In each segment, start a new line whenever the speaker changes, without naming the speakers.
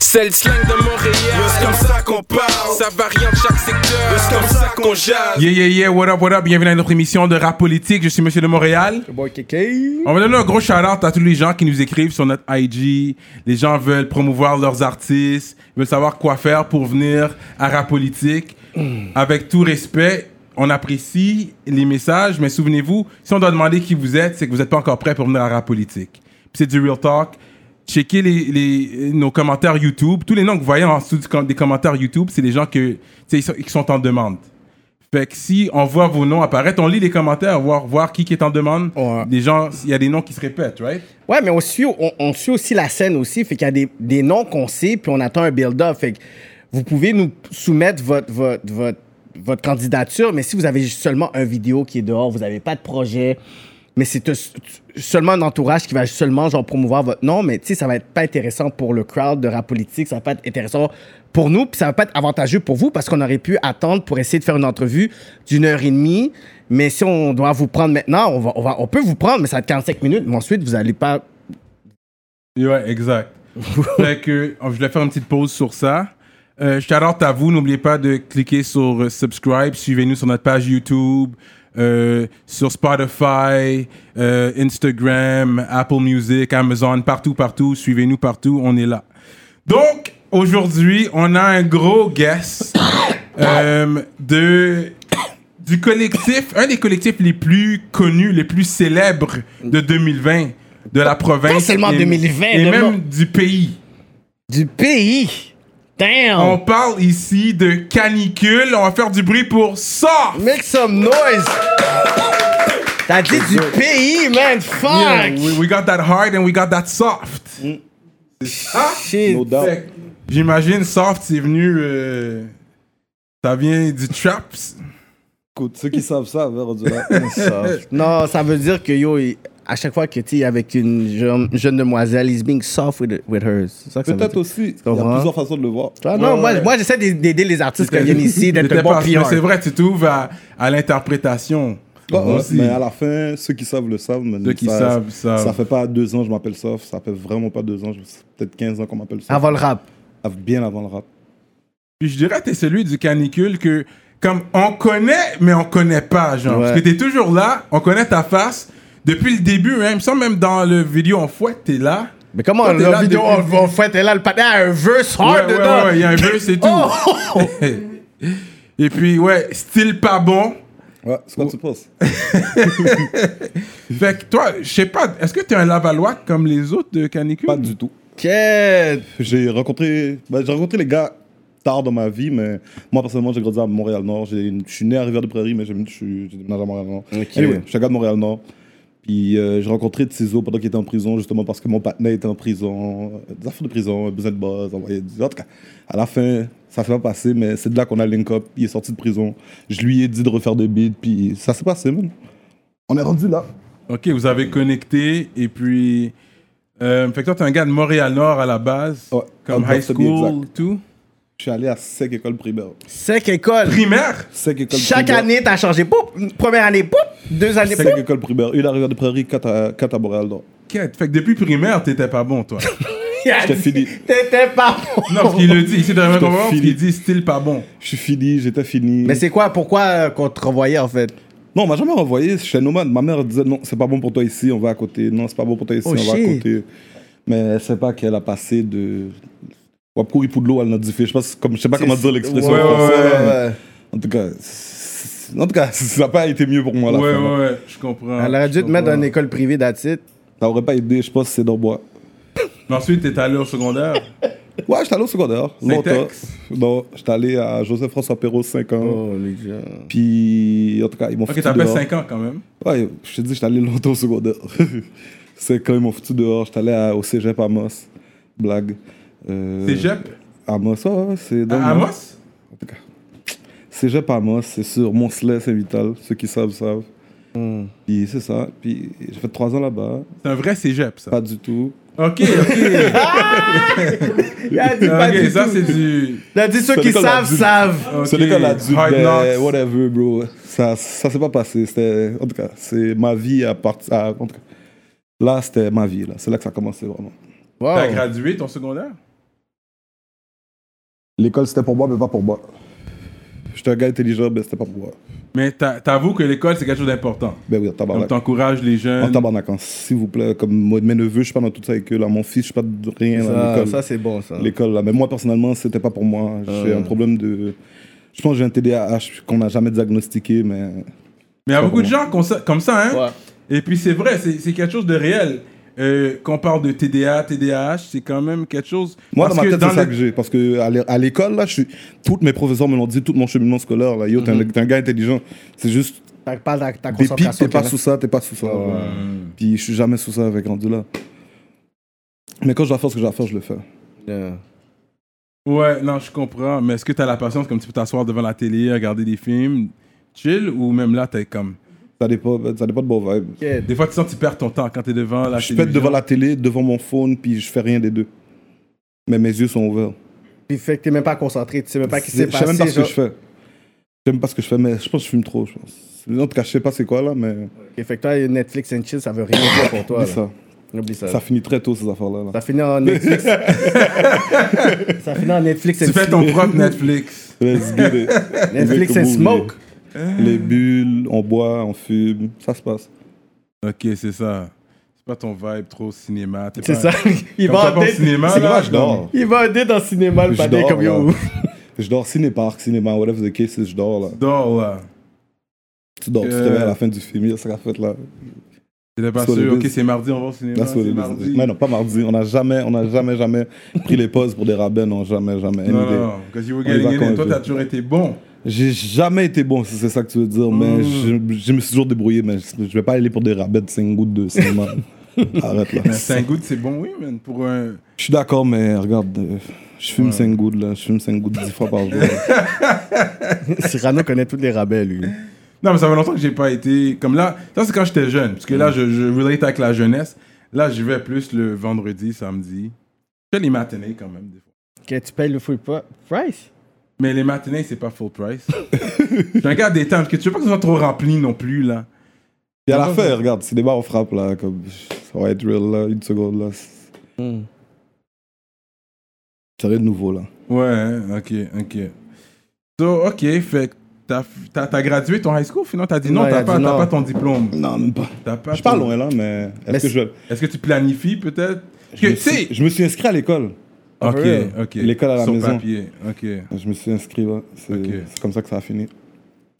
C'est le slang de Montréal.
C'est comme ça qu'on parle.
Ça varie en chaque secteur.
C'est comme ça qu'on jase.
Yeah, yeah, yeah, what up, what up, bienvenue à notre émission de rap politique, je suis Monsieur de Montréal.
Boy KK.
On va donner un gros shout-out à tous les gens qui nous écrivent sur notre IG. Les gens veulent promouvoir leurs artistes, veulent savoir quoi faire pour venir à rap politique. Avec tout respect, on apprécie les messages, mais souvenez-vous, si on doit demander qui vous êtes, c'est que vous n'êtes pas encore prêt pour venir à rap politique. Puis c'est du real talk. Checkez les, les- nos commentaires YouTube. Tous les noms que vous voyez en dessous du com- des commentaires YouTube, c'est les gens que, tu sais, ils sont- qui sont en demande. Fait que si on voit vos noms apparaître, on lit les commentaires, voir, voir qui, qui est en demande.
Ouais.
Des gens, il y a des noms qui se répètent, right?
Ouais, mais on suit, on, on suit aussi la scène aussi. Fait qu'il y a des, des noms qu'on sait, puis on attend un build-up. Fait que vous pouvez nous soumettre votre, votre, votre, votre candidature, mais si vous avez seulement un vidéo qui est dehors, vous n'avez pas de projet, mais c'est un- seulement un entourage qui va seulement genre promouvoir votre nom, mais tu sais, ça va être pas intéressant pour le crowd de rap politique, ça va pas être intéressant pour nous, puis ça va pas être avantageux pour vous parce qu'on aurait pu attendre pour essayer de faire une entrevue d'une heure et demie. Mais si on doit vous prendre maintenant, on, va, on, va- on peut vous prendre, mais ça va être 45 minutes. Mais ensuite, vous allez pas.
Ouais, exact. fait que oh, je voulais faire une petite pause sur ça. Euh, shout out à vous. N'oubliez pas de cliquer sur euh, subscribe. Suivez-nous sur notre page YouTube, euh, sur Spotify, euh, Instagram, Apple Music, Amazon, partout, partout. Suivez-nous partout. On est là. Donc, aujourd'hui, on a un gros guest euh, de, du collectif, un des collectifs les plus connus, les plus célèbres de 2020, de la province.
seulement
et-
2020,
Et
de
même
mon-
du pays.
Du pays!
On
Damn!
parle ici de canicule. On va faire du bruit pour ça.
Make some noise! T'as dit du pays, man! Fuck!
Yeah, we, we got that hard and we got that soft.
Shit.
No doubt.
Fait que J'imagine soft, c'est venu. euh, ça vient du trap.
Écoute, ceux qui savent savent, hein, rendu là.
Soft. Non, ça veut dire que yo, il- à chaque fois que tu es avec une jeune, jeune demoiselle, he's being soft with, with her. C'est ça que ça veut
Peut-être
dire.
aussi. Il y a
comprends?
plusieurs façons de le voir.
Ah non,
Ouais,
moi,
ouais.
moi j'essaie d'ai- d'aider les artistes qui viennent ici, d'être
J'étais
un bon
pas- mais
PR.
C'est vrai, tu trouves à, à l'interprétation.
Ouais, ouais,
aussi.
Bah, Mais à la fin, ceux qui savent le savent. mais
Ceux qui
ça,
savent, savent.
Ça fait pas deux ans que je m'appelle Soft. Ça fait vraiment pas deux ans. je- c'est Peut-être 15 ans qu'on m'appelle
Ah.
Soft.
Avant le rap.
Av- Bien avant le rap.
Puis je dirais, t'es celui du canicule que, comme, on connaît, mais on connaît pas, genre.
Ouais.
Parce que t'es toujours là, on connaît ta face. Depuis le début, hein, il me semble même dans le vidéo en fouette, t'es là.
Mais comment
Toi, t'es
la
là
vidéo, on,
depuis-
on fouette, et là, le patin a un verse hard
ouais,
dedans.
ouais, ouais, il y a un verse c'est tout.
Oh!
Et puis, ouais, style pas bon.
Ouais, c'est quoi que tu penses
Fait que toi, je sais pas, est-ce que t'es un Lavallois comme les autres de canicule?
Pas du tout.
Quel-
J'ai rencontré, bah, j'ai rencontré les gars tard dans ma vie, mais moi personnellement, j'ai grandi à Montréal-Nord. J'ai une- Je suis né à Rivière-de-Prairie, mais j'ai je suis- j'ai déménagé à Montréal-Nord.
Ok.
Anyway, je suis un gars de Montréal-Nord. Puis euh, j'ai rencontré Tizo pendant qu'il était en prison, justement parce que mon partenaire était en prison. euh, Des affaires de prison, euh, besoin de base, envoyer des- En tout cas, à la fin, ça s'est pas passé, mais c'est de là qu'on a link up. Il est sorti de prison. Je lui ai dit de refaire des beats, puis ça s'est passé, man. On est rendu là.
Ok, vous avez connecté, et puis. euh, fait que toi, t'es un gars de Montréal-Nord à la base,
Ouais,
comme
on doit
high
se bien
school, tout.
Je suis allé à 5 écoles primaires.
Sec école.
Primaire?
5 écoles
Chaque
primaires.
année, t'as changé. Boum! Première année, boum! Deux années, boum!
5 écoles primaires. Une à Rivière-de-Prairie, 4 à, quatre à Montréal-Nord.
Quête. Fait que depuis primaire, t'étais pas bon, toi.
Ah,
J'étais fini.
T'étais pas bon.
Non, parce qu'il le dit. Ici, dans le
Je te
moment, parce
file.
qu'il dit style pas bon.
Je suis fini, j'étais fini.
Mais c'est quoi, pourquoi euh, qu'on te renvoyait, en fait?
non, on m'a jamais renvoyé chez nomade. Ma mère disait non, c'est pas bon pour toi ici, on va à côté. Non, c'est pas bon pour toi ici,
Oh,
on va à
shit.
côté. Mais elle sait pas qu'elle a passé de. Ou courir pour de l'eau, elle n'a dit fait. Je sais pas, comme, je sais pas comment dire l'expression.
Ouais,
en
ouais,
français,
ouais,
mais En tout cas, c'est- en tout cas, ça n'a pas été mieux pour moi. à La
ouais,
fin, là.
ouais, ouais, je comprends.
Elle aurait dû
Je
te mettre dans
comprends.
une école privée d'attitude.
Ça aurait pas aidé, je pense, c'est dans le bois.
Mais ensuite, t'es allé au secondaire.
Ouais, j'étais allé au secondaire. Longtemps.
Saint-Ex.
Non, j'étais allé à Joseph-François Perrault, 5 ans.
Oh, les gars.
Puis, en tout cas, ils m'ont
ok,
foutu
t'as fait
dehors.
5 ans quand même.
Ouais, je te dis, j'étais allé longtemps au secondaire. c'est quand ils m'ont foutu dehors. J'étais allé à- au cégep à Amos. Blague. Euh,
Cégep
Amos, ouais, ouais, c'est dans.
à Amos
En tout cas. Cégep à Amos, c'est sur Moncelet, Saint-Vital. Ceux qui savent, savent.
Hmm.
Puis c'est ça. Puis j'ai fait trois ans là-bas.
C'est un vrai cégep, ça.
Pas du tout.
Ok, ok.
Il a dit pas
ok,
du
ça,
tout.
c'est du.
Il a dit ceux
C'est
qui
l'école
savent,
d'adulte.
savent.
Ok,
C'est l'école adulte,
Hard
mais
Knocks.
whatever, bro. Ça, ça s'est pas passé. C'était, en tout cas, c'est ma vie à partir. à- En tout cas, là, c'était ma vie. Là. C'est là que ça a commencé vraiment.
Wow.
T'as gradué ton secondaire
L'école, c'était pour moi, mais pas pour moi. J'étais un gars intelligent, mais c'était pas pour moi.
Mais t'a- t'avoues que l'école, c'est quelque chose d'important.
Ben oui, en
On
tabarnak.
t'encourage les
En
jeunes.
tabarnak, hein. s'il vous plaît. Comme moi, mes neveux, je suis pas dans tout ça avec eux. Là. Mon fils, je suis pas de rien dans
Ça,
l'école.
ça, c'est bon, ça.
l'école. Là. Mais moi, personnellement, c'était pas pour moi. J'ai un problème de. Je pense que j'ai un TDAH qu'on n'a jamais diagnostiqué, mais.
Mais il y a
Pas
beaucoup de
pour
gens comme ça, comme ça, hein.
Ouais.
Et puis c'est vrai, c'est c'est quelque chose de réel. Euh, Qu'on parle de TDA, TDAH, c'est quand même quelque chose.
Moi,
Parce
dans ma
que
tête, c'est ça
le-
que j'ai. Parce que à l'é- à l'école, là, je suis. Toutes mes professeurs me l'ont dit, tout mon cheminement scolaire, là. Yo, t'es un- t'es un, gars intelligent. C'est juste.
T'as pas ta, ta
Des pics,
concentration.
t'es pas
qu'il y en a.
sous ça, t'es pas sous ça.
Ouais.
ouais. Puis je suis jamais sous ça avec rendu là. Mais quand je dois faire ce que je dois faire, je le fais.
Yeah.
Ouais, non, je comprends. Mais est-ce que t'as la patience comme tu peux t'asseoir devant la télé, regarder des films, chill, ou même là, t'es comme.
Ça dépend, ça dépend de mon vibe.
Yeah.
Des fois, tu sens que tu perds ton temps quand t'es devant la
je pète devant la télé, devant mon phone, puis je fais rien des deux. Mais mes yeux sont ouverts.
Puis fait que t'es même pas concentré, tu sais même pas ce qui s'est
Je sais
passé.
même pas ce que
genre.
je fais. Je sais même pas ce que je fais, mais je pense que je fume trop, je pense. En tout cas, je sais pas c'est quoi là, mais
Ok, Fait que toi, Netflix and chill, ça veut rien dire pour toi.
oublie
là.
ça.
Oublie ça.
Ça
Ça,
finit très tôt ces affaires-là. là.
finit en Netflix. ça finit en Netflix and
Tu fais
smoke.
ton propre Netflix.
Let's get it.
Netflix and smoke.
Les bulles, on boit, on fume, ça se passe.
Ok, c'est ça. C'est pas ton vibe trop cinéma. t'es
C'est
pas-
ça. Il
Quand
va
t'as
en
pas au
date-
cinéma,
c'est
là,
quoi,
je dors.
Il va en date dans le cinéma, le
Je
badé
dors,
comme yo.
là. Je dors ciné-parc, cinéma, whatever the case, is, je dors là.
Dors là.
Tu dors, tu te
Euh.
réveilles à la fin du film, ça va fait là.
T'étais pas
That's what
sûr.
it
Ok,
is.
c'est mardi, on va au cinéma.
Là, c'est
C'est
les
mardi.
Mais non, pas mardi. On n'a jamais, on a jamais, jamais pris les pauses pour des rabais. Non, jamais, jamais. Any
Non,
day.
non, non, because you were
On y va
getting in,
quand
et toi,
on
t'as
veut.
toujours été bon.
J'ai jamais été bon, si c'est ça que tu veux dire.
Mm.
Mais je, je me suis toujours débrouillé. Mais je, je vais pas aller pour des rabais de 5 gouttes de cinéma. Arrête là.
Mais 5 gouttes, c'est bon, oui, man. Pour un.
Je suis d'accord, mais regarde, euh, je fume 5 gouttes là. Je fume 5 gouttes 10 fois par jour.
Cyrano connaît tous les rabais, lui.
Non, mais ça fait longtemps que j'ai pas été. Comme là, ça, c'est quand j'étais jeune. Parce que là, je, je relate avec la jeunesse. Là, je vais plus le vendredi, samedi. Je fais les matinées quand même, des fois.
Que tu payes le full pro- price.
Mais les matinées, c'est pas full price. je regarde des temps, parce que tu veux pas que ce soit trop rempli non plus, là.
Et à la fin, regarde, cinéma, on frappe là. Comme, ça va être real là, une seconde là. Hmm. Ça va être nouveau là.
Ouais, hein, ok, ok. So, ok, fait que t'as, t'as, t'as gradué ton high school, finalement, t'as dit non,
Non, il
t'as,
a
pas,
dit
t'as
non.
pas ton diplôme.
Non, même pas.
T'as pas
Je suis pas
ton-
loin là, mais est-ce
Mais
que je,
Est-ce que tu planifies peut-être Parce que,
je, me
tu sais,
suis, je me suis inscrit à l'école.
Ah,
Ok,
for real?
ok.
L'école à la
Sur
maison.
papier, ok.
Je me suis inscrit, ouais. C'est
Ok.
c'est comme ça que ça a fini.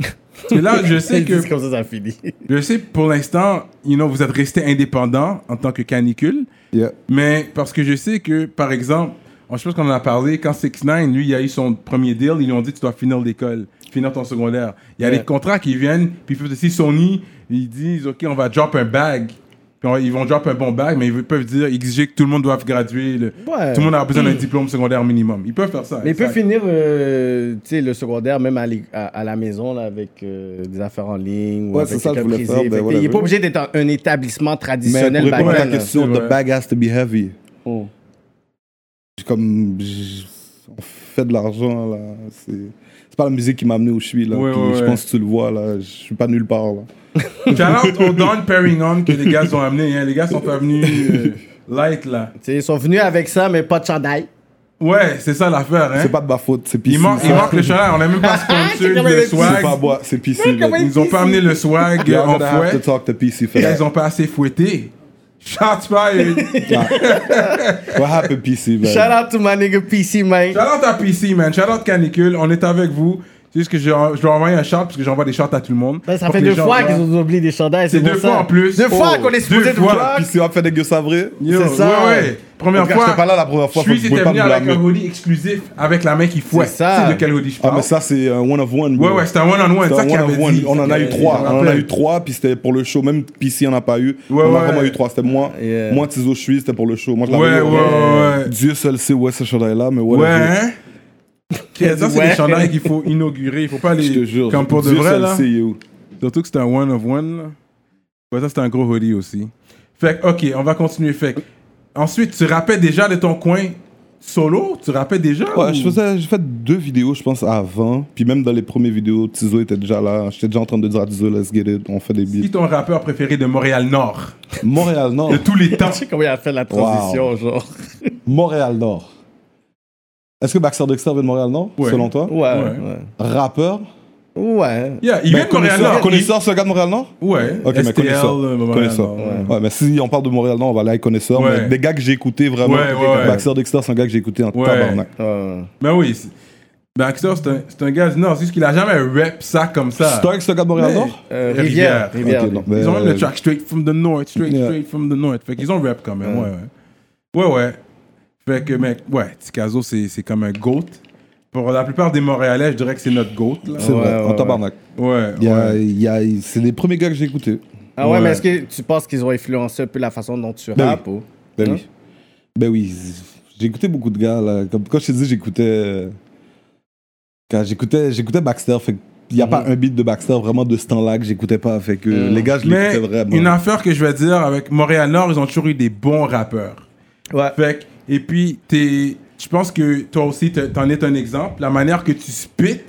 Parce que là, je sais
C'est
que,
comme ça, ça finit.
je sais pour l'instant, you know, vous êtes resté indépendant en tant que canicule,
Yeah.
mais parce que je sais que, par exemple, on- je pense qu'on en a parlé, quand 6 9 lui, il a eu son premier deal, ils lui ont dit tu dois finir l'école, finir ton secondaire. Il y a
Ouais.
des contrats qui viennent, puis peut-être si Sony, ils disent ok, on va drop un bag. Puis on- ils vont drop un bon bag, mais ils peuvent dire, exiger que tout le monde doive graduer. le-
Ouais.
Tout le monde a besoin d'un diplôme secondaire minimum. Ils peuvent faire ça.
Mais il peut
exact.
finir euh, tu sais, le secondaire même à, l'é- à- à la maison là, avec euh, des affaires en ligne. Ou
Ouais,
avec
c'est ça que
quelqu'un
je voulais
brisé.
faire, ben
Fait que
voilà,
il n'est pas
oui.
obligé d'être un, un établissement
Mais pour
traditionnel.
répondre à
bacon,
ta
là.
question,
C'est vrai.
the bag has to be heavy.
Oh.
J'ai Comme j- on fait de l'argent là, c'est c'est pas la musique qui m'a amené où je suis là.
Ouais,
Puis
ouais, Hein?
je
ouais.
pense que tu le vois là, je suis pas nulle part là.
Shout out au Don Perignon que les gars ont amené. hein. Les gars sont pas venus euh, light là.
Tu sais, Ils sont venus avec ça, mais pas de chandail.
Ouais, c'est ça l'affaire. Hein.
C'est pas de ma faute, c'est PC.
Il, manque, il
ça.
manque le chandail. On a même pas sponsor
comme
le
les-
C'est
swag.
pas moi, c'est PC. là.
Ils nous ont pas amené le swag
You're
euh, en
gonna have
fouet.
to talk to PC for
Les gars,
that.
ils ont pas assez fouetté. Shots fired.
What happened PC, man?
Shout out to my nigga PC, man.
Shout out à PC, man. Shout out Canicule. On est avec vous. C'est juste que je, je dois envoyer un shot parce que j'envoie des shots à tout le monde.
Ben, Ça, ça
Pour
fait
que
deux
les gens
fois
voient.
qu'ils ont oublié des chandails.
C'est
pour
deux
ça.
fois en plus.
Deux
Oh,
fois qu'on est supposé
deux
de
fois.
voir.
PC a fait des gueux savrés.
Yo,
C'est ça.
Ouais, ouais. Première
En tout cas,
fois.
j'étais pas là la première fois,
Je suis
fait que je pouvais
était
pas
venu
me
avec un
blâmer.
hoodie exclusif avec la main qui fouette.
C'est ça.
Tu sais de quel hoodie je
Ah
parle.
mais ça c'est un one of one.
Ouais,
bro.
ouais, c'était un one-on-one.
C'est
ça
un
qu'il
one
avait
of one.
dit.
On en a eu trois.
Je me
On en a
rappelle.
eu trois, puis c'était pour le show. Même PC en a pas eu.
Ouais,
on
ouais.
a vraiment eu trois. C'était moi,
Yeah.
moi, Tizo, je suis, c'était pour le show. Moi, je
Ouais,
l'avais
ouais,
eu.
ouais.
Dieu seul sait où est ce chandail-là, mais
Ouais,
whatever.
hein? Ok, Ça, c'est
Ouais.
des chandails qu'il faut inaugurer. Il faut pas les.
Je te jure.
Comme pour de
Dieu
vrai,
seul
là.
sait où.
Surtout que c'était un one-of-one. là. Ouais, ça, c'était un gros hoodie aussi. Fait que, ok, on va continuer. Fait que, ensuite, tu rappelles déjà de ton coin solo Tu rappelles déjà
Ouais,
ou-
je faisais, j'ai fait deux vidéos, je pense, avant. Puis même dans les premières vidéos, Tizo était déjà là. J'étais déjà en train de dire à Tizo, let's get it, on fait des
Qui est
beats.
ton rappeur préféré de Montréal-Nord
Montréal Nord.
De tous les temps.
Tu sais comment il a fait la transition, genre.
Montréal Nord. Est-ce que Baxter Dexter vient de Montréal, non
Ouais.
Selon toi
Ouais,
Ouais.
ouais.
Rappeur
Ouais. hein.
Yeah, il
Ben,
vient de Montréal,
connaisseur-
non?
Connaisseur, c'est un gars de Montréal, non
Ouais,
Ok, mais
STL,
connaisseur.
euh, Montréal,
Connaisseur.
non.
Ouais. mais si on parle de Montréal, non, on va aller avec connaisseur.
Ouais.
mais des gars que j'ai écoutés vraiment.
Ouais, ouais,
Baxter Dexter, c'est un gars que j'ai écouté en
Ouais.
tabarnak.
Ouais.
Ben oui, c'est- Baxter, c'est un, c'est un gars du Nord. C'est juste qu'il a jamais rep ça comme ça.
Stark, c'est un gars de Montréal,
Mais-
non
Euh,
Rivière.
Rivière.
Ok,
Rivière.
non,
oui.
mais-
Ils ont même le track straight from the north, straight,
Yeah.
straight from the north. Fait qu'ils ont rep quand même, ouais, ouais. Ouais, ouais. Fait que, mec, ouais, Tikazo, c'est c'est comme un GOAT. Pour la plupart des Montréalais, je dirais que c'est notre GOAT, là.
C'est
Ouais,
vrai,
ouais,
en
ouais.
tabarnak.
Ouais,
Il y a-
ouais.
il y a- C'est les premiers gars que j'ai écoutés.
Ah ouais,
Ouais.
mais est-ce que tu penses qu'ils ont influencé un peu la façon dont tu
Ben
rappes ou...
Ben
Hein?
oui. Ben oui. J'ai écouté beaucoup de gars, là. Comme quand je te dis, j'écoutais. euh, Quand j'écoutais, j'écoutais Baxter, fait il
Mm-hmm.
n'y a pas un beat de Baxter vraiment de ce temps-là que j'écoutais pas. Fait que
Mhm.
les gars, je
Mm. Mais
l'écoutais vraiment.
une affaire que je vais dire avec Montréal Nord, ils ont toujours eu des bons rappeurs.
Ouais.
Fait que- et puis, t'es, je pense que toi aussi, te- t'en es un exemple. La manière que tu spit,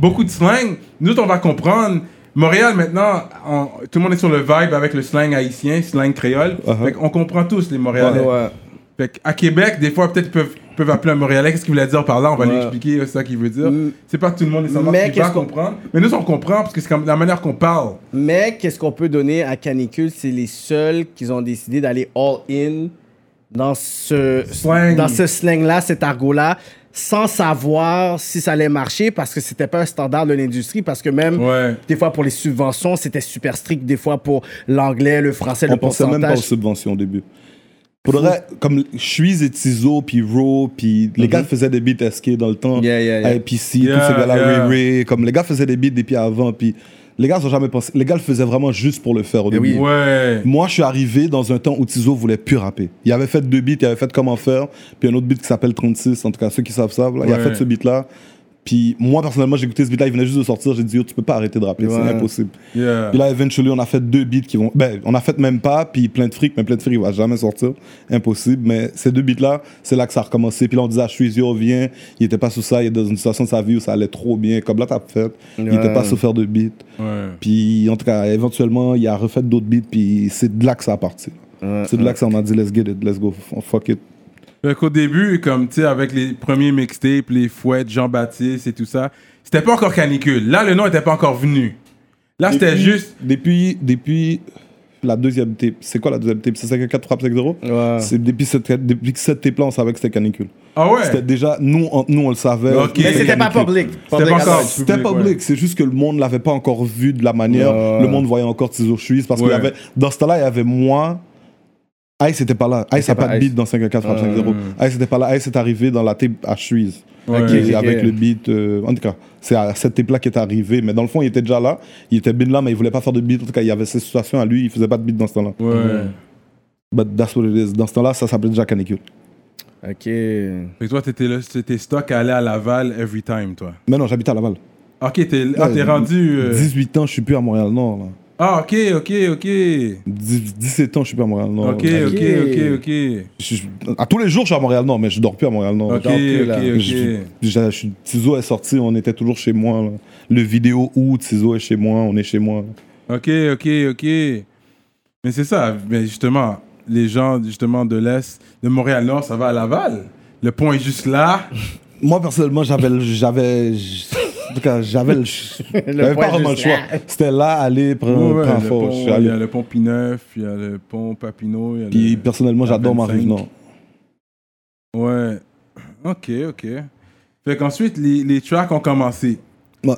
beaucoup de slang, nous, on va comprendre. Montréal, maintenant, on- tout le monde est sur le vibe avec le slang haïtien, slang créole.
Uh-huh.
Fait qu'on comprend tous les Montréalais.
Ouais.
Fait qu'à Québec, des fois, peut-être, ils peuvent, peuvent appeler un Montréalais. Qu'est-ce qu'il voulait dire par là On va lui
Ouais.
expliquer euh, ça qu'il veut dire.
Mm.
C'est pas tout le monde nécessairement
Mais
qui va
qu'est-ce qu'on-
comprendre. Mais nous, on comprend parce que c'est comme la manière qu'on parle.
Mais qu'est-ce qu'on peut donner à Canicule C'est les seuls qui ont décidé d'aller all-in dans ce
Slang.
dans ce slang-là, cet argot-là, sans savoir si ça allait marcher parce que c'était pas un standard de l'industrie. Parce que même
Ouais.
des fois pour les subventions, c'était super strict. Des fois pour l'anglais, le français,
On
le
pensait même pas aux
pourcentage.
subventions au début. Pour le vrai, comme Suisse et Tizo, puis Ro, puis les gars faisaient des beats SK dans le temps.
Mhm. Yeah, yeah, yeah.
IPC, tous
Yeah,
ces gars-là,
yeah.
Ray Ray, Comme les gars faisaient des beats depuis avant, puis les gars, ils ont jamais pensé. Les gars le faisaient vraiment juste pour le faire au début.
Eh oui.
Ouais.
Moi, je suis arrivé dans un temps où Tizo voulait plus rapper. Il avait fait deux beats, il avait fait Comment faire, puis un autre beat qui s'appelle 36, en tout cas ceux qui savent savent. là. Il a
Ouais.
fait ce beat-là. Puis moi, personnellement, j'ai écouté ce beat-là, il venait juste de sortir, j'ai dit, yo, tu peux pas arrêter de rapper,
Ouais.
c'est impossible.
Yeah.
Puis là, eventually, on a fait deux beats qui vont. Ben, on a fait même pas, puis plein de fric, mais plein de fric, il va jamais sortir. Impossible. Mais ces deux beats-là, c'est là que ça a recommencé. Puis là, on disait à Suizy, oh, viens, il était pas sous ça, il est dans une situation de sa vie où ça allait trop bien. Comme là, t'as fait, il
Ouais.
était pas sous faire de beats.
Ouais.
Puis en tout cas, éventuellement, il a refait d'autres beats, puis c'est de là que ça a parti. C'est de là que ça on a dit, let's get it, let's go, f- fuck it.
Fait qu'au début, comme tu sais, avec les premiers mixtapes, les fouettes, Jean-Baptiste et tout ça, c'était pas encore canicule. Là, le nom était pas encore venu. Là, c'était
Depuis-
juste.
Depuis, depuis la deuxième tape, c'est quoi la deuxième tape C'est 5 4 frappe 5 0
Ouais.
C'est depuis cette, depuis que cette tape-là, on savait que c'était canicule.
Ah ouais?
C'était déjà, nous on, nous, on le savait.
Ok.
Mais c'était pas
Canicule.
public.
pas
Public
encore.
adult.
C'était
Public, ouais.
public, c'est juste que le monde l'avait pas encore vu de la manière.
Ouais.
Le monde voyait encore Tizo Suisse parce qu'il
Ouais.
y avait. Dans ce temps-là, il y avait moins. Ice n'était pas là. Ice n'a
pas
pas de
Ice.
beat dans 5 4 5 0 Ice n'était pas là. Ice est arrivé dans la tape à Suisse.
Hmm. Ouais.
Qui-
Ok, ok.
Avec le beat. euh, en tout cas, c'est à cette tape-là qui est arrivée. Mais dans le fond, il était déjà là. Il était bien là, mais il voulait pas faire de beat. En tout cas, il y avait ses situations à lui. Il faisait pas de beat dans ce temps-là.
Ouais.
But that's what it is. Dans ce temps-là, ça s'appelait déjà Canicule.
Ok.
Fait que toi, t'étais là, t'étais stock à aller à Laval every time, toi.
Mais non, j'habite à Laval.
Ok, t'es ah, t'es
Ouais,
rendu. euh,
18 ans, je suis plus à Montréal-Nord. là.
Ah, ok, ok, ok.
10 17 ans, je suis plus à Montréal-Nord.
Ok,
là.
ok, ok, ok.
Je- je- à tous les jours, je suis à Montréal Nord, mais je dors plus à Montréal Nord.
Ok,
plus,
ok,
là.
Je-
ok.
je- je- je- Tizo est sorti, on était toujours chez moi. là. Le vidéo où Tizo est chez moi, on est chez moi.
Ok, ok, ok. Mais c'est ça, mais justement, les gens justement de l'Est, de Montréal-Nord, ça va à Laval. Le pont est juste là.
Moi, personnellement, j'avais. le- j'avais en tout cas, j'avais le. J'avais
point
pas vraiment le
juste
choix.
là.
C'était là, aller, prendre,
Ouais, ouais,
prendre
le
fort,
pont,
je suis
il y
allé.
a le pont Pineuf, il y a le pont Papineau. il y a
Puis
le-
personnellement,
la
j'adore ma
25.
rive nord.
Ouais. Ok, ok. Fait qu'ensuite, les, les tracks ont commencé.
Ouais,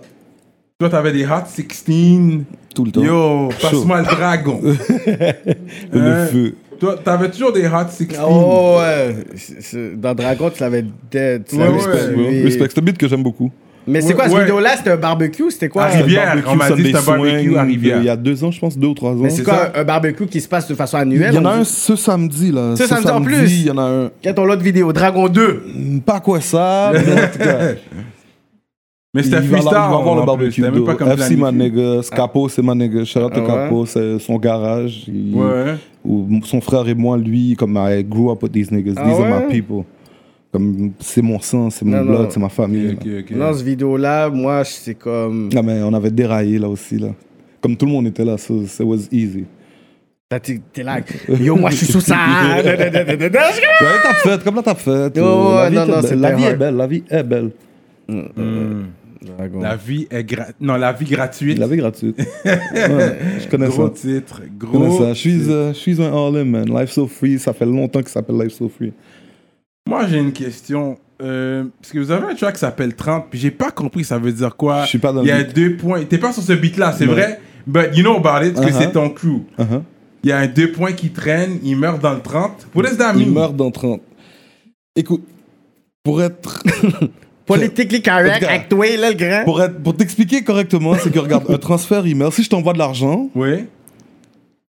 Toi, t'avais des Hot 16.
Bah, tout le temps.
Yo, passe-moi le dragon.
le
Hein?
feu.
Toi, t'avais toujours des Hot 16.
Oh ouais. C'est- c'est- Dans Dragon, tu l'avais dead. tu
Ouais,
l'avais
ouais.
tué.
Respect, bro. Respect. C'est un beat que j'aime beaucoup.
Mais c'est
Ouais,
quoi ce
ouais.
vidéo-là C'était un barbecue C'était quoi
À
euh,
Rivière,
Barbecue,
on m'a dit
Sunday
c'était un barbecue
Swing, euh,
à Rivière.
Il y a deux ans, je pense, deux ou trois ans.
Mais c'est quoi un un barbecue qui se passe de façon annuelle
Il y en a
on
un
dit-
ce samedi, là.
Ce samedi en plus?
Il y en a un.
Quelle est ton autre vidéo Dragon 2
Hmm, Pas quoi ça, mais en tout cas.
Mais c'était
il va
freestyle.
là- il va voir
en
le
plus,
barbecue.
c'était même pas
d'eau.
comme
FC, ma
planifié. Ah.
nigga. Scapo, c'est ma nigga. Shout out
Ah
to
ouais?
Capo, c'est son garage. Il-
Ouais. hein.
où son frère et moi, lui, comme I grew up with these niggas.
Ah
these are
ouais?
my people. Comme c'est mon sang, c'est mon
Non, non.
blood, c'est ma famille.
Ok,
là.
ok, ok.
Dans ce vidéo-là, moi, je- c'est comme.
Non, mais on avait déraillé là aussi, là. Comme tout le monde était là, so, so it was easy.
Là, T'es t'es là, yo, moi, je suis sous ça.
Ouais, t'as fait, comme là t'as
Ouais,
fait. Euh,
ouais,
la vie
non,
était
non,
belle.
c'était
La vie
hard.
est belle, la vie est belle.
Dragon.
Hmm. La vie est gra- Non, la vie gratuite.
La vie est gratuite. Ouais, je connais
Gros
ça.
titre.
Je connais
Gros.
ça. Je suis, euh, je suis un all-in, man. Life So Free, ça fait longtemps que ça s'appelle Life So Free.
Moi, j'ai une question. Euh, parce que vous avez un track qui s'appelle 30, puis j'ai pas compris ça veut dire quoi.
Je suis pas dans
Il y
le
a
beat.
deux points. T'es pas sur ce beat-là, c'est
Non.
vrai. But you know about it, parce que
Uh-huh.
c'est ton crew.
Uh-huh.
Il y a un deux points qui traîne, il meurt dans le 30. What does that mean?
Il meurt dans 30. Écoute, pour être
Politically correct,
Regarde.
actué, là, le grand.
pour être pour t'expliquer correctement, c'est que regarde, un transfert, il meurt. Si je t'envoie de l'argent
Oui.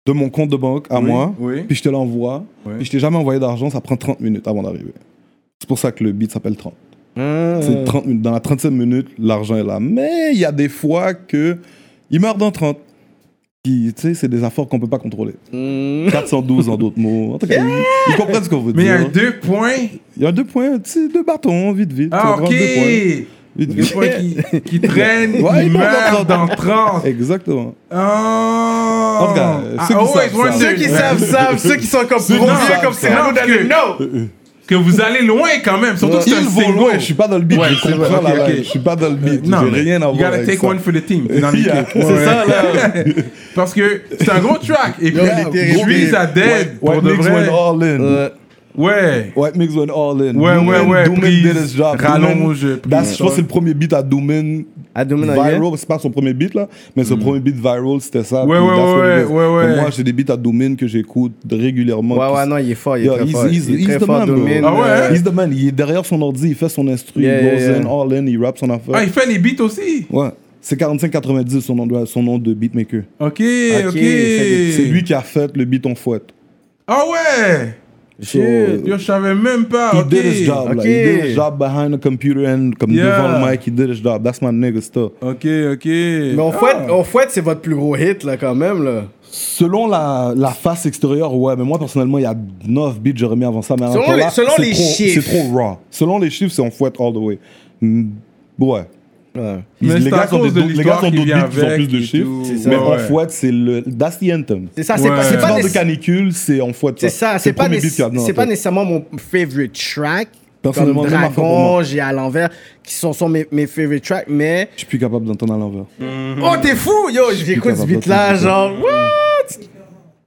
de mon compte de banque à
Oui,
moi,
oui.
puis je te l'envoie,
Ouais.
puis je t'ai jamais envoyé d'argent, ça prend 30 minutes avant d'arriver. C'est pour ça que le beat s'appelle 30.
Mm. Euh.
C'est 30 minutes. Dans la 30e minute, l'argent est là. Mais il y a des fois que il meurt dans 30. Qui, tu sais, c'est des affaires qu'on peut pas contrôler.
Mm.
412 en d'autres mots. En tout cas, ils, ils comprennent ce qu'on veut
Mais il y a un
dire. hein.
deux points.
Il y a deux points, tu sais, deux bâtons, hein, vite, vite.
Ah,
Tu prends
ok.
deux points, vite,
Deux
vite.
points qui, qui traînent,
Ouais,
il
il meurt
meurt dans Ah. 30.
Exactement.
Oh! En
tout cas, ceux qui
Ceux
savent, savent.
qui savent, savent. Ceux qui sont comme
Ceux
gros
qui
vieux,
savent,
comme
savent.
Cyrano
Que-
d'Alino.
que vous allez loin quand même, surtout que c'est un
Ils vont
single.
loin, je suis pas dans le beat,
Ouais,
je
c'est vrai,
comprends
ok,
la vibe,
ok.
Je suis pas dans le beat,
Non,
j'ai
mais
rien à
you
voir
gotta
avec
take
ça.
one for the team. dans les
Yeah,
kicks.
c'est
Ouais.
ça,
Parce que c'est un gros track. Et puis,
il était
je suis
terrible.
à dead pour
White
de
Mix
vrai.
went all in.
Ouais.
White Mix went all in.
Ouais, ouais,
Doomin-
ouais,
Doomin
prise,
did his job.
rallonge,
Doomin-
prise,
that's- Je pense
ouais.
que c'est le premier beat à Doomin
À Ah, Domino
viral. C'est pas son premier beat là, mais son premier beat viral c'était ça.
Hmm. Ouais,
puis
ouais,
that's what
ouais,
it is.
ouais, ouais.
Mais Moi j'ai des beats à Doomin que j'écoute régulièrement.
Ouais,
qui
ouais,
s-
non, il est fort. Il est
Yo,
très
he's-
fort.
he's-
Il est
he's
très
the
fort,
man, bro.
Domine.
Ah ouais, hein?
He's the man, il est derrière son ordi, il fait son instru,
Yeah,
il goes
yeah, yeah.
in, all in, il rappe son affaire.
Ah, il fait les beats aussi.
Ouais. C'est 4590 son nom de, son nom de beatmaker.
Ok, ok.
C'est lui qui a fait le beat en fouette.
Ah ouais.
So,
Yo, je savais même pas.
He
ok.
did his job.
ok.
Like, he did his job behind the computer and comme
Yeah.
devant le mic. He did his job. That's my nigga stuff.
Ok, ok.
Mais on
Ah.
fouette, on fouette, c'est votre plus gros hit, là, quand même, là.
Selon la, la face extérieure, ouais. Mais moi, personnellement, il y a 9 beats que j'aurais mis avant ça. Mais
Selon
encore
les-
là,
selon
c'est
les
trop-
chiffres.
C'est trop raw. Selon les chiffres, c'est on fouette all the way. Mm, ouais.
Ouais.
Ils-
Mais c'est à
ont
cause
des-
de
les gars
l'histoire
sont
qui
d'autres
vient
beats qui ont
avec
plus de
et
chiffres.
tout.
C'est ça.
Mais
Ouais,
on
ouais.
fouette, c'est le. That's the anthem.
C'est ça, c'est
Ouais.
pas, c'est
Tu
pas,
parles de
nécess-
canicule, c'est on fouette.
c'est
ça.
ça, c'est
le
pas,
premier
nécess-
beat qu'il y a dedans,
c'est
en
pas
fait.
nécessairement mon favorite track.
Personnellement,
Comme
même affaire pour
Dragon,
moi.
j'ai à l'envers, qui sont, sont mes, mes favorite tracks, mais.
Je suis plus capable d'entendre à l'envers.
Oh, t'es fou! Yo, j'écoute ce
capable
beat-là,
d'entendre.
genre. What?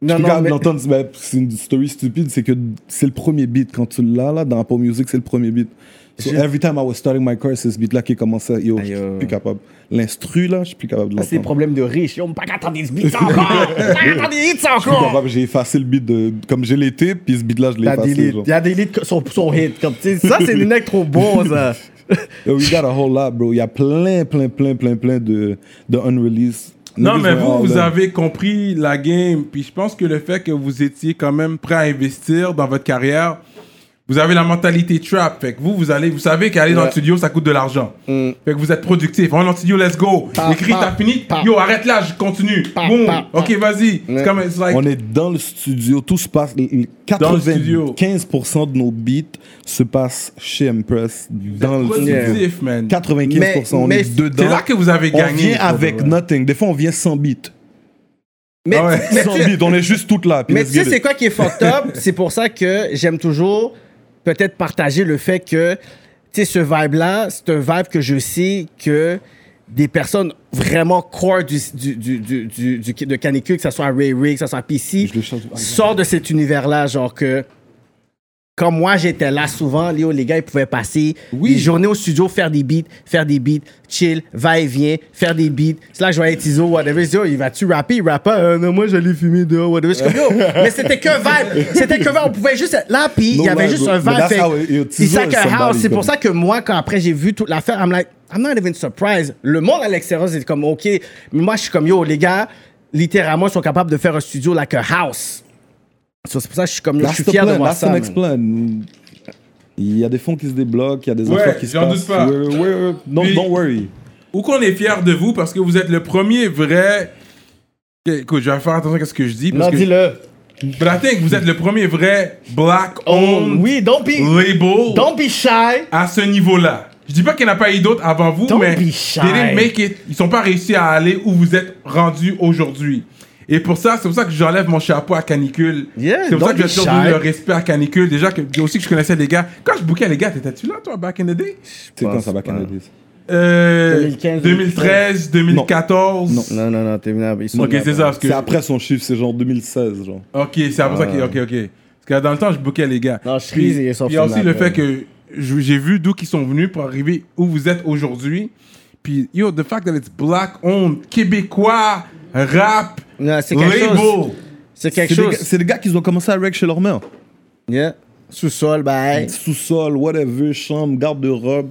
Non,
Puis
non,
quand
mais.
l'entendre, c'est- ben, c'est une story stupide, c'est que c'est le premier beat. Quand tu l'as, là, dans Apple Music, c'est le premier beat. So every time I was starting my car, c'est ce beat-là qui commençait. Yo, je
Aïe,
suis
euh.
plus capable. L'instru, là, je suis plus capable de
Ah,
Ça, C'est des
l'entendre.
problèmes de riches. Yo, on pas qu'attendre des beats encore! On peut pas qu'attendre des hits
Je suis plus
encore!
capable, j'ai effacé le beat de, comme j'ai l'été, puis ce beat-là, je l'ai
Y'a des
effacé. genre.
hits, y'a des hits qui sont, sont hits. Comme, tu sais, ça, c'est des mecs trop bons, ça.
Yo, we got a whole lot, bro. Il y a plein, plein, plein, plein, plein de, de unreleased.
Non, mais
Niggas went
vous,
all
vous
in.
avez compris la game. Puis je pense que le fait que vous étiez quand même prêt à investir dans votre carrière, vous avez la mentalité trap. Fait que vous, vous allez, vous savez qu'aller dans le
Ouais. Mm.
studio, ça coûte de l'argent. Fait que vous êtes productif. On est dans le studio, let's go.
Pa,
Écris,
pa,
t'as fini.
pa.
Yo, arrête là, je continue.
Pa,
Boom.
pa, pa.
Ok, vas-y. C'est
Ouais.
comme, it's like,
On est dans le studio, tout se passe. les- les
Dans le studio.
95% de nos beats se passent chez Impress, dans le studio.
productif, man.
95%, on
Mais- mais
est dedans.
C'est là que vous avez
on
gagné.
vient
pour de
avec
vrai.
nothing. Des fois, on vient sans beat.
Mais,
Ah ouais.
mais
Sans
tu-
beat, on est juste toutes là. puis
Mais
let's
tu sais,
get
c'est
it.
quoi qui est fucked up? c'est pour ça que j'aime toujours peut-être partager le fait que, tu sais, ce vibe-là, c'est un vibe que je sais que des personnes vraiment core du, du, du, du, du- du- de Canicule, que ce soit Ray Ray, que ce soit PC,
Je le change. Ah,
sort de cet univers-là, genre que. Comme moi, j'étais là souvent, Léo, les gars, ils pouvaient passer des journées au studio, faire des beats, faire des beats, chill, va-et-vient, faire des beats. C'est là que je voyais Tizo, whatever. Je dis, oh, il va-tu rapper? Il rappe pas. Euh, non, moi, j'allais fumer dehors, whatever. Je suis comme, yo, mais c'était que vibe. C'était que vibe. On pouvait juste être là, puis il y
No
avait
lie,
juste
bro.
un
Mais
vibe.
that's
Fait
how it- yo,
que
Tizo
It's like
is
a house.
somebody,
C'est pour
comme-
ça que moi, quand après j'ai vu toute l'affaire, I'm like, I'm not even surprised. Le monde à l'extérieur, c'est comme, OK. Mais moi, je suis comme, yo, les gars, littéralement, ils sont capables de faire un studio like a house. So, c'est pour ça que je suis comme, yo, je
That's
suis
the
fier de
plan.
voir
That's the
ça.
next
man.
plan. Il y a des fonds qui se débloquent, il y a des
Ouais,
affaires qui se
j'en doute
passent.
pas.
Ouais, ouais, ouais. Non,
Puis-
don't worry.
ou qu'on est fier de vous parce que vous êtes le premier vrai. Écoute, je vais faire attention à ce que je dis. Parce
Non,
que...
dis-le.
But I think vous êtes le premier vrai black
Oh,
owned
oui, don't be,
label
don't be shy.
à ce niveau-là. Je dis pas qu'il n'y en a pas eu d'autres avant vous,
Don't
mais
be shy.
they didn't make it. ils sont pas réussis à aller où vous êtes rendus aujourd'hui. Et pour ça, c'est pour ça que j'enlève mon chapeau à canicule.
Yeah,
c'est pour ça
don't
que j'ai
be
toujours
shy.
eu le respect à canicule. Déjà, que, aussi que je connaissais les gars. Quand je bookais les gars, t'étais-tu là, toi, back in the day?
C'est quand
pense
ça va
pas.
Canadien ça?
Euh,
2015,
2013, 2014.
Non, non, non, t'es venu.
Ok, c'est ça. Parce que
C'est après son chiffre, c'est genre 2016, genre.
Ok, c'est après ça que. Ok, ok. Parce que dans le temps, je bookais les gars.
Non, je suis
Puis-
crazy, ils sont
puis Il y a aussi
finis
le
après.
fait que je- j'ai vu d'où qu'ils sont venus pour arriver où vous êtes aujourd'hui. Puis, yo, the fact that it's black owned, québécois, rap,
Non, c'est quelque
label.
chose. C'est quelque
C'est des
chose.
gars- C'est des gars qui ont commencé à reg chez leur mère.
Yeah. Sous-sol, bye.
Sous-sol, whatever, chambre, garde-robe.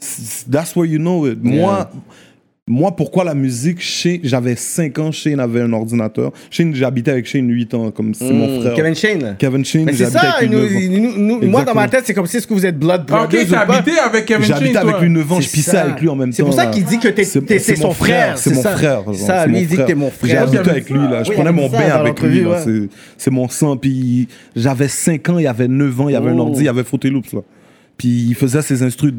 S- That's where you know it. Moi, moi, pourquoi la musique Shane- J'avais 5 ans, Shane avait un ordinateur. Shane, j'habitais avec Shane 8 ans, comme c'est mon frère.
Hmm. Mm. Kevin Shane. là.
Kevin Shane,
Mais c'est
j'habitais
ça,
avec lui
nous-
neuf
nous-
ans.
nous- moi dans
Exactement.
ma tête, c'est comme si est-ce que vous êtes blood brothers
Ah, Ok,
ou pas.
t'habitais avec Kevin Shane,
J'habitais avec
toi.
lui 9 ans, je
C'est
pissais
ça.
avec lui en même temps.
C'est pour ça
là.
qu'il dit que t'es-
C'est-
t'es-
c'est
c'est son frère,
C'est
c'est
mon
ça.
frère. genre,
Ça,
c'est
lui,
mon
il dit que
frère.
t'es mon frère.
J'ai
Oh,
habité
j'avais
avec
ça.
lui, là. Je
Oui,
prenais
j'avais
mon
ça
bain
dans
avec lui.
l'entrevue,
là. C'est- C'est mon sang. Puis j'avais 5 ans, il avait 9 ans, il avait un
Oh.
ordi, il avait Fruity Loops, là. Puis il faisait ses instrus.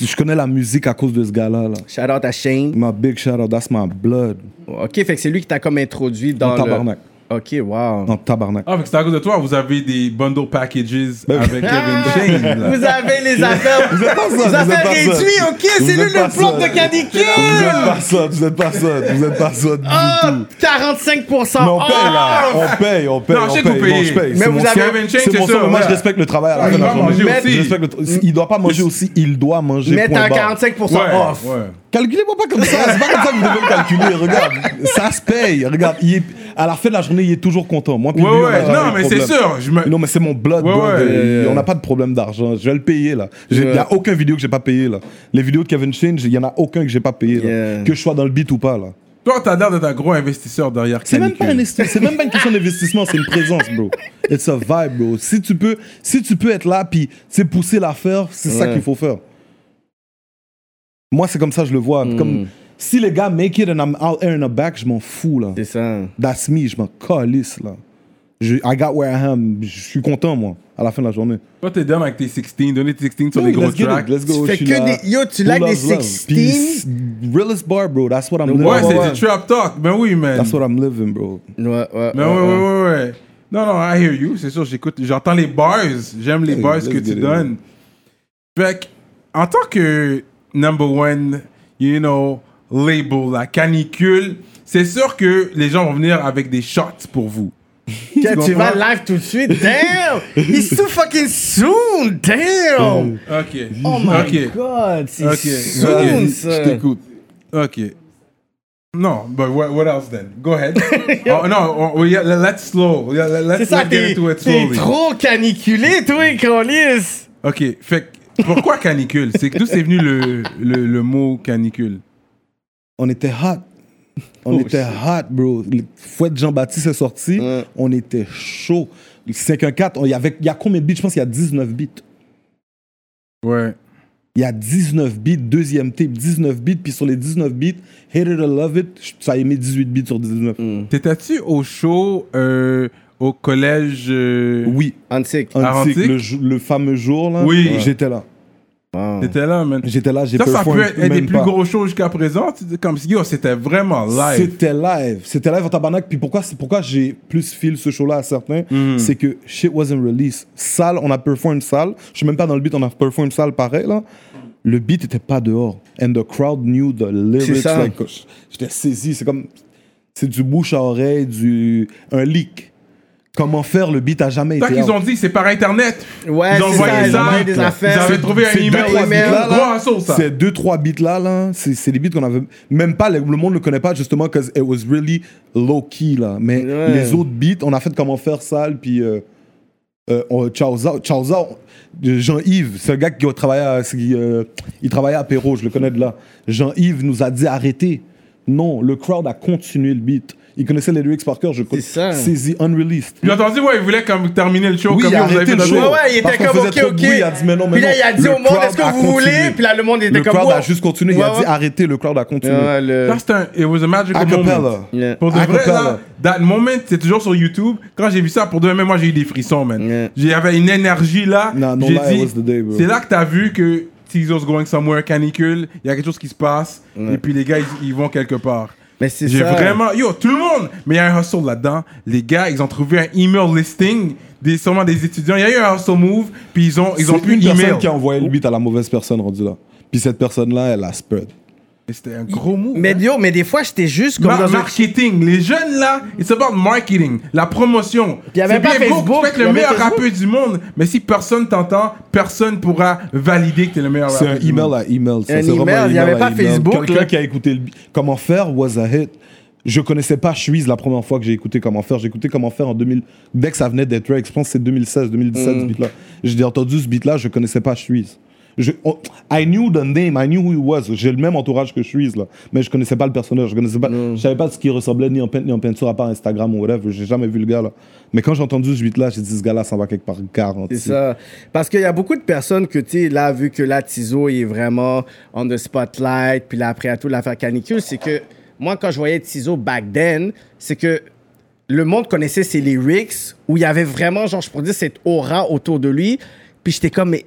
Je connais la musique à cause de ce gars-là, là.
Shout out à Shane.
My big shout out, that's my blood.
Ok, fait que c'est lui qui t'a comme introduit dans
En
le.
tabarnak.
Ok, wow.
En tabarnak.
Ah, fait que c'est à cause de toi, vous avez des bundle packages
Ben oui.
avec Kevin
Ah,
Shane. là.
vous avez les affaires.
Vous êtes pas ça,
Vous
vous êtes
affaires
pas ça.
réduites, ok,
Vous
c'est
êtes
lui
pas
le plomb
ça.
de canicule.
Vous êtes pas ça, vous êtes pas ça, vous êtes pas ça du
Oh,
Ah.
tout.
45%.
Mais on paye là,
off.
on paye, on paye,
Non, je
ben, on
sais
paye,
que vous payez.
Non, je paye.
Mais
C'est
vous
mon
avez-
seul-
Kevin Shane,
c'est
c'est
mon
ça,
seul- Moi,
ouais.
je respecte le travail à la
Ouais,
fin de
il
la
va
journée.
manger aussi.
Je respecte le tra- Il doit pas manger aussi, il doit manger.
Mettre
point
à
barre.
45%.
Ouais,
off.
ouais.
Calculez-moi pas comme ça, c'est pas comme ça que vous devez me calculer. Regarde, ça se paye. Regarde, il est- à la fin de la journée, il est toujours content. Moi, puis
Ouais,
lui, on a
ouais.
jamais
Non,
de
mais c'est
problème.
sûr. Je me...
Non, mais c'est mon blood,
Ouais,
brother.
ouais.
Et On n'a pas de problème d'argent. Je vais le payer, là. Il n'y
Yeah.
a aucune vidéo que j'ai pas payé, là. Les vidéos de Kevin Shane, il n'y en a aucun que j'ai pas payé, là.
Yeah.
Que je sois dans le beat ou pas, là.
Toi, t'as l'air d'être un gros investisseur derrière
C'est même,
Canicule.
pas un esti- c'est même pas une question d'investissement, c'est une présence, bro. It's a vibe, bro. Si tu peux, si tu peux être là, puis tu sais, pousser l'affaire, c'est ça
Ouais.
qu'il faut faire. Moi, c'est comme ça que je le vois.
Hmm.
Comme, si les gars make it and I'm out there in the back, je m'en fous, là.
C'est ça.
That's me, je m'en calisse, là. Je, I got where I am. Je suis content, moi, à la fin de la journée.
Toi, t'es down avec tes 16, donner tes 16 sur
Yo,
les gros
let's get it,
tracks.
let's go,
Tu
je
fais
suis
que
là.
des- yo, tu
Who
likes des
loves love?
16?
Peace. Realest bar, bro. That's what I'm living.
Ouais, c'est
ouais.
du trap talk. Ben oui, man.
That's what uh-uh. I'm living, bro.
Ouais, ouais.
Ben ouais, ouais, ouais, ouais. Non, non, I hear you. C'est sûr, j'écoute, j'entends les bars. J'aime les
Hey,
bars
let's
que
get
tu
it,
donnes. Fait que, en tant que number one, you know, label, la canicule, c'est sûr que les gens vont venir avec des shots pour vous.
Que tu vas
comprends?
live tout de suite. Damn! It's so fucking soon! Damn!
Ok.
Oh my
Ok.
god, c'est
Ok.
soon
Ok.
ça!
Je t'écoute.
Ok. Non, but what, what else then? Go ahead. oh, non, oh, yeah, let's slow. Yeah, let's,
C'est ça,
let's get
t'es
into it
t'es
slowly.
trop caniculé, toi, Colis!
Ok, fait que, pourquoi canicule? C'est que d'où c'est venu le, le, le mot canicule?
on était hot. On était hot, bro. Le fouet de Jean-Baptiste est sorti. On était chaud. Le 514, on- il y, avait, il y a combien de beats Je pense qu'il y a 19 beats.
Ouais.
Il y a 19 beats, deuxième tape, 19 beats. Puis sur les 19 beats, Hate It or Love It, je- ça a aimé 18 beats sur 19.
T'étais-tu au show euh, au collège? euh,
Oui,
Antique.
Antique,
Antique?
le, jou- le fameux jour, là.
Oui.
J'étais là.
T'étais là, man.
J'étais là, j'ai
Ça, ça
performed
peut être un des
même
plus
pas.
gros shows jusqu'à présent. Tu dis Comme si, yo, c'était vraiment live.
C'était live. C'était live en tabarnak. Puis pourquoi, c'est pourquoi j'ai plus feel ce show-là à certains,
Hmm.
c'est que shit wasn't released. Salle, on a performé une salle. Je suis même pas dans le beat, on a performé une salle pareil, là. Le beat était pas dehors. And the crowd knew the
C'est
lyrics.
ça.
like, J'étais saisi. C'est comme. C'est du bouche à oreille, du. Un leak. Comment faire le beat a jamais
C'est ça
été.
qu'ils
out.
ont dit, c'est par Internet.
Ouais,
ils
c'est
ont
ça,
envoyé
ils ont
ça.
envoyé des
Ils
affaires.
avaient trouvé un
Ces deux,
email.
trois
email.
beats-là, là,
Trois sauces, ça.
Ces deux, trois beats-là, là, c'est c'est des beats qu'on avait... Même pas, le le monde ne le connaît pas, justement, parce it was really low-key, là. Mais
Ouais.
les autres beats, on a fait comment faire sale, puis... Euh, euh, on- Chaoza, Chaoza, on- Jean-Yves, c'est un gars qui a travaillé à, c'est qui, euh, il travaillait à Perrault, je le connais de là. Jean-Yves nous a dit arrêtez. Non, le crowd a continué le beat. Il connaissait les lyrics par cœur, je connais.
ça.
Saisi unreleased.
J'ai entendu, ouais, ils voulaient comme terminer le show.
Oui,
comme
il a
yo, vous avez
arrêté
fait
le
notre
show.
Ouais, ouais, il était
Parce qu'on
comme
faisait
ok,
trop de
ok.
bruit, il a dit, mais non, mais
Puis là,
non.
il a dit
Le
au monde,
crowd
est-ce que
a
vous voulez?
continué.
Puis là, le monde était
Le
comme
crowd a
wow.
juste continué. Il
Ouais,
a dit
ouais.
arrêtez, le crowd a continué.
Ouais, le-
Ça, c'est un. It was a magical
Euh, A
moment.
cappella.
Yeah.
Pour de
A
vrai,
cappella.
là, that moment, c'est toujours sur YouTube. Quand j'ai vu ça, pour de vrai, même moi, j'ai eu des frissons, man.
Yeah.
J'avais une énergie là.
Nah, no
j'ai
lie,
dit,
it was the day, bro.
c'est là que t'as vu que Teaser's going somewhere, canicule, il y a quelque chose qui se passe, et puis les gars, ils, ils vont quelque part.
Mais c'est
J'ai
ça.
vraiment. Yo, tout le monde! Mais il y a un hustle là-dedans. Les gars, ils ont trouvé un email listing, des, sûrement des étudiants. Il y a eu un hustle move, puis ils ont, ils ont
C'est
plus
une
email.
personne qui a envoyé le beat à la mauvaise personne rendue là. Puis cette personne-là, elle a spread.
Mais C'était un gros move.
Mais
hein.
yo, mais des fois, j'étais juste comme
Ma-
dans un-
marketing, les jeunes là, it's about marketing, la promotion.
il y avait
C'est
pas
bien beau que
Facebook,
tu peux être
il y
le
avait
meilleur
Facebook.
rappeur du monde, mais si personne t'entend, personne pourra valider que t'es le
Ah
meilleur
C'est un
rappeur. du monde.
email à email. ça.
Un
C'est vraiment
email, il y avait
email à
pas
email.
Facebook, là.
Quelqu'un qui a écouté le beat. Comment faire was a hit. Je connaissais pas Suisse la première fois que j'ai écouté Comment faire. J'ai écouté Comment faire en 2000. Dès que ça venait d'être Rex, je pense que c'est 2016, 2017
Mm.
ce beat-là. J'ai entendu ce beat-là, je connaissais pas Suisse. Je, on- I knew the name, I knew who he was. J'ai le même entourage que Suisse là, mais je connaissais pas le personnage, je connaissais pas,
Mm.
je savais pas de ce qu'il ressemblait ni en peinture ni en peinture à part Instagram ou whatever. J'ai jamais vu le gars là. Mais quand j'ai entendu ce beat là, j'ai dit ce gars-là s'en va quelque part garanti.
C'est ça. Parce qu'il y a beaucoup de personnes que, tu sais, là, vu que là, Tizo il est vraiment on the spotlight, puis là, après à tout, l'affaire canicule, c'est que moi, quand je voyais Tizo back then, c'est que le monde connaissait ses lyrics, où il y avait vraiment, genre, je pourrais dire, cette aura autour de lui. Puis j'étais comme, mais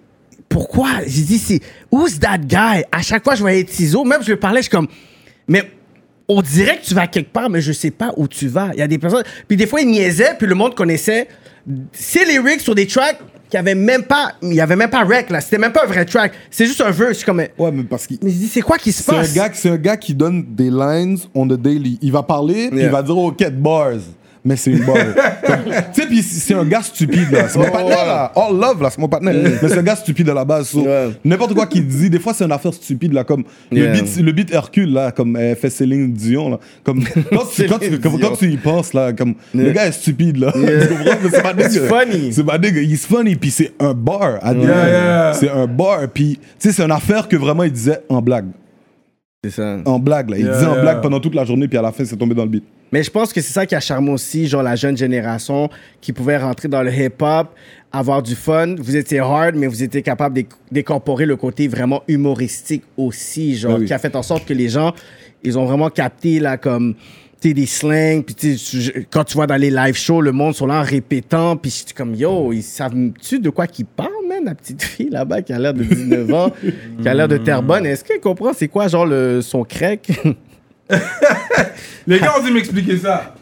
pourquoi? J'ai dit, c'est who's that guy? À chaque fois, je voyais Tizo, même je lui parlais, je suis comme, mais on dirait que tu vas quelque part, mais je sais pas où tu vas. Il y a des personnes. Puis des fois, ils niaisaient, puis le monde connaissait ses lyrics sur des tracks qui avaient même pas. Il y avait même pas rec, là. C'était même pas un vrai track. C'est juste un verse. Je suis comme, mais
Ouais, mais parce qu'il
je dis, c'est quoi qui se
C'est un,
passe?
gars, c'est un gars qui donne des lines on the daily. Il va parler, puis
Yeah.
il va dire, OK, bars. Mais c'est une bar. Comme- tu sais, puis c'est un gars stupide, là. C'est mon partenaire, là. All love, là, c'est mon partenaire. Mais c'est un gars stupide à la base. so,
Ouais.
N'importe quoi qu'il dit, des fois, c'est une affaire stupide, là. Comme
Yeah.
le, beat, le beat Hercule, là, comme elle fait Céline Dion, là. Comme, quand, tu, quand, tu,
Céline
comme-
Dion.
quand tu y penses, là, comme le gars est stupide, là.
Yeah.
tu comprends? Mais c'est pas
It's
dégueu.
funny.
C'est pas dégueu. Il est funny, puis c'est un bar. à dire.
Yeah, yeah.
C'est un bar. Puis, tu sais, c'est une affaire que vraiment, il disait en blague
C'est ça.
en blague. Là. Il
Yeah,
disait en
yeah.
blague pendant toute la journée, puis à la fin, c'est tombé dans le beat.
Mais je pense que c'est ça qui a charmé aussi, genre la jeune génération qui pouvait rentrer dans le hip-hop, avoir du fun. Vous étiez hard, mais vous étiez capable d'éc- d'incorporer le côté vraiment humoristique aussi, genre,
Ben oui.
qui a fait en sorte que les gens, ils ont vraiment capté, là, comme, tu sais, des slangs. Puis, tu sais, tu- quand tu vois dans les live shows, le monde sont là en répétant. Puis, je suis comme, yo, ils savent-tu de quoi qu'ils parlent, man, la petite fille là-bas qui a l'air de 19 ans, qui a l'air de terre bonne. Est-ce qu'elle comprend c'est quoi, genre, le, son crack?
Les gars ont dû m'expliquer ça.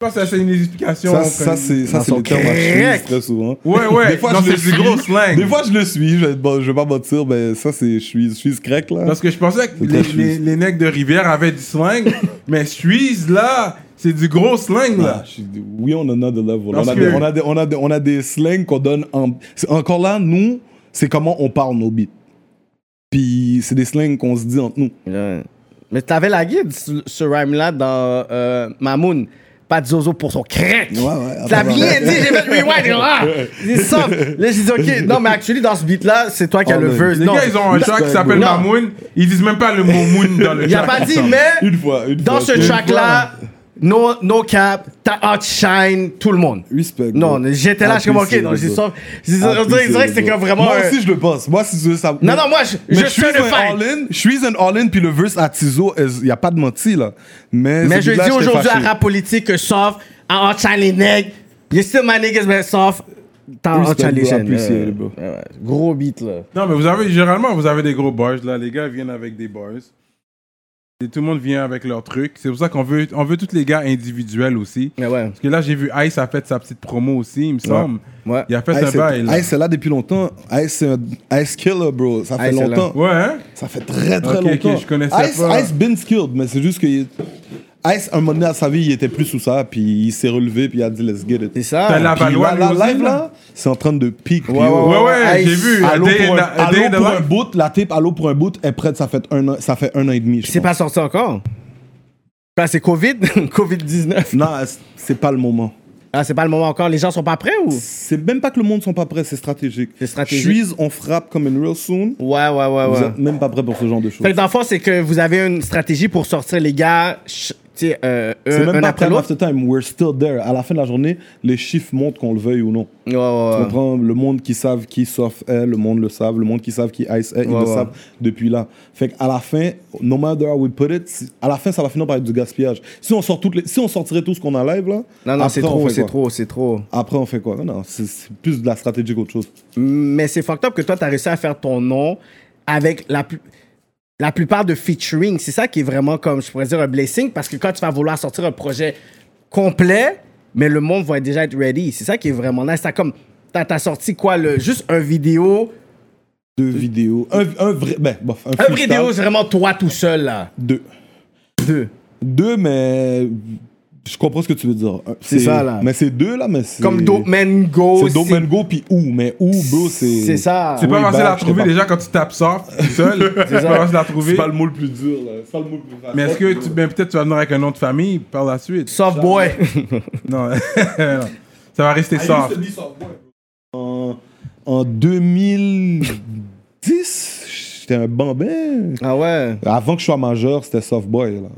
Je pense que ça, c'est une explication.
Ça,
comme-
ça c'est ça,
Dans
c'est
son
le terme à
crack.
Suisse, très souvent.
Ouais, ouais.
Des fois,
non,
je
c'est
le
du
suis.
gros slang.
Des fois, je le suis. Je, bon, je vais pas mentir, mais ça, c'est je suis, je suis crack, là.
Parce que je pensais que
C'est
les,
très
les,
Suisse.
les necks de Rivière avaient du slang, mais Suisse, là, c'est du gros slang,
Ah,
là.
je suis- oui, on en a de level.
Parce
On a
que-
des, on, a des, on, a des, on a des slangs qu'on donne en... c'est- Encore là, nous, c'est comment on parle nos beats. Puis c'est des slangs qu'on se dit entre nous.
Ouais. Mais t'avais la guide, ce, ce rhyme-là, dans euh, Mamoun. Pas de zozo pour son crack.
Ouais, ouais,
T'as
attends,
bien
attends.
dit, j'ai fait le rewind. genre, Ah, c'est soft. Là, j'ai dit, OK, non, mais actually, dans ce beat-là, c'est toi qui as
Oh,
le
non.
verse.
Les
Non,
gars, ils ont un
la-
track qui s'appelle
Non.
Mamoun. Ils disent même pas le mot Moon dans le
il a
track.
pas dit,
ensemble.
mais
Une fois, une
dans
fois.
ce
une
track-là, no, no cap, t'as outshine tout le monde.
fois. Respect.
Non,
bro.
j'étais là, je suis comme, OK,
Appreciate,
non, j'ai
bro.
soft. J'ai- On dirait on dirait que c'était comme vraiment.
Moi
un-
aussi, je le pense. Moi, si tu veux ça.
Non, non, moi, je-
Mais
je
je suis
certified.
un all-in. Je suis un all-in, puis le verse à Tizo, il n'y a pas de menti, là. Mais,
Mais
ce
je
beat-là,
dis
j'étais
aujourd'hui à
fâché.
rap politique que soft, I outshine les nègres. You still my niggas, but soft. T'as
Respect,
outshine les
bro,
jeunes.
appreciate
Ouais,
it, bro.
ouais, ouais. Gros beat, là.
Non, mais vous avez, généralement, vous avez des gros bars, là. Les gars viennent avec des bars. Et tout le monde vient avec leur truc. C'est pour ça qu'on veut, on veut tous les gars individuels aussi.
Mais ouais.
Parce que là, j'ai vu Ice a fait sa petite promo aussi, il me semble.
Ouais.
Il a fait
Ice,
un
c'est-
bail. là.
Ice est là depuis longtemps. Ice, c'est un Ice Killer, bro. Ça fait
Ice est là.
longtemps.
Ouais, hein?
Ça fait très, très
Ok, ok,
longtemps.
je connaissais
Ice,
pas.
Ice been skilled, mais c'est juste que Ice, un moment donné à sa vie, il était plus sous ça, puis il s'est relevé, puis il a dit, let's get it.
C'est
T'as
ça.
la
Puis
Valois,
là,
lui
là,
aussi,
live,
là.
là, c'est en train de pique. puis
ouais,
oh,
Ouais, ouais,
Ice.
j'ai vu.
Allô
Day
pour,
in
un,
the- A Day in the
allô pour un
Life.
boot, la tape Allô pour un boot est prête, ça fait un an, ça fait un an et demi. je
C'est
pense.
pas sorti encore. Ben, c'est COVID, COVID-19.
Non, c'est- c'est pas le moment.
Ah, c'est pas le moment encore. Les gens sont pas prêts ou?
C'est même pas que le monde sont pas prêts, c'est stratégique.
C'est stratégique.
Suisse, on frappe comme une real soon.
Ouais, ouais, ouais,
Vous
ouais.
êtes même pas prêts pour ce genre de choses.
Fait que dans le fond, c'est que vous avez une stratégie pour sortir les gars, ch- tu sais, euh,
C'est
un,
même
un
pas
après
time
l'autre.
after time, we're still there. À la fin de la journée, les chiffres montrent qu'on le veuille ou non.
Ouais, ouais,
Tu
ouais.
comprends Le monde qui savent qui Soft est, le monde le savent, le monde qui savent qui Ice est, ils
Ouais,
le
ouais.
savent depuis là. Fait qu'à la fin, no matter how we put it, si- à la fin, ça va finir par être du gaspillage. Si on, sort toutes les, si on sortirait tout ce qu'on a live, là,
Non, non,
après,
c'est
on
Ah, trop,
fait
c'est
quoi
trop, c'est trop.
Après, on fait quoi Non, non, c'est c'est plus de la stratégie qu'autre chose.
Mais c'est fucked up que toi, t'as réussi à faire ton nom avec la plus. la plupart de featuring, c'est ça qui est vraiment comme, je pourrais dire, un blessing, parce que quand tu vas vouloir sortir un projet complet, mais le monde va déjà être ready. C'est ça qui est vraiment nice. T'as comme, t'as t'as sorti quoi, le, juste un vidéo,
Deux vidéos. Un, un vrai. Ben, bof, un,
un
freestyle.
vidéo, c'est vraiment toi tout seul, là.
Deux.
Deux.
Deux, mais. Je comprends ce que tu veux dire. Un,
C'est ça, là.
Mais c'est deux, là, mais c'est.
Comme Dope Man Go.
C'est Dope Man Go, puis où Mais où, bro, c'est.
C'est ça.
C'est pas
Oui,
facile
bah,
à
je te
trouver
parle.
déjà quand tu tapes soft tout seul. C'est pas facile à
C'est
trouver.
pas le mot le plus dur, là. C'est pas le mot le plus facile.
Mais est-ce que tu- ben, peut-être tu vas venir avec un nom de famille par la suite
Soft Boy.
Non. non. Ça va rester soft.
En, en 2010, j'étais un bambin.
ah ouais.
Avant que je sois majeur, c'était Softboy, là.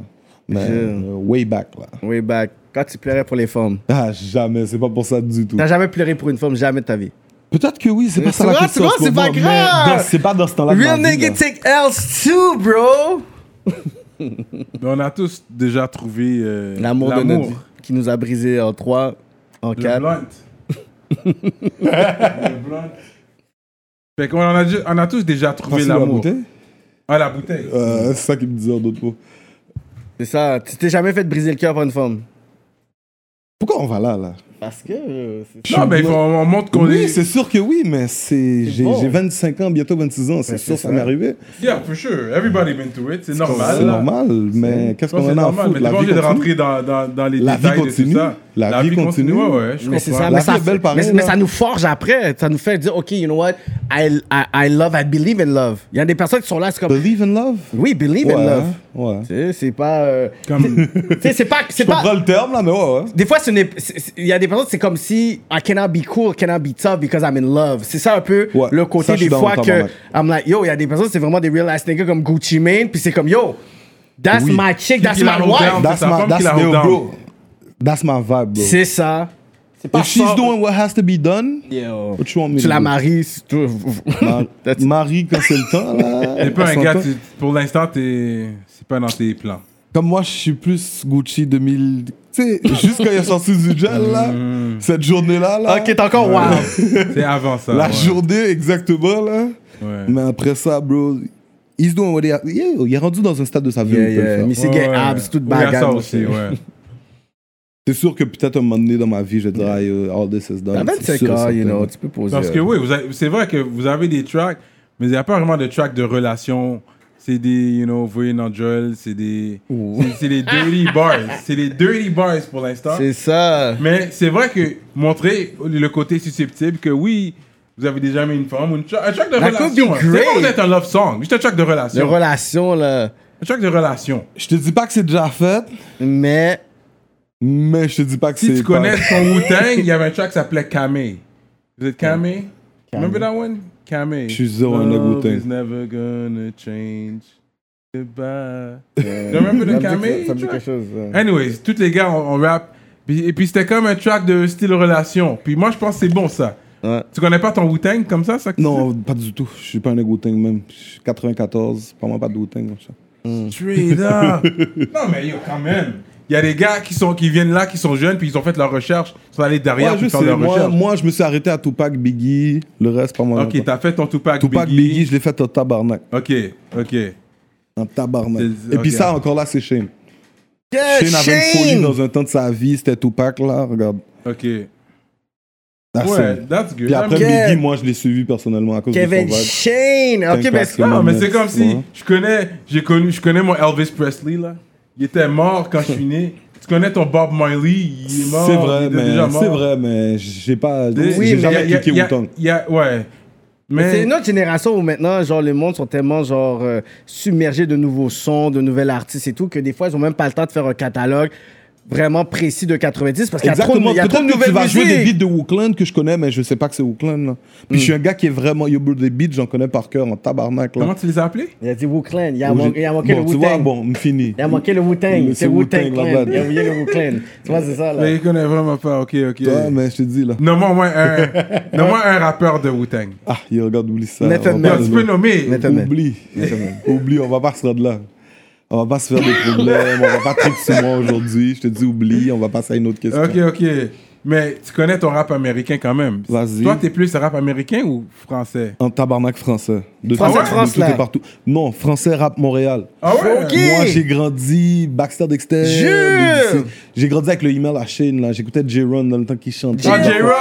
Mais
Yeah.
euh, way back, là.
Way back. Quand tu pleurais pour les femmes.
Ah, jamais, c'est pas pour ça du tout.
T'as jamais pleuré pour une femme, jamais de ta vie.
Peut-être que oui, c'est pas
Mais
ça
tu
la
vois,
question.
tu vois,
en ce
c'est pas
moment, mais
grave.
dans- C'est pas dans ce temps-là. que
Real
ma vie,
nigga
là.
take L's too, bro.
Mais on a tous déjà trouvé euh,
L'amour de notre vie qui nous a brisé en 3, en
Le
4.
blunt. le blunt. Fait qu'on en a, ju- on a tous déjà trouvé
Passe-le à la
l'amour.
bouteille.
Ah, la bouteille.
Euh, c'est ça qu'il me disait en d'autres mots.
C'est ça. Tu t'es jamais fait briser le cœur par une femme.
Pourquoi on va là, là
Parce que. euh, c'est-
non, mais faut- on montre qu'on
Oui,
est.
c'est sûr que oui, mais c'est j'ai
bon.
j'ai 25 ans, bientôt 26 ans, c'est sûr,
c'est
ça
ça.
m'est arrivé.
Yeah, for sure. Everybody been through it. C'est normal.
C'est
là.
normal, mais qu'est-ce
Non,
qu'on
c'est
en a à
normal,
foutre
mais t'es pas obligé de
continue.
rentrer dans, dans, dans les
La vie
détails de
continue.
tout ça.
La vie continue.
Ouais, ouais, je
Mais c'est ça,
comprends.
mais,
La
ça,
vie est belle pareil,
mais- mais
là.
ça nous forge après. Ça nous fait dire, OK, you know what, I, I, I love, I believe in love. Il y a des personnes qui sont là, c'est comme,
Believe in love
oui, believe in
Euh, Ouais,
love.
ouais.
Tu sais, C'est pas. euh,
Comme-
tu sais, c'est pas. C'est
Je comprends
pas.
le terme, là, mais ouais, ouais.
Des fois, ce n'est- c'est- c'est- il y a des personnes, c'est comme si I cannot be cool, cannot be tough because I'm in love. C'est ça un peu
Ouais,
le
ça,
côté
je suis
des
dans
fois
ton
que
tabarnak.
I'm like, yo, il y a des personnes, c'est vraiment des real ass niggas comme Gucci Mane, puis c'est comme, yo, that's
Oui.
my chick, that's
Qui la
my
hold
wife.
down.
That's
sa
my,
femme qui
that's,
la
yo,
hold
bro. That's my vibe, bro.
C'est ça. C'est pas
If she's
fort.
doing what has to be done,
Yo.
what you want me
Tu
to
la
do?
maries, c'est tout.
Ma-
That's-
Marie, quand c'est le temps, là.
T'es pas un
quand
gars,
c'est le temps.
tu- pour l'instant, t'es- c'est pas dans tes plans.
Comme moi, je suis plus Gucci 2000. Tu sais, juste quand il a sorti du gel, là, cette journée-là, là.
Ok, t'es encore wow.
C'est avant ça.
Ah. La
ouais.
journée, exactement, là.
Ouais.
Mais après ça, bro, he's doing what he ha- yeah, il est rendu dans un stade de sa vie. où
Yeah,
il peut le
yeah.
faire.
Mais c'est
Ouais,
gay
ouais.
abs, toute
Oui, il y a
bagarre.
ça aussi, ouais.
C'est sûr que peut-être un moment donné dans ma vie, je vais dire, ah, yo, all this is done.
T'as 25
C'est sûr et
ans, you
certain.
know, tu peux poser. euh,
Parce que oui, vous avez- c'est vrai que vous avez des tracks, mais il n'y a pas vraiment de tracks de relation. C'est des, you know, vous voyez Joel, c'est des. c'est- C'est les dirty bars. C'est les dirty bars pour l'instant.
C'est ça.
Mais c'est vrai que montrer le côté susceptible que oui, vous avez déjà mis une femme ou une tra- un track de
That could
relation.
be
hein. C'est pas
great.
d'être un love song, juste un track de
Les
relation.
relations, là.
un track de relation.
Je te dis pas que c'est déjà fait,
Mais.
mais je te dis pas que c'est.
Si tu
pas-
connais ton Wu-Tang, il y avait un track qui s'appelait Kamei. Vous êtes Kamei? Remember that one? Kamei.
Je suis zéro un nègre
Love
Wu-Tang.
is never gonna change. Goodbye. You remember the Kamei track?
chose.
Hein?
Anyways, tous les gars, on, on rap. Puis- Et puis c'était comme un track de style relation. Puis moi, je pense que c'est bon ça.
Ouais.
Tu connais pas ton Wu-Tang comme ça? ça que tu
Non, pas du tout. Je suis pas un égoting même. Je suis 94, pas moi pas de goûting.
Straight up. non, mais yo, quand même. Il y a des gars qui, sont, qui viennent là, qui sont jeunes, puis ils ont fait leur recherche. Ils sont allés derrière
Ouais,
pour
je
faire
sais,
leur
moi,
recherche.
moi, je me suis arrêté à Tupac, Biggie, le reste, pas moi.
ok, t'as fait ton Tupac,
Tupac, Biggie. je l'ai fait au tabarnak.
Ok, ok.
En tabarnak.
C'est-
Et puis
ok.
ça, encore là, c'est Shane.
Yeah,
Shane avait une folie
Shane!
dans un temps de sa vie, c'était Tupac, là, regarde.
Ok.
That's
ouais,
it.
that's good.
Puis Ah, après
Kevin-
Biggie, moi, je l'ai suivi personnellement à cause
Kevin
de son vibe.
Shane! Ok, ben,
T'inquiète,
mais.
c'est
non,
mon
mais
mec,
c'est comme si
ouais.
je connais, j'ai connu, je connais mon Elvis Presley là. Il était mort quand je suis né. Tu connais ton Bob Marley, il est mort.
C'est
il
vrai,
était déjà
mais
mort.
c'est vrai, mais j'ai pas,
Des-
j'ai
mais
jamais
il y a-
cliqué
il y a-
autant.
il y a- Ouais.
C'est
Mais
une autre génération où maintenant, genre, le monde sont tellement, genre, euh, submergés de nouveaux sons, de nouvelles artistes et tout, que des fois, ils ont même pas le temps de faire un catalogue vraiment précis de 90 parce qu'il y a trop de,
Exactement.
il y a trop de
Peut-être que tu
nouvelles
vas jouer des
musiques. Hmm.
beats de Oakland que je connais, mais je sais pas que c'est Oakland. là. Puis je suis un gars qui est vraiment yo bro des beats, j'en connais par cœur en tabarnak là.
comment tu les as appelés
Il a dit Wu-Clan, il a,
Bon,
man- il a manqué le
bon, tu vois,
Wu-Tang.
bon, me fini.
Il a manqué le
Mais
Wu-Tang,
c'est
c'est Wu-Tang
Wu-Tang,
Clan.
là-bas.
Il a oublié le Wu-Clan. Tu vois, c'est ça, là.
Mais il connaît vraiment pas. Ok, ok.
Ouais, mais je te dis là.
Nomme-moi au moins un, nomme-moi un rappeur de Wu-Tang.
Ah, yo, regarde, oublie ça.
Method
On va
Man.
pas
Non, tu peux
le-
nommer.
Mais t'as- Man.
Oublie. Oublie, on va pas se rendre là. On va pas se faire des problèmes, on va pas triper sur moi aujourd'hui. Je te dis oublie, on va passer à une autre question.
Ok, ok. Mais tu connais ton rap américain quand même.
Vas-y.
Toi, t'es plus rap américain ou français
En tabarnak français. De
Français
tout-
de France,
tout et
là.
partout. Non, français rap Montréal.
Ah ouais
Ok.
Moi, j'ai grandi Baxter Dexter.
Jure.
Odyssey. J'ai grandi avec le email à chaîne, là. J'écoutais J-Ron dans le temps qu'il chante.
Ah,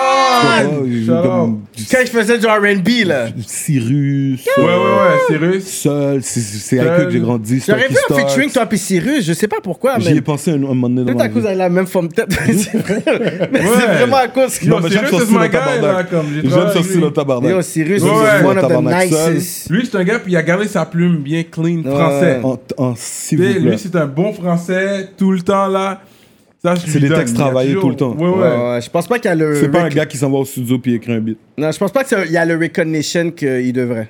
Ouais, j'ai
J-Ron
Oh, comme du
Quand je faisais du RB, là.
Cyrus.
Ouais, ouais,
euh,
ouais, sérieux
Seul, c'est- c'est avec
Seul.
eux que j'ai grandi.
J'aurais vu
Stocky
un
Stars.
featuring toi pis Cyrus, je sais pas pourquoi,
J'y
mais.
ai pensé un, un moment donné
Peut-être
dans ma
à cause
vie.
de la même forme tête. c'est vrai. Mais c'est
Ouais.
vraiment à cause que.
Non, mais
Cyrus
j'aime
is
son style
my
de
guy, là,
tabarnak.
comme j'ai
J'aime
travaillé
son
avec
style
lui.
de tabarnak.
Yo, Cyrus
Ouais,
is
ouais.
one of the
Tabarnak seul.
nicest.
Lui, c'est un gars, puis il a gardé sa plume bien clean, français.
En, en- s'il
Tu sais,
vous plaît.
lui, c'est un bon français, tout le temps, là. Ça, je lui
C'est des
donne.
textes
Il y a
travaillés
toujours-
tout le temps.
Ouais,
Ouais,
ouais.
ouais, je pense pas qu'il y a le.
C'est pas un
rec-
gars qui s'en va au studio puis écrit un beat.
Non, je pense pas qu'il y a le recognition qu'il devrait.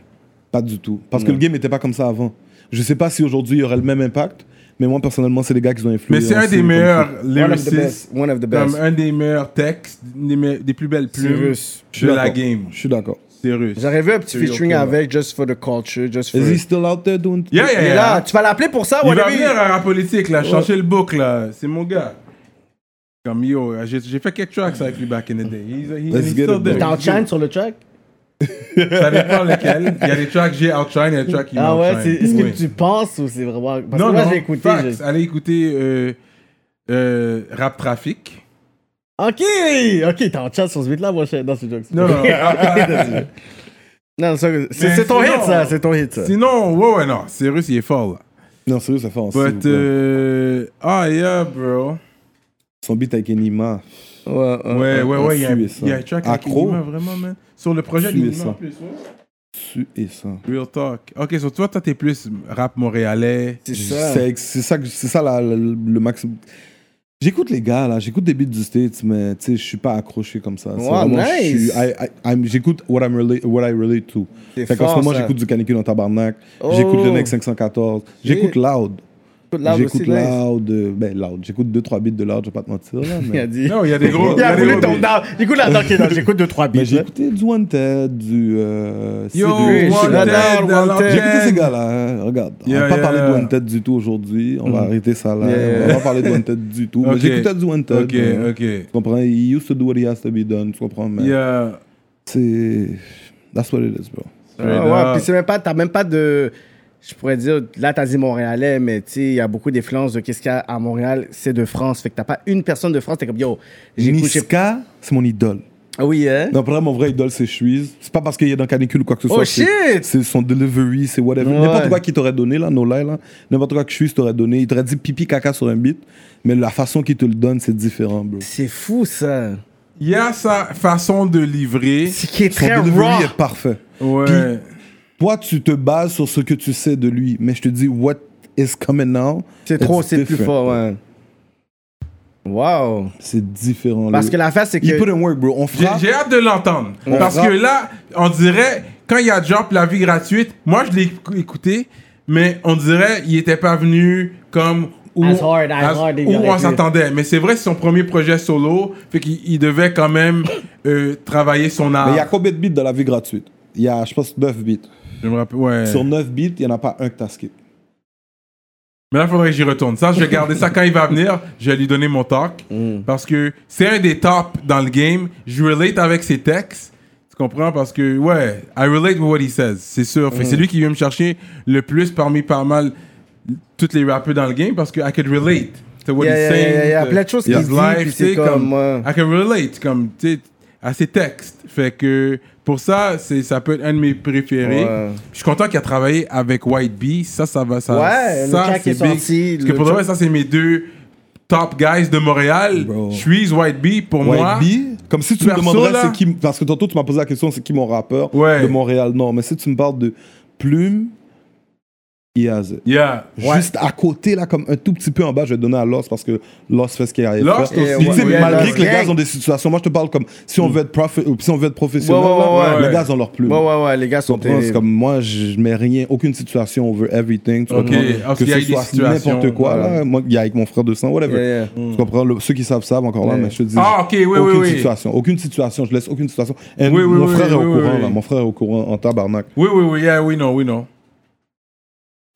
Pas du tout. Parce que le game n'était pas comme ça avant. Je sais pas si aujourd'hui il y aurait le même impact, mais moi personnellement, c'est les gars qui ont influé.
Mais c'est
en
un
style
des
comme
meilleurs
One of the
lyricistes,
best. One of the best.
comme un des meilleurs textes, des, me- des plus belles plumes
Cyrus.
ça. Je suis
de la
d'accord.
game.
Je suis d'accord.
Sérieux.
J'aurais vu un petit
Cyrus,
featuring
ok, ouais.
avec Just for the Culture, Just for.
Is he still out there doing
Yeah,
Il
yeah,
est
yeah.
là, tu vas l'appeler pour ça,
Il va
whatever.
venir à la politique, là, changer le book, là. C'est mon gars. Comme yo, j'ai j'ai fait quelques tracks avec lui back in the day. He's, he,
Let's
he's
get
still
it,
there.
bro.
T'es en chaîne sur le track?
Ça dépend lequel. Il y a des tracks j'ai outshine, il y a des tracks qui
Ah ouais,
m'outshine.
c'est- est-ce
Oui.
que tu penses ou c'est vraiment. Parce que moi, j'ai écouté.
facts.
j'ai-
Allez écouter euh, euh, Rap Trafic.
Ok, ok, t'es en chat sur ce beat là, moi je dans ce joke.
Non, non, non.
Non, ça, c'est
Mais
c'est ton
sinon-
hit ça, c'est ton hit ça.
Sinon, ouais, ouais, non. Cyrus, il est fort, là.
Non, sérieux, ça fait en s'il vous
But,
plaît.
euh, ah, yeah, bro.
Son beat avec Enima.
Ouais, ouais.
Ouais, ouais, ouais,
on
il y a,
suit ça.
il y a un track avec
Accro.
Enigma, vraiment, man. Sur le projet
Suit
d'Enigma,
ça.
en plus, ouais.
Tu et ça.
Real talk. Ok, sur toi, toi, t'es plus rap montréalais.
C'est ça.
C'est c'est ça, que- c'est ça la- la- le maximum. J'écoute les gars, là, j'écoute des beats du States, mais tu sais, je suis pas accroché comme ça. C'est
Wow,
vraiment,
nice.
je suis- I- I- I'm- J'écoute what, I'm rela- what I relate to.
C'est
Fait qu'en ce
fort,
moment,
ça.
j'écoute du canicule en tabarnak,
Oh.
j'écoute le Next 514, j'écoute Loud.
Écoute, là,
J'écoute
aussi, là,
Loud, euh, ben Loud, j'écoute 2-3 beats de Loud, je vais pas te mentir. Là,
Il a
mais
dit.
Non, il y a des gros.
Il a
des
voulu
gros
ton down.
beats.
Écoute la doc, j'écoute 2-3
mais Ben, j'ai
beats.
écouté du Wanted, du. Euh,
Yo,
Cédric,
je suis
Wanted,
là-dedans,
dans
Wanted.
J'ai écouté
l'antenne.
ces gars-là, hein, regarde. on
Yeah,
va pas
yeah.
parler de Wanted du tout aujourd'hui. On va arrêter ça là.
Mm. Yeah.
On va pas parler de Wanted du tout.
Ok.
Mais j'écoutais du Wanted.
Ok,
hein.
ok.
Tu comprends? He used to do what he has to be done. Tu comprends? Mais
Yeah.
c'est. That's what it is, bro.
Straight
Ah, ouais,
up.
puis c'est même pas, t'as même pas de. Je pourrais dire, là, t'as dit Montréalais, mais tu sais, il y a beaucoup d'influences de qu'est-ce qu'il y a à Montréal, c'est de France. Fait que t'as pas une personne de France, t'es comme, yo, j'écoute. j'ai-
Niska, c'est mon idole.
Ah Oui, hein?
Non, pour vrai, mon vrai idole, c'est Shuiz. C'est pas parce qu'il est dans Canicule ou quoi que ce
Oh,
soit. c'est-
shit!
C'est son delivery, c'est whatever.
Ouais.
N'importe quoi qu'il t'aurait donné, là, no lie, là. N'importe quoi que Shuiz t'aurait donné. Il t'aurait dit pipi caca sur un beat. Mais la façon qu'il te le donne, c'est différent, bro.
C'est fou, ça.
Il y a sa façon de livrer.
C'est qui est
Son
très
delivery
raw.
est parfait.
Ouais.
Toi, tu te bases sur ce que tu sais de lui, mais je te dis, what is coming now?
C'est
it's
trop, c'est plus
different.
fort, ouais. Wow.
C'est différent.
Parce
le-
que l'affaire, c'est
Il put
que.
in work, bro. On
J'ai
frappe.
j'ai hâte de l'entendre.
On
Parce
frappe.
que là, on dirait, quand il y a Drop, la vie gratuite, moi je l'ai éc- écouté, mais on dirait il n'était pas venu comme où,
As hard, as hard, il
où
y aurait
on
pu.
s'attendait. Mais c'est vrai, c'est son premier projet solo, fait qu'il il devait quand même euh, travailler son
Mais il y a
art.
combien de beats dans la vie gratuite? Il y a, je pense, 9 beats.
Je me rappelle, ouais.
Sur 9 beats, il n'y en a pas un que t'as skip.
Mais là, il faudrait que j'y retourne. Ça, je vais garder ça quand il va venir. Je vais lui donner mon talk.
Mm.
Parce que c'est un des tops dans le game. Je relate avec ses textes. Tu comprends? Parce que, ouais, I relate with what he says. C'est sûr. Fait que
Mm.
C'est lui qui vient me chercher le plus parmi pas mal tous les rappeurs dans le game parce que I could relate to what
Yeah,
he's
yeah,
saying.
yeah, yeah.
to
Plein de choses
his
qu'il dit,
life,
puis
tu sais,
c'est comme, ouais.
I can relate comme, tu sais, à ses textes. Fait que pour ça, c'est- ça peut être un de mes préférés.
Ouais.
Je suis content qu'il a travaillé avec White Bee. Ça, ça va, ça
Ouais, le
ça,
track
c'est
est sorti,
Parce que
le
pour de vrai,
track-
ça, c'est mes deux top guys de Montréal.
Bro.
Shreeze, White Bee, pour moi.
White Bee, comme si tu me
perso,
demanderais
là-
c'est qui. Parce que tantôt, tu m'as posé la question, c'est qui mon rappeur
Ouais.
de Montréal? Non, mais si tu me parles de Plume, il a Z.
Yeah.
Juste à côté, là, comme un tout petit peu en bas, je vais donner à Lost parce que Lost fait ce qu'il a à faire.
Lost
Et
aussi.
Puis, tu sais,
Ouais,
malgré
ouais,
que les
ouais.
gars ont des situations, moi je te parle comme si on veut être, profi- ou si on veut être professionnel,
Ouais, ouais,
là,
ouais, ouais.
les gars ont leur plume.
Ouais, ouais, ouais, les gars
Tu
sont
comprends? C'est
terribles.
comme moi, je mets rien, aucune situation, on veut everything. Tu
Ok, ah,
comprends?
parce
Que
qu'il y a
ce
eu des
soit
situations,
n'importe quoi,
ouais.
là. Moi, il y a avec mon frère de sang, whatever.
Yeah, yeah.
Tu comprends? Le- ceux qui savent savent encore là,
Ouais.
mais je te dis.
Ah, ok, oui, oui,
aucune
oui.
situation, aucune situation, je laisse aucune situation. Et
Oui, oui,
mon
oui,
frère est
oui,
au
oui,
courant,
oui.
là. Mon frère est au courant en tabarnak.
Oui, oui, oui, yeah, we know, we know.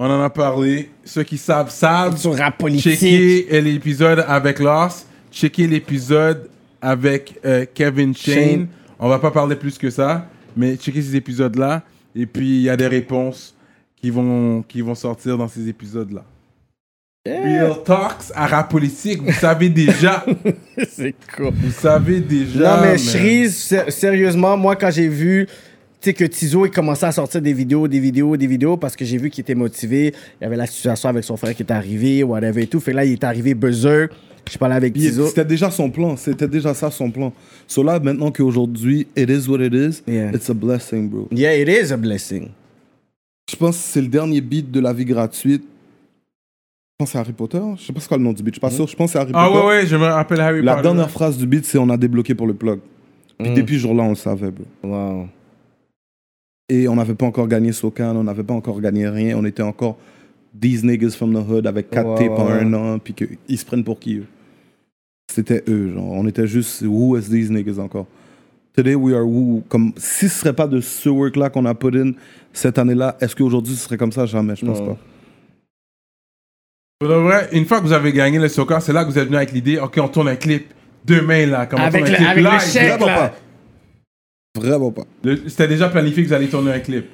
On en a parlé. Ceux qui savent, savent.
Sur rap politique.
Checker l'épisode avec Lars. Checker l'épisode avec euh, Kevin Shane.
Shane.
On va pas parler plus que ça, mais checkez ces épisodes-là. Et puis, il y a des réponses qui vont, qui vont sortir dans ces épisodes-là. Real Talks à rap politique, vous savez déjà.
c'est cool.
vous savez déjà.
Non, mais
man.
Shreeze, sé- sérieusement, moi, quand j'ai vu tu sais, que Tizo il commençait à sortir des vidéos, des vidéos, des vidéos, parce que j'ai vu qu'il était motivé. Il y avait la situation avec son frère qui est arrivé, whatever et tout. Fait que là, il est arrivé buzzer. Je parlais avec
Puis
Tizo.
C'était déjà son plan, c'était déjà ça son plan. So là, maintenant qu'aujourd'hui, it is what it is,
Yeah.
it's a blessing, bro.
Yeah, it is a blessing.
Je pense que c'est le dernier beat de la vie gratuite. Je pense à Harry Potter. hein? Je sais pas c'est quoi le nom du beat. Je suis pas sûr. Je pense à Harry
Ah
Potter.
ouais, ouais, je me rappelle Harry
La
Potter.
dernière phrase du beat, c'est on a débloqué pour le plug.
Mm.
Puis depuis ce jour-là, on le savait, bro.
Mm, Wow.
Et on n'avait pas encore gagné Socan, on n'avait pas encore gagné rien. On était encore these niggas from the hood avec 4
Ouais,
tapes en
ouais,
un an, puis qu'ils se prennent pour qui eux. C'était eux, genre. On était juste who is these niggas encore. Today we are who. Comme si ce serait pas de ce work-là qu'on a put in cette année-là, est-ce qu'aujourd'hui ce serait comme ça Jamais, je pense
Non.
pas.
Pour de vrai, une fois que vous avez gagné le soccer, c'est là que vous êtes venu avec l'idée, ok, on tourne un clip demain là. Comme on
Avec
tourne un
le-
clip
avec le
live.
chèque.
Vraiment
là.
pas. Vraiment pas.
Le- C'était déjà planifié que vous allez tourner un clip.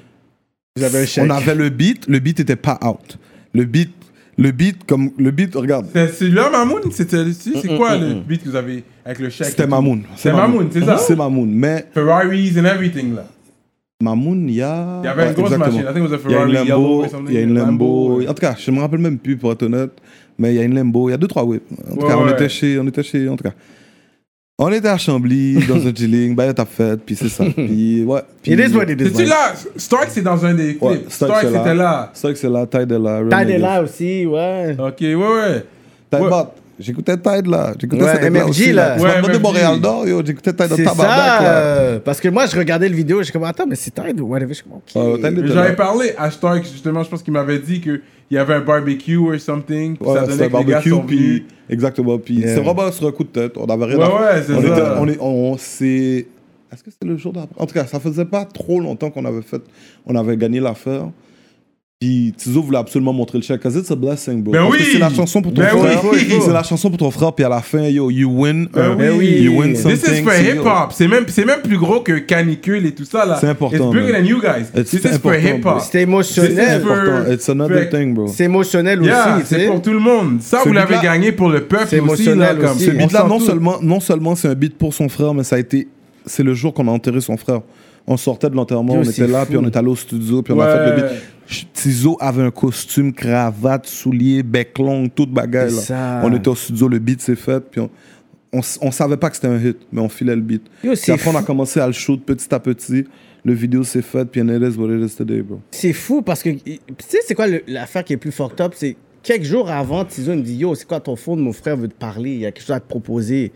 Vous avez un chèque.
On avait le beat, le beat était pas out. Le beat, le beat, comme le beat, regarde,
C'est celui-là, Mamoun C'était- C'est c'est quoi le beat que vous avez avec le chèque et
c'était
tout?
Mamoun.
C'est Mamoun, c'est ça
C'est Mamoun, mais
Ferraris and everything là.
Mamoun, il y a.
Il y avait une
Ouais,
grosse
exactement.
machine. I think it was a
Il y a une
Ferrari Yellow
Lambo,
or something.
il y a une Lambo.
Lambo.
En tout cas, je me rappelle même plus pour être honnête, mais il y a une Lambo, il y a deux trois whips. En tout
Ouais,
cas, on
ouais.
était chez, on était chez, en tout cas. On était à Chambly dans un chilling, bah t'as fait, puis c'est ça. Puis ouais. Puis
It is what it is.
C'est-tu là Stark, c'est dans un des clips.
Ouais, Stark,
Stark,
c'est là.
c'était là.
C'est vrai que c'est là, Tide est là. Real
T'as
Niggas.
des là aussi, ouais.
Ok, ouais, ouais.
Tide
Ouais.
Bot. J'écoutais Tide là. J'écoutais
Ouais,
cette époque-là
MFG,
aussi,
là.
Tu m'as
Ouais,
demandé
MFG.
Montréal Nord, yo, j'écoutais Tide de
C'est
Tabarnak
ça.
là.
euh, parce que moi, je regardais le vidéo, j'ai comme, attends, mais c'est Tide ou whatever. Je suis comme, ok.
Euh, Tide
Mais
était là.
J'avais parlé à Stark, justement, je pense qu'il m'avait dit qu'il y avait un barbecue or something. puis
Ouais,
ça donnait
c'était un
que les gars
barbecue,
sont venus.
puis exactement. Puis
Yeah.
c'est vraiment sur un coup de tête. On avait rien
Ouais,
à
ouais, c'est
on
ça.
était- on est, on s'est. Est-ce que c'était le jour d'après En tout cas, ça faisait pas trop longtemps qu'on avait fait, on avait gagné l'affaire. Puis Tizo voulait absolument montrer le chèque. Cause it's a blessing, bro.
Ben
Parce
oui!
que c'est la chanson pour ton
Ben
frère.
oui, il faut, il faut.
C'est la chanson pour ton frère. Puis à la fin, yo, you win.
Ben
euh,
oui.
You win something.
This is for
c'est-
hip hop. C'est même, c'est même plus gros que canicule et tout ça là.
C'est important,
It's bigger
man.
than you guys.
It's
This is for
important,
hip hop.
bro.
C'était
This is
émotionnel.
for-
important. It's another
Fait-
thing, bro.
C'est émotionnel
Yeah,
aussi, tu
c'est
sais.
pour tout le monde. Ça,
Ce
vous l'avez
beat-là-
gagné pour le peuple
C'est
aussi là.
émotionnel
Comme
aussi.
ce
Ce
beat
on
là
s'en
non
fout.
seulement, non seulement c'est un beat pour son frère, mais ça a été. C'est le jour qu'on a enterré son frère. On sortait de l'enterrement,
Yo,
on
c'est
était là,
fou.
puis on est allé au studio, puis on
Ouais.
a fait le beat. Ch- Tizo avait un costume, cravate, souliers, bec long, toute bagaille.
C'est ça.
là. On était au studio, le beat s'est fait, puis on, on, s- on savait pas que c'était un hit, mais on filait le beat.
Yo,
Puis
c'est
après, on a
fou.
commencé à le shoot petit à petit. Le vidéo s'est fait, puis and it is what it is today, bro.
C'est fou parce que. Tu sais, c'est quoi le- l'affaire qui est plus fucked up? C'est quelques jours avant, Tizo me dit Yo, c'est quoi ton phone? Mon frère veut te parler. Il y a quelque chose à te proposer.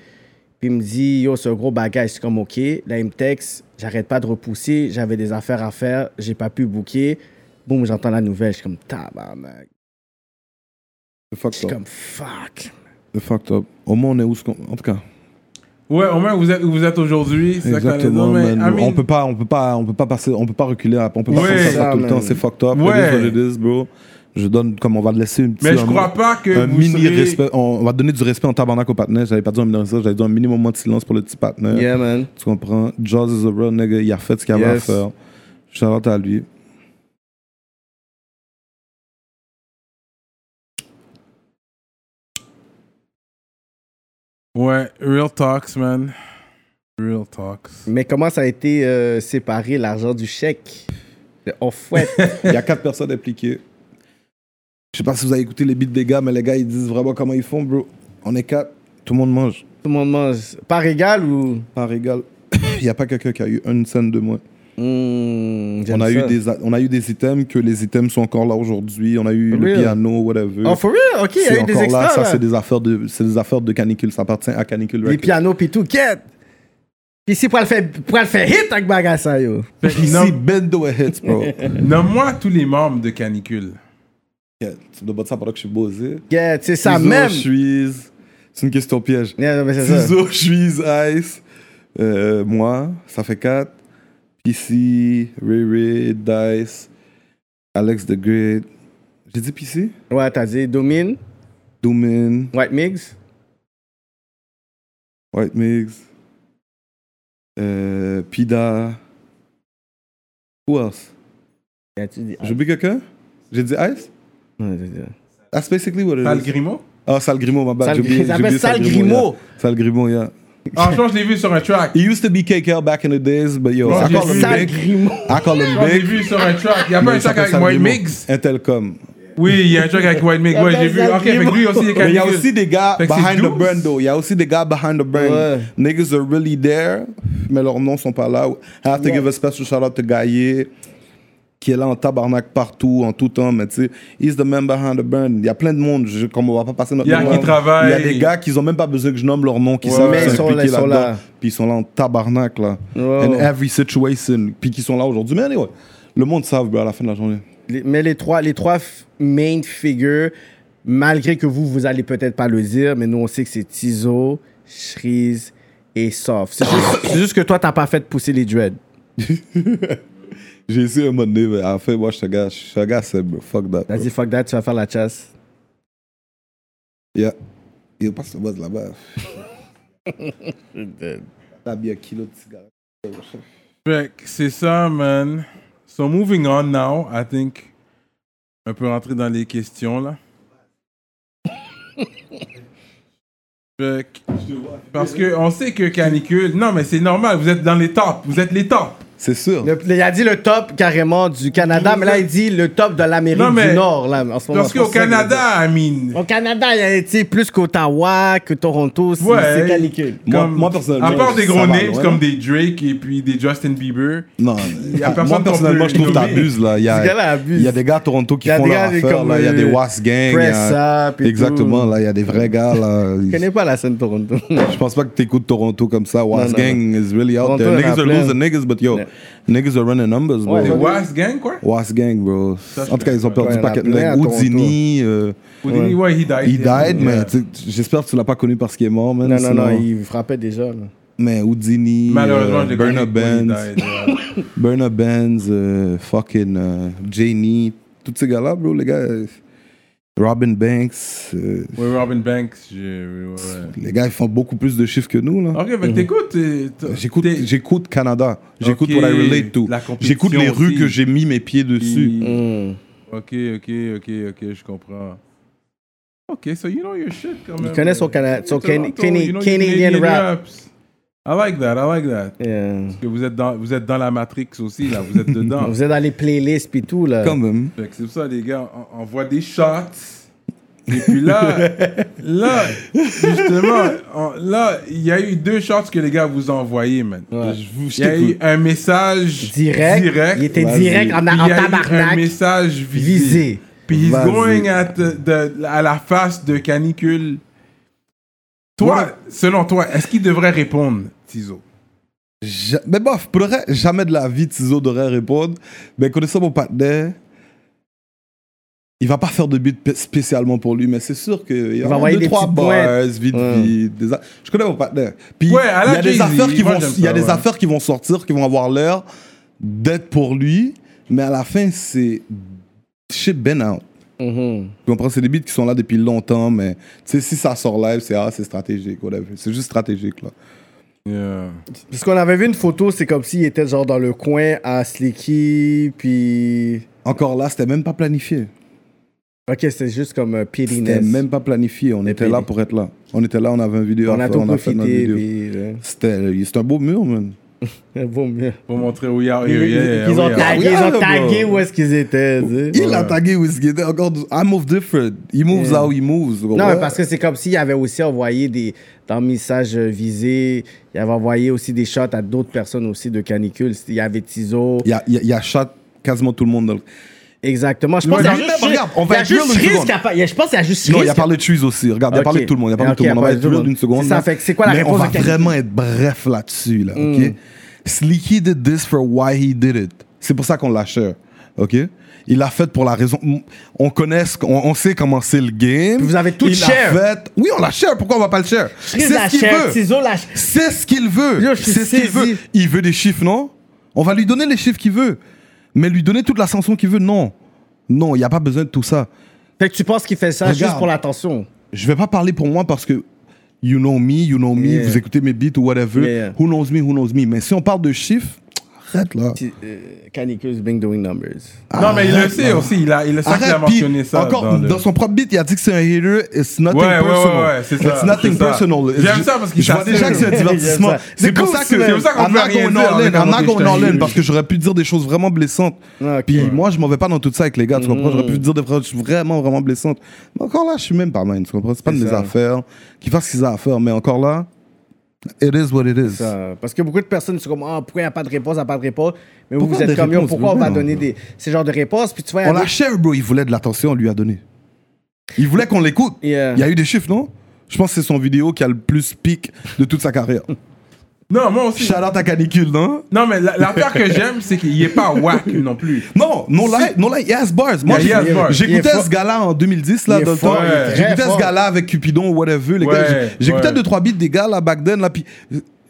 Puis il me dit Yo, c'est un gros bagage. C'est comme OK. Là, il me texte J'arrête pas de repousser. J'avais des affaires à faire. J'ai pas pu booker. Boum, j'entends la nouvelle. Je suis comme Tabarnak.
The
Je
fucked
suis
up.
comme Fuck.
The fucked up. Au moins, on est où ce qu'on. En tout cas.
Ouais, au moins vous êtes où vous êtes aujourd'hui. c'est ça que t'allais dire,
Exactement,
mais,
man.
I mean,
on peut pas, on peut pas, on peut pas passer, on peut pas reculer, à- on peut pas
Ouais.
penser à ça
Ça,
tout le
man.
temps, c'est fucked up.
Ouais.
It is what it is, bro. Je donne, comme on va laisser une petite.
Mais je crois pas que
un
vous
mini
serez-
respect, on va donner du respect en tabarnak au partenaire. J'avais pas dit un minimum de j'avais dit un minimum de silence pour le petit partenaire.
Yeah, man.
Tu comprends? Jaws is a real nigga, il a fait ce qu'il avait
Yes.
à faire. Shout à lui.
Ouais, real talks, man. Real talks.
Mais comment ça a été euh, séparé l'argent du chèque? On fouette.
Il y a quatre personnes impliquées. Je sais pas si vous avez écouté les beats des gars, mais les gars, ils disent vraiment comment ils font, bro. On est quatre, tout le monde mange.
Tout le monde mange. Par égal ou.
Par égal. Il y a pas quelqu'un qui a eu une scène de moins.
Hmm, j'aime
On a, eu
ça.
des, a- on a eu des items que les items sont encore là aujourd'hui. On a eu le
Real.
piano, whatever.
Oh, for real? OK, il y
c'est
a eu
encore
des extras.
là. Ça,
là.
c'est des affaires de, c'est des affaires de canicule. Ça appartient à Canicule
Les
Records.
pianos pis tout, quête! Pis si pour le faire, pour le faire hit avec Bagassa, yo.
Fait que
Ici,
nomme-
Bendo et Hits, bro.
Nomme-moi tous les membres de Canicule.
Yeah, tu me demandes ça pendant que je suis bosé.
Quête, c'est ça
Tizo,
même.
Suisse. C'est une question piège.
Yeah, mais c'est ça.
Ciseaux, Suisse, Ice. euh, moi, ça fait 4. PC, Riri, Dice, Alex the Great. J'ai dit PC?
Ouais, t'as dit Domine,
Doomin.
White Mix.
White Mix. Euh, Pida. Who else?
Et as-tu dit-
J'ai oublié quelqu'un? J'ai dit Ice?
Ouais, j'ai dit-
That's basically what it
Sal
is.
Grimo
Ah, Sal Grimo, ma bad.
Sal-
J'ai oublié-
ça
j'ai
s'appelle
oublié
Sal Grimaud.
yeah. Sal Grimo, yeah.
Ah, je pense que je l'ai vu sur un track.
He used to be KKL back in the days, but yo,
Bon,
I
j'ai
call him
vu.
Sal
big.
Grimaud.
I call him
Je l'ai
big.
vu sur un track. Il y a pas
mais
un track
il s'appelle
avec
Sal
White
Grimo.
Mix
Intelcom.
Oui, il y a un track avec White Mix. Ouais, j'ai vu.
Sal
Ok, fait que
Grimo.
lui aussi, il est
Mais il y a
calculé.
aussi des gars
Fait que c'est
behind the
12.
brand, though. Il y a aussi des gars behind the brand.
Ouais.
Niggas are really there, mais leurs noms sont pas là. I have to give a special shout out to Gaillé, qui est là en tabarnak partout, en tout temps. Mais tu sais, he's the man behind the brand. Il y a plein de monde, je- comme on va pas passer notre
Il y a
nom,
qui
hein.
travaille.
Il y a des gars qui ont même pas besoin que je nomme leur nom, qui
Ouais.
savent
Mais
qu'ils
ils
sont
sont là,
impliqués
ils sont
là-dedans.
là.
Puis ils sont là en tabarnak, là.
Ouais.
In every situation. Puis qui sont là aujourd'hui. Mais anyway, le monde savent, bro, à la fin de la journée.
Les- mais les trois, les trois f- main figures, malgré que vous, vous allez peut-être pas le dire, mais nous, on sait que c'est Tizo, Shreeze et Soft. C'est juste, c'est juste que toi, t'as pas fait pousser les dreads.
J'ai essayé un moment donné, mais à la fin, moi, je suis un gars, je suis un gars, c'est fuck that. bro.
Vas-y, fuck that, tu vas faire la chasse.
Yeah. Il passe le buzz là-bas. T'as bien un kilo de cigarettes.
Fait que c'est ça, man. So moving on now, I think. On peut rentrer dans les questions, là. Fait que- Parce que on sait que canicule. Non, mais c'est normal, vous êtes dans les tops. Vous êtes les tops.
C'est sûr.
Le- il a dit le top carrément du Canada, mais là, il dit le top de
Non,
l'Amérique
mais-
du Nord, là, en ce moment.
Parce qu'au
C'est ça qu'il a dit.
Canada, I mean.
Au Canada, il y a été plus qu'Ottawa, que Toronto, c'est
Ouais.
c'est canicule.
Moi-
comme-
moi, personnellement,
À part des
ça
gros
va
names
loin.
comme des Drake et puis des Justin Bieber.
Non,
y a
moi,
personne
personnellement,
qu'on
je
peut
trouve que
nommer.
t'abuses là. Il y a-
Ce gars-là abuse.
il y a des gars à Toronto
Il
qui
y a
font
des
leur
gars, des
affaire.
comme,
là. Il y a des
euh,
Was Gang. il y
Press
a-
Up et
hein. Exactement,
tout.
là, il y a des vrais gars là.
Je connais pas la scène de Toronto.
Je pense pas que t'écoutes Toronto comme ça. Was
non,
Gang is really out
Toronto,
there.
il y en a
Niggas are
plein.
losing niggas, but yo,
Ouais.
niggas are running numbers, bro.
Des Was Gang, quoi.
Was Gang, bro.
je
En tout cas, ils ont
Ouais, il
perdu
y en a
paquet de
plein à
nègres. Houdini. euh,
Ou des- Ouais, he died.
He died,
Yeah.
mais tu- j'espère que tu l'as pas connu parce qu'il est mort, man.
Non, non, non,
sinon-
il frappait déjà. là.
Mais Houdini,
Malheureusement,
euh,
je l'ai
Burna
connu when he
Benz,
died, yeah.
Burna Benz, euh, fucking euh, Janie, tous ces gars-là, bro, les gars. euh, Robin Banks, euh,
Ouais, Robin Banks. je- ouais.
les gars, ils font beaucoup plus de chiffres que nous, là.
Ok, fait que t'écoutes. t'es- t'es-
Mm-hmm. J'écoute,
t'es-
j'écoute Canada, j'écoute
Ok,
what I relate to,
la compétition
j'écoute les rues
aussi. Mm.
que j'ai mis mes pieds dessus.
Ok, ok, ok, ok, je comprends. Ok, so you know your shit quand même.
Il connaît son Cana- son Can-
Toronto,
Cana-
you know your
Canadian rap.
raps. I like that, I like that.
Yeah.
Que vous êtes dans, vous êtes dans la Matrix aussi là, vous êtes dedans.
Vous êtes dans les playlists pis tout, là.
Quand même.
Fait que c'est pour ça les gars, on, on voit des shots. Et puis là, là, justement, on- là, il y a eu deux shots que les gars vous ont envoyés, man.
Je vous- je
Il y a eu
t'écoute.
un message
Direct. Il était
Vas-y.
direct en, en
Il y a eu un
tabarnak.
message visé.
Visé.
Puis he's
Vas-y.
going at the- the- à la face de canicule. Toi,
Voilà.
selon toi, est-ce qu'il devrait répondre, Tizo
Ja- Mais bof, pour le reste, jamais de la vie, Tizo devrait répondre. Mais connaissant mon partenaire, il va pas faire de but p- spécialement pour lui, mais c'est sûr qu'il y
va
a
envoyer
deux,
des
trois
petites
bars,
pointes.
vite,
Ouais.
vite. des a- Je connais mon partenaire. Puis
Ouais, à
il y
la
a des
Jay-Z,
affaires qui
moi,
vont,
j'aime
il y a
ça,
des
ouais.
affaires qui vont sortir, qui vont avoir l'air d'être pour lui, mais à la fin, c'est shit ben out.
Mhm.
Tu comprends, c'est des beats qui sont là depuis longtemps, mais tu sais, si ça sort live, c'est ah, c'est stratégique, whatever. C'est juste stratégique, là.
Yeah.
Parce qu'on avait vu une photo, c'est comme s'il était genre dans le coin à Slicky, puis...
Encore là, c'était même pas planifié.
Ok, c'était juste comme euh,
C'était
pettiness.
même pas planifié. On était
puis-
là pour être là. On était là, on avait une vidéo. à
On a
faire,
tout
fait notre
profité,
vidéo.
puis... euh,
C'était c'est un beau mur, man.
vaut mieux.
Pour montrer où il y a.
Ils, ils- ils ont tagué, ils
yeah,
ont
bro.
tagué où est-ce qu'ils étaient. tu sais.
Il a tagué Whiskey. était Encore, du- I move different. He moves how he moves.
Non, mais parce que c'est comme s'il avait aussi envoyé des. Dans le message euh, visé, il avait envoyé aussi des shots à d'autres personnes aussi de canicule. Il y avait Tizo.
Il y a, il y a- il y a shot quasiment tout le monde. dans le-
Exactement. Je pense
Ouais,
qu'il y a
mais
juste.
regarde, on va
il y a
être real
juste
une
Riz
seconde.
qui a pas- il y a- Je pense qu'il y a juste
Non,
Riz
il a
qui
parlé de Trees aussi. Regarde, il a
Ok.
parlé de tout le monde. Il a parlé
Ok,
de tout le monde. On
on
va
parle
être
de tout le
real
monde.
d'une seconde.
C'est ça,
là.
fait que c'est quoi la Mm.
Mais
réponse
on va
de Kanye?
vraiment être bref là-dessus. Là, ok? Sleeky did this for why he did it. C'est pour ça qu'on l'a cher. OK? Il l'a fait pour la raison. On connaît, ce qu'on- on, sait comment c'est le game.
Puis vous avez tout
Il l'a
share.
fait. Oui, on l'a cher. Pourquoi on va pas le cher? C'est
Riz la
ce qu'il
chair,
veut.
Tizo la
C'est ce qu'il
Yo,
veut.
je suis
C'est ce qu'il
saisi.
veut. Il veut des chiffres, non On va lui donner les chiffres qu'il veut. Mais lui donner toute la sanction qu'il veut, non. Non, il n'y a pas besoin de tout ça.
Fait que tu penses qu'il fait ça juste
Regarde.
pour l'attention.
Je vais pas parler pour moi parce que you know me, you know me,
Yeah.
vous écoutez mes beats ou whatever,
Yeah, yeah.
who knows me, who knows me. Mais si on parle de chiffres, arrête là.
Puis, euh, Canicus been doing numbers.
Non, mais il
Ah.
le sait aussi. Il a, il le sait qu'il a
Arrête, puis
mentionné ça.
encore,
dans
dans,
le-
son propre beat, il a dit que c'est un hater, it's nothing
Ouais, ouais,
personal.
ouais, ouais, c'est ça,
It's nothing
c'est ça.
personal. It's
J'aime
ju-
ça parce qu'il
Je vois
s'assure.
déjà que c'est un
J'aime
divertissement.
ça.
C'est pour ça que
c'est pour ça qu'on
I'm
peut
not
rien
going
dire
all
avec
in,
un
I'm not
mot
going all
d'extérieur.
in, parce que j'aurais pu dire des choses vraiment blessantes.
Ah, ok.
Puis
Ouais. Mm.
moi, je m'en vais pas dans tout ça avec les gars, tu comprends? J'aurais pu dire des choses vraiment, vraiment blessantes. Mais encore là, je suis même pas mal, tu comprends? C'est pas de
C'est
mes
ça.
affaires. Qu'ils fassent ce qu'ils ont à faire, mais encore là, it is what it is.
Ça, parce que beaucoup de personnes sont comme Ah, pourquoi il n'y a pas de réponse, il n'y a pas de réponse. Mais vous,
Pourquoi
vous
des
êtes comme Yo,
réponses,
pourquoi on
bro?
va
Non.
donner des, ces genres de réponses Puis tu vois, il y
On
en a-
l'achève, bro. Il voulait de l'attention, on lui a donné. Il voulait qu'on l'écoute.
Yeah.
Il y a eu des chiffres, non Je pense que c'est son vidéo qui a le plus pic de toute sa carrière.
Non, moi aussi.
Shout out à Canicule, non
Non, mais la- l'affaire que j'aime, c'est qu'il est pas whack non plus.
Non, non like, non like, yes bars. Moi,
Yeah, yes,
j'ai-
bars.
Il est
j'écoutais
fort.
ce gars-là en 2010, là,
Il est
dans le
fort,
temps.
il est très
J'écoutais
fort.
ce gars-là avec Cupidon, whatever. les
Ouais,
gars, j'ai- J'écoutais
ouais.
deux, trois beats des gars, là, back then, là, puis...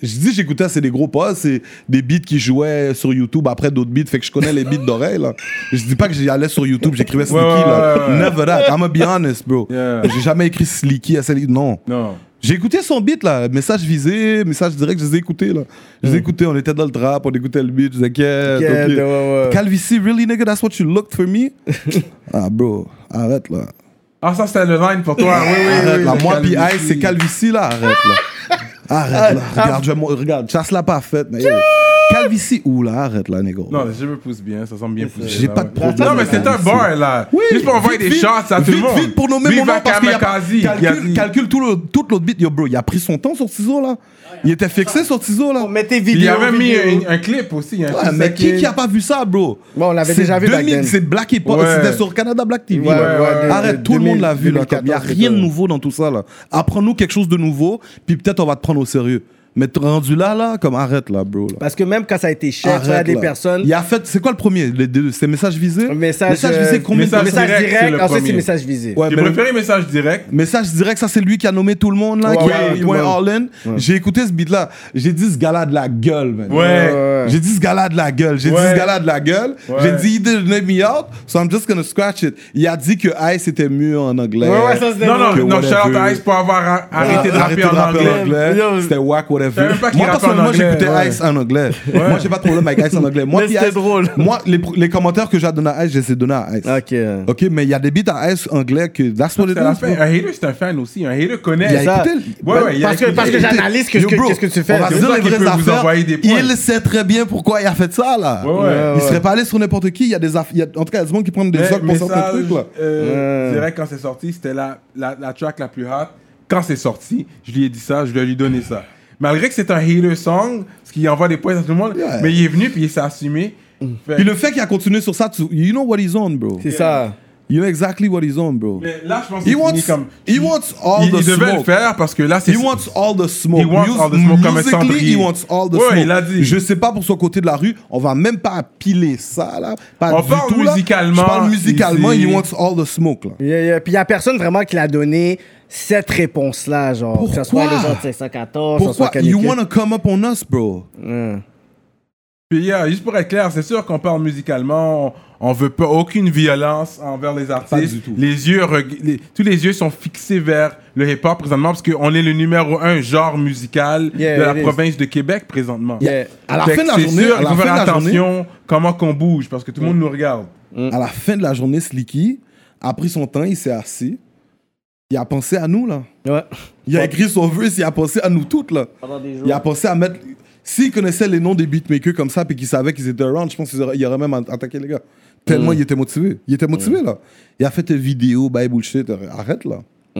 Je dis j'écoutais, c'est des gros pas, c'est des beats qui jouaient sur YouTube après d'autres beats, fait que je connais les beats d'oreille, là. Je dis pas que j'allais sur YouTube, j'écrivais Sneaky,
ouais,
là.
ouais, ouais.
Never that, I'ma be honest, bro.
Yeah.
J'ai jamais écrit Sneaky à celle non.
Non.
J'ai écouté son beat là, message visé, message direct, je les ai écoutés là. Je
Mm.
les ai écoutés, on était dans le trap, on écoutait le beat, je disais, inquiète,
Inquiète,
ok.
ouais, ouais.
Calvici, really nigga, that's what you looked for me? ah bro, arrête là.
Ah, ça, c'était le line pour toi. Oui, oui,
arrête
oui,
là,
le
moi pis
calvitie.
Ice, c'est Calvici là, arrête là. Arrête là,
Ah.
regarde, je vais mon- regarde, chasse la pas faite, mais yo. Calvici où là, arrête là, nigga.
Non, je me pousse bien, ça semble bien poussé.
J'ai
là,
pas de
ouais.
problème
Non, mais
avec
c'est un
ça.
bar, là. Juste pour envoyer
vite,
des
vite,
shots à tout
vite,
le monde.
Vite, pour nommer
Vive
mon nom,
à
parce qu'il y a
Kamikaze, il y a
calcule,
dit-
calcule tout le- toute l'autre beat. Yo, bro, il a pris son temps sur ciseau là. Il était fixé sur ciseau là.
on met tes
Il y
vidéos.
a même mis
vidéos.
un, un clip aussi. hein, il y a un
Ouais,
clip
mais qui,
second.
qui a pas vu ça, bro?
Bon, on l'avait
C'est
déjà vu back
2000,
then.
C'est Black Hip Hop,
Ouais.
C'était sur Canada Black TV.
Ouais,
là.
ouais, de-
Arrête,
de-
tout le monde l'a vu.
2014,
Il n'y a rien de
c'est ça.
nouveau dans tout ça. là. Apprends-nous quelque chose de nouveau, puis peut-être on va te prendre au sérieux. Mais t- rendu là, là, comme arrête là, bro. là.
Parce que même quand ça a été cher, tu vois,
Arrête,
des
là.
personnes.
Il a fait, c'est quoi le premier Les deux, C'est message visé
Un Message, euh,
visé, combien
message,
Message
message,
direct,
direct,
c'est le
ensuite
premier.
c'est message visé.
Ouais,
J'ai
mais le-
préféré message direct.
Message direct, ça c'est lui qui a nommé tout le monde là,
Ouais,
qui
ouais,
a
tout
qui
le
went
monde.
all in. J'ai écouté ce beat là, j'ai dit ce gars-là a de la gueule, man.
Ouais.
Ouais.
J'ai dit ce gars-là a de la gueule, j'ai
Ouais.
dit ce gars-là a de la gueule,
Ouais.
j'ai dit he didn't let me out, so I'm just gonna scratch it. Il a dit que Ice était mieux en anglais.
Ouais, ouais, ça, c'était
Non, non,
Que
non,
whatever.
shout out Ice pour avoir a- arrêté de rapper en anglais.
Yo.
C'était whack, whatever.
T'avais pas qu'il
Moi,
rappe en
personnellement,
anglais,
j'écoutais
ouais.
Ice en anglais. Moi, j'ai pas de problème avec Ice en anglais. Moi,
Mais
puis
c'était
Ice-
drôle.
Moi, les, les commentaires que j'ai donnés à Ice, je les ai donnés à Ice.
Ok.
Ok, mais il y a des beats à Ice anglais que that's what it
C'est la
is.
fin. Un hater, c'est un fan aussi. Un hater connaît.
Il a
ça.
écouté.
Ouais, ouais, il a
parce que,
écouté.
parce que
Écoutez,
j'analyse que-
Yo, bro,
que- qu'est-ce que tu fais.
On va
C'est
dire
ça
les
qui
vraies
peut vous
affaires.
envoyer des points.
il sait très bien pourquoi il a fait ça, là.
Ouais, ouais.
Il serait pas allé sur n'importe qui. Il y a des affaires. En tout cas, il y a des gens qui prennent des
Mais
socs pour certains
message,
trucs, là.
euh,
Ouais.
Direct, quand c'est sorti, c'était la, la, la track la plus hot. Quand c'est sorti, je lui ai dit ça, je lui ai donné ça. Malgré que c'est un hater song, ce qui envoie des points à tout le monde,
Yeah.
mais il est venu puis il s'est assumé. Fait-
Mm. Puis le fait qu'il a continué sur ça, tu- you know what he's on, bro.
C'est ça.
You know exactly what he's on, bro.
mais là, je pense que c'est
He
fini
wants,
comme.
he wants all
il,
the
il devait le
smoke.
faire parce que là, c'est.
He wants all the smoke.
He wants
Mus-
all the smoke comme un
musically,
cendrier.
he wants all the
Ouais,
smoke.
il a dit.
Je sais pas pour son côté de la rue, on va même pas piler ça là. Pas
On
du
parle
tout, là.
musicalement,
Je parle musicalement.
ici.
He wants all the smoke là.
Yeah, yeah. Puis il n'y a personne vraiment qui l'a donné cette réponse-là, genre. que ce soit
Pourquoi?
les autres 514, que ce soit
Pourquoi?
Canicule.
You wanna come up on us, bro?
Ouais.
Puis, yeah, juste pour être clair, c'est sûr qu'on parle musicalement, on, on veut pas aucune violence envers les artistes.
du tout.
Les yeux, reg- les- tous les yeux sont fixés vers le hip-hop présentement parce qu'on est le numéro un genre musical
Yeah,
de la
it is.
province de Québec présentement.
Yeah.
À la
Fait
fin de
que
la
c'est
journée,
sûr
à
qu'il
la
faut faire
fin de la journée, Mm.
attention comment qu'on bouge parce que tout le monde nous regarde.
Mm.
à la fin de la journée, Slicky a pris son temps, il s'est assis, il a pensé à nous là.
Ouais.
Il a écrit son verse, il a pensé à nous toutes là. Il a pensé à mettre. S'il connaissait les noms des beatmakers comme ça, puis qu'il savait qu'ils étaient around, je pense qu'il aurait, il aurait même attaqué les gars.
Mm.
Tellement il était motivé. Il était motivé là. Il a fait des vidéos, bye bullshit, arrête là.
Mm.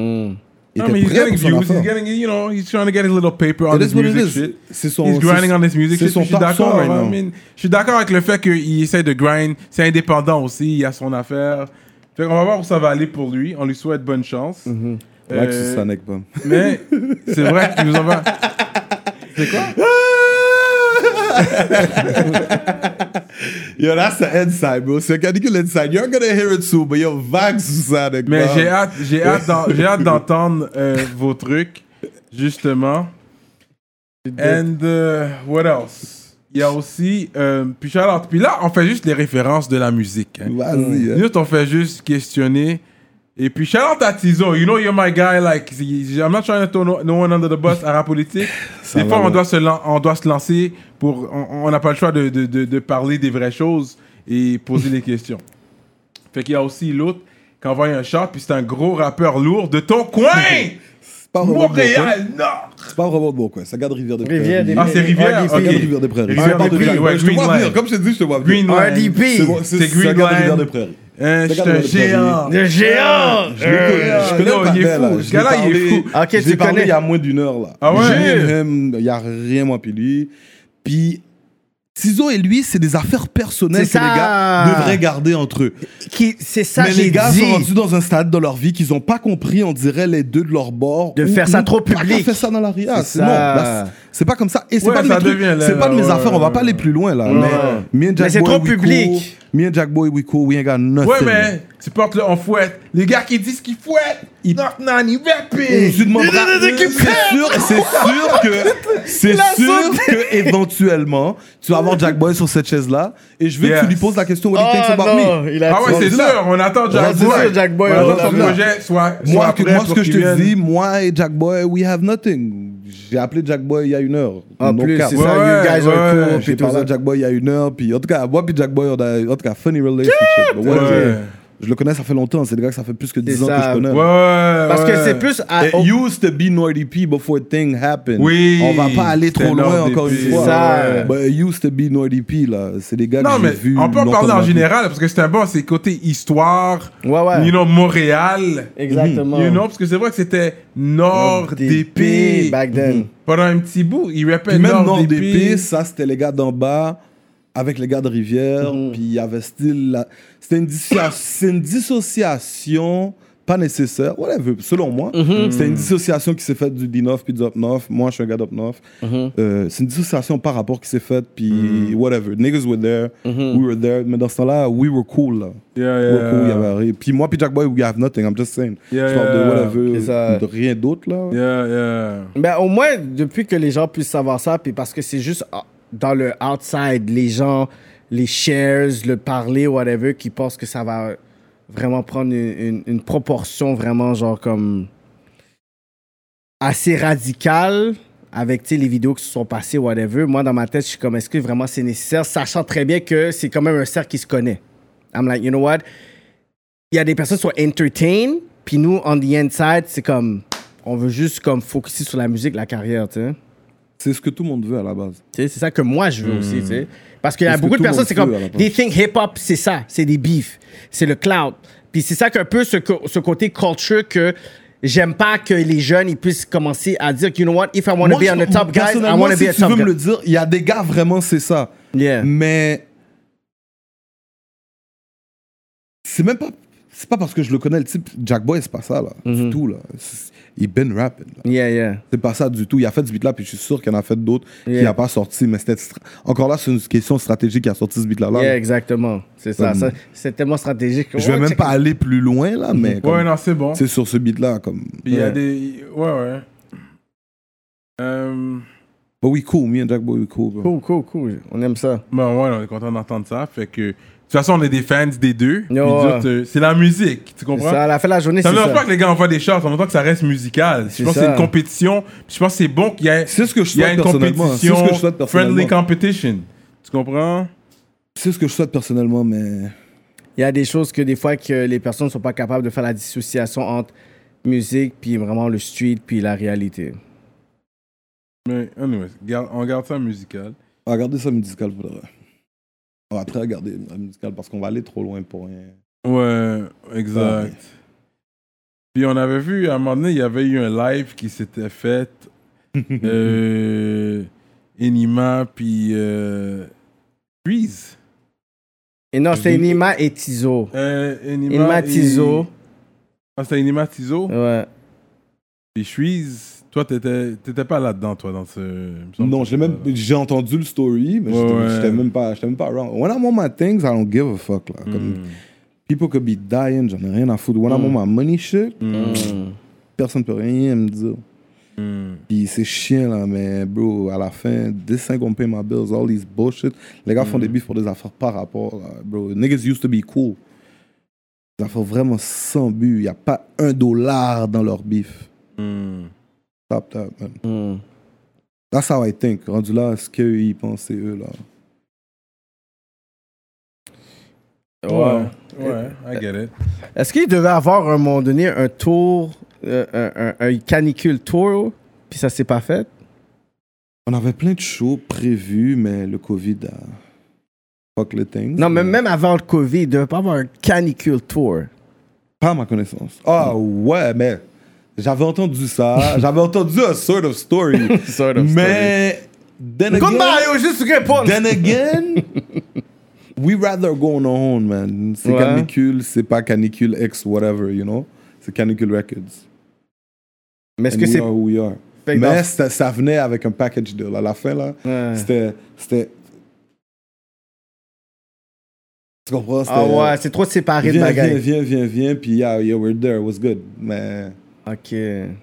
Il
Non,
était
mais he's
prêt
getting
pour son
views,
affaire.
he's getting, you know, he's trying to get his little paper on
It
this
is what it
music
is.
shit.
C'est son.
He's grinding
c'est-
on this music
C'est
shit.
son
puis Je suis
top song
d'accord.
right
I
now.
mean, je suis d'accord avec le fait qu'il essaie de grind. C'est indépendant aussi. Il a son affaire. Fait qu'on va voir où ça va aller pour lui. On lui souhaite bonne chance.
Ouais, que
Euh,
Mm-hmm. c'est ça, nec, pas.
mais c'est vrai qu'il nous envoie.
Yo, that's the inside, bro. C'est un canicule inside. You're gonna hear it soon, but yo, vague sous ça, nec,
Mais
pas.
j'ai hâte, j'ai hâte, d'en- j'ai hâte d'entendre euh, vos trucs justement. And euh, what else? Il y a aussi euh, puis shout out. Puis là, on fait juste les références de la musique. hein.
Vas-y. hein.
Nous autres, on fait juste questionner Et puis, shout out à Tizo. You know, you're my guy. Like, I'm not trying to throw no, no one under the bus à la politique.
Ça
Des
va,
fois, on
ouais.
doit, se lan- on doit se lancer pour. On on n'a pas le choix de, de, de, de parler des vraies choses et poser des questions. Fait qu'il y a aussi l'autre qui envoie un chat, puis c'est un gros rappeur lourd de ton coin!
C'est pas Oh, Robert Bourquin.
Montréal Nord!
C'est pas Robert Bourquin. Ça garde Rivière des Prairies.
Rivière des
Ah, c'est Rivière,
RDP.
Ça garde
Ah, ok.
Rivière des Prairies.
Rivière
Ça
des
parle de
Prairies,
Jacques.
ouais,
Je te vois
Green
venir.
Line.
Comme je te dis, je te vois venir.
Green Line.
C'est
RDP.
bon, c'est-
C'est
Ça
Green
garde
Line.
Rivière des Prairies.
Hein, Je
Ça
suis
garde
un
Rivière des Prairies.
géant!
Le géant!
Je le connais, je
Euh,
connais
non, il
pas
est
bien,
fou.
là.
Ce
Je l'ai
gars-là, il est
parlé-
fou.
Ok,
je l'ai
tu
parlé
connais.
il y a moins d'une heure, là.
Ah ouais?
J'ai même- Il y a rien, moi, puis lui. Puis, Ciseaux et lui, c'est des affaires personnelles que
C'est ça.
les gars devraient garder entre eux.
Euh, Qui- C'est ça,
Mais les
j'ai
gars sont rendus
dit.
dans un stade dans leur vie qu'ils n'ont pas compris, on dirait, les deux de leur bord.
De
ou-
faire ça
ou
trop
pas qu'on
public.
fait ça dans la ria.
C'est
C'est non,
ça.
là, c'est- c'est pas comme ça. Et c'est
Ouais,
pas de mes
ça
trucs,
devient, là,
c'est pas de
là,
mes
ouais,
affaires, on
ouais.
va pas aller plus loin, là. Mais, me and
Mais
Jack
c'est
Boy,
trop
we cool.
public.
Me and Jack Boy, we cool, we ain't got nothing.
Ouais, mais tu portes le en fouette. Les gars qui disent qu'ils fouettent, ils knock non, ils
Et
rappent.
je demande pas- C'est sûr, c'est sûr que c'est
Il a
sûr que éventuellement tu vas avoir Jack Boy sur cette chaise là et je veux que
Yes.
tu lui poses la question what he thinks
Oh
about
non,
me.
il a
Ah ouais, c'est
Rendu là.
sûr, on attend Jack
Rendu
Boy.
sûr, Jack Boy,
on
on
attend son
attend là.
projet, soit.
Moi,
soit
que-
prêt
moi ce
pour
que je
qu'il
te
vienne.
dis, moi et Jack Boy, we have nothing. J'ai appelé Jack Boy il y a une heure.
En
No
plus,
cap.
c'est
Ouais,
ça, you guys
ouais,
are cool.
ouais,
puis
J'ai
tout
parlé
ça.
à Jack Boy il y a une heure, puis en tout cas, moi puis Jack Boy, on a, en tout cas, funny relationship. Ouais,
Ouais.
Je le connais, ça fait longtemps. C'est le gars que ça fait plus que 10
C'est
ans que
ça.
je connais.
Ouais, ouais.
euh, Parce que
ouais.
c'est plus. à-
It used to be Naughty P before thing happened.
Oui.
On va pas aller trop
C'était
loin
Naughty
encore une
P.
fois.
C'est ça.
Ouais. But it used to be Naughty P, là. C'est des gars
Non,
que j'ai
mais
vus.
on peut en
longtemps
parler
dans
en
la vie.
général, parce que c'est un bon, c'est côté histoire.
Ouais, ouais.
You know, Montréal.
Exactement.
You know, parce que c'est vrai que c'était Nord
DP,
d'épée. Mm-hmm.
Back then.
Pendant un petit bout, il rappait
Puis même Nord
Nord
d'épée,
d'épée.
ça, c'était les gars d'en bas avec les gars de Rivière.
Mm.
Puis il y avait style. la- C'était une, dissocia- c'est une dissociation pas nécessaire, whatever, selon moi.
Mm-hmm.
Mm. C'était une dissociation qui s'est faite du D9 puis du Up 9 Moi, je suis un gars d'Up 9
Mm-hmm.
Euh, c'est une dissociation par rapport qui s'est faite, puis
Mm.
whatever. Niggas were there, we were there. Mais dans ce temps-là, we were cool. là.
Mm-hmm. Yeah,
Ouais, cool, il y
yeah.
avait rien. Puis moi, puis Jack Boy, we have nothing, I'm just saying.
Yeah,
je parle
yeah.
de whatever,
C'est ça.
de rien d'autre, là.
Yeah, yeah.
Ben, au moins, depuis que les gens puissent savoir ça, puis parce que c'est juste ah, dans le outside, les gens, les shares, le parler, whatever, qui pensent que ça va vraiment prendre une, une- une proportion vraiment, genre, comme assez radicale avec, tu sais, les vidéos qui se sont passées, whatever. Moi, dans ma tête, je suis comme, est-ce que vraiment c'est nécessaire, sachant très bien que c'est quand même un cercle qui se connaît. I'm like, you know what? il y a des personnes qui sont entertained, puis nous, on the inside, c'est comme, on veut juste comme focuser sur la musique, la carrière, tu sais.
C'est ce que tout le monde veut à la base.
Tu sais, C'est ça que moi, je veux aussi, tu sais. Parce qu'il y a
Hmm. Parce que
beaucoup de
tout le
personnes,
monde
c'est comme,
veut, à la base.
they think hip-hop, c'est ça, c'est des beefs, c'est le cloud. Puis c'est ça qu'un peu ce, co- ce côté culture que j'aime pas que les jeunes, ils puissent commencer à dire, you know what, if I want to be
je-
on the top, guys, I
personnellement,
want to
si
be a
tu
top
veux me
guy.
le dire, il y a des gars, vraiment, c'est ça.
Yeah.
Mais... C'est même pas... C'est pas parce que je le connais, le type. Jack Boy, c'est pas ça, là.
Mm-hmm.
Du tout, là. C'est- Il been rapping, là.
Yeah, yeah.
C'est pas ça du tout. Il a fait ce beat-là, puis je suis sûr qu'il en a fait d'autres
Yeah.
qu'il n'a pas sorti. Mais c'était... stra- Encore là, c'est une question stratégique qui a sorti ce beat-là. là.
Yeah, exactement. C'est ça.
Comme-
ça c'est tellement stratégique.
Je vais
Oh,
même
check- Mm-hmm.
pas aller plus loin, là, mais... comme-
Ouais, non, c'est bon.
C'est sur ce beat-là, comme...
Puis il y a
Ouais.
des. Ouais, ouais. Euh.
But we cool, me and Jack Boy, we cool, bro.
Cool, cool, cool. On aime ça.
Bon, Ben ouais, on est content d'entendre ça. Fait que, de toute façon, on est des fans des deux. Puis
Ouais.
nous autres, euh, c'est la musique, tu comprends?
Ça, à la fin de la journée,
Ça
c'est
ne
ça.
dérange pas que les gars envoient des shots, en même temps que ça reste musical. Je
C'est
pense que
ça.
c'est une compétition. Puis Je pense que c'est bon qu'il y ait,
C'est ce que je
il y a
souhaite
une
personnellement. C'est ce
compétition.
que je souhaite personnellement.
friendly competition. Tu comprends?
C'est ce que je souhaite personnellement, mais...
Il y a des choses que des fois que les personnes ne sont pas capables de faire la dissociation entre musique puis vraiment le street puis la réalité.
Mais, anyways, garde- on garde ça musical.
On va garder ça musical pour le reste. On va très regarder la musical parce qu'on va aller trop loin pour rien.
Ouais, exact.
Ouais.
Puis on avait vu, à un moment donné, il y avait eu un live qui s'était fait. euh, Enima, puis. Euh, Freeze.
Et non, c'est
Mhm.
Nima et Tizo.
Euh, Enima,
Nima,
et-
Tizo.
Ah, c'était Enima Tizo.
Ouais.
Et Shuiz, toi, t'étais t'étais pas là-dedans, toi, dans ce. il me semble
Non,
que
j'ai même j'ai entendu le story, mais
Ouais,
j'étais-
ouais.
j'étais même pas j'étais même pas around. When I'm on my things, I don't give a fuck là. Comme,
Mm.
people could be dying, j'en ai rien à foutre. When I'm on
Hmm.
my money shit,
Mm.
personne peut rien me dire.
Mm.
Puis c'est chiant là, mais bro, à la fin, this ain't gonna pay my bills, all these
Hmm.
bullshit. Les gars font des beefs pour des affaires par rapport, là, bro. Niggas used to be cool. Des font vraiment 100 buts. Il n'y a pas un dollar dans leur bif.
Mm.
Top, top, man.
Mm.
That's how I think. Rendu là, ce qu'ils pensaient, eux, là.
Ouais, ouais, I get it.
Est-ce qu'il devait avoir à un moment donné un tour, euh, un, un- un canicule tour, puis ça s'est pas fait?
On avait plein de shows prévus, mais le COVID a... Fuck les things.
Non, mais
Mais
même avant le COVID, il devait pas avoir un canicule tour.
Pas à ma connaissance. Ah ouais, mais... J'avais entendu ça. J'avais entendu a sort of story.
Sort of
mais... Then again-
Goodbye, yo, juste répondre.
Then again, we rather go on our own, man. C'est
Ouais.
canicule, c'est pas canicule X, whatever, you know. C'est canicule records.
Mais est-ce
And
que
we
c'est.
are who we are.
Fait que
Mais
dans-
ça, ça venait avec un package deal. À la fin, là,
Ouais.
c'était, c'était. Tu comprends? C'était,
Ah ouais, c'est trop séparé de
viens, viens,
bagaille.
viens, viens, viens, puis yeah, yeah, we're there, it was good. Mais
Ok.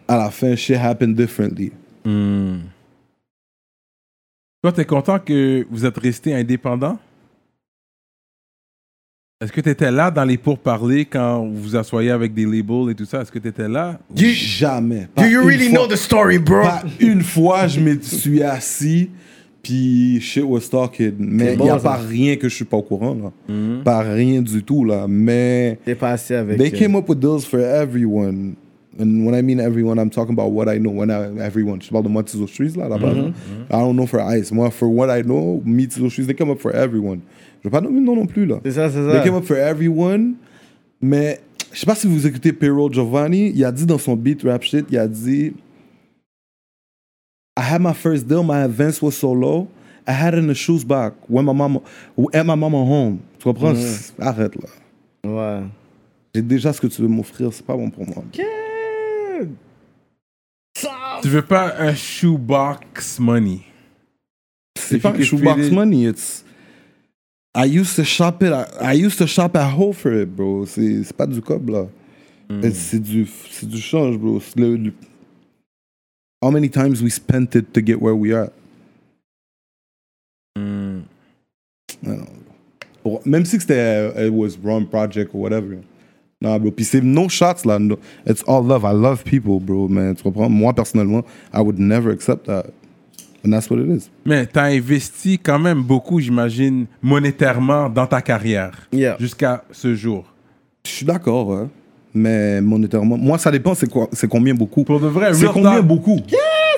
à la fin, shit happened differently.
Mm. Toi, t'es content que vous êtes resté indépendant? Est-ce que t'étais là dans les pourparlers quand vous vous assoyez avec des labels et tout ça? Est-ce que t'étais là? Ou-
Jamais.
Do
Pas
you
une
really
fois.
know the story, bro?
Pas une fois, je me suis assis, puis shit was talking. Mais
C'est
il
bon,
n'y a
ça. Mm-hmm.
pas rien que je suis pas au courant, là. Pas rien du tout, là. Mais
T'es passé avec.
they
euh,
came up with deals for everyone. And when I mean everyone, I'm talking about what I know. When I, everyone, je parle de moi, Tizo Streets, là, à la base.
Mm-hmm.
I don't know for Ice. Moi, for what I know, me, Tizo Streets, they come up for everyone. Je ne vais pas nommer de nom non plus, là.
C'est ça, c'est
They
ça.
came up for everyone. Mais je sais pas si vous écoutez Pero Giovanni, il a dit dans son beat rap shit, il a dit I had my first deal, my advance was so low. I had it in the shoes back when my mama and my mama home. Tu comprends?
Mm-hmm.
Arrête là.
Ouais.
J'ai déjà ce que tu veux m'offrir, c'est pas bon pour moi.
Tu veux pas un shoebox money?
C'est
If
pas
you
un
can
shoebox
feel it.
money, it's I used to shop it. I, I used to shop at Whole for it, bro. C'est c'est pas du cob là. C'est- C'est du c'est du change, bro. C'est le- le- how many times we spent it to get where we are?
Mm.
I don't know. Pour- Même si que c'était euh, it was wrong project or whatever. Nah, bro. Puis c'est no shots là. No, it's all love. I love people, bro. Man, tu comprends? Moi personnellement, I would never accept that. And that's what it is.
Mais t'as investi quand même beaucoup, j'imagine, monétairement dans ta carrière.
Yeah.
Jusqu'à ce jour.
Je suis d'accord, hein. mais monétairement, moi ça dépend c'est quoi, c'est combien beaucoup.
Pour de vrai,
C'est
real
combien
talk.
beaucoup.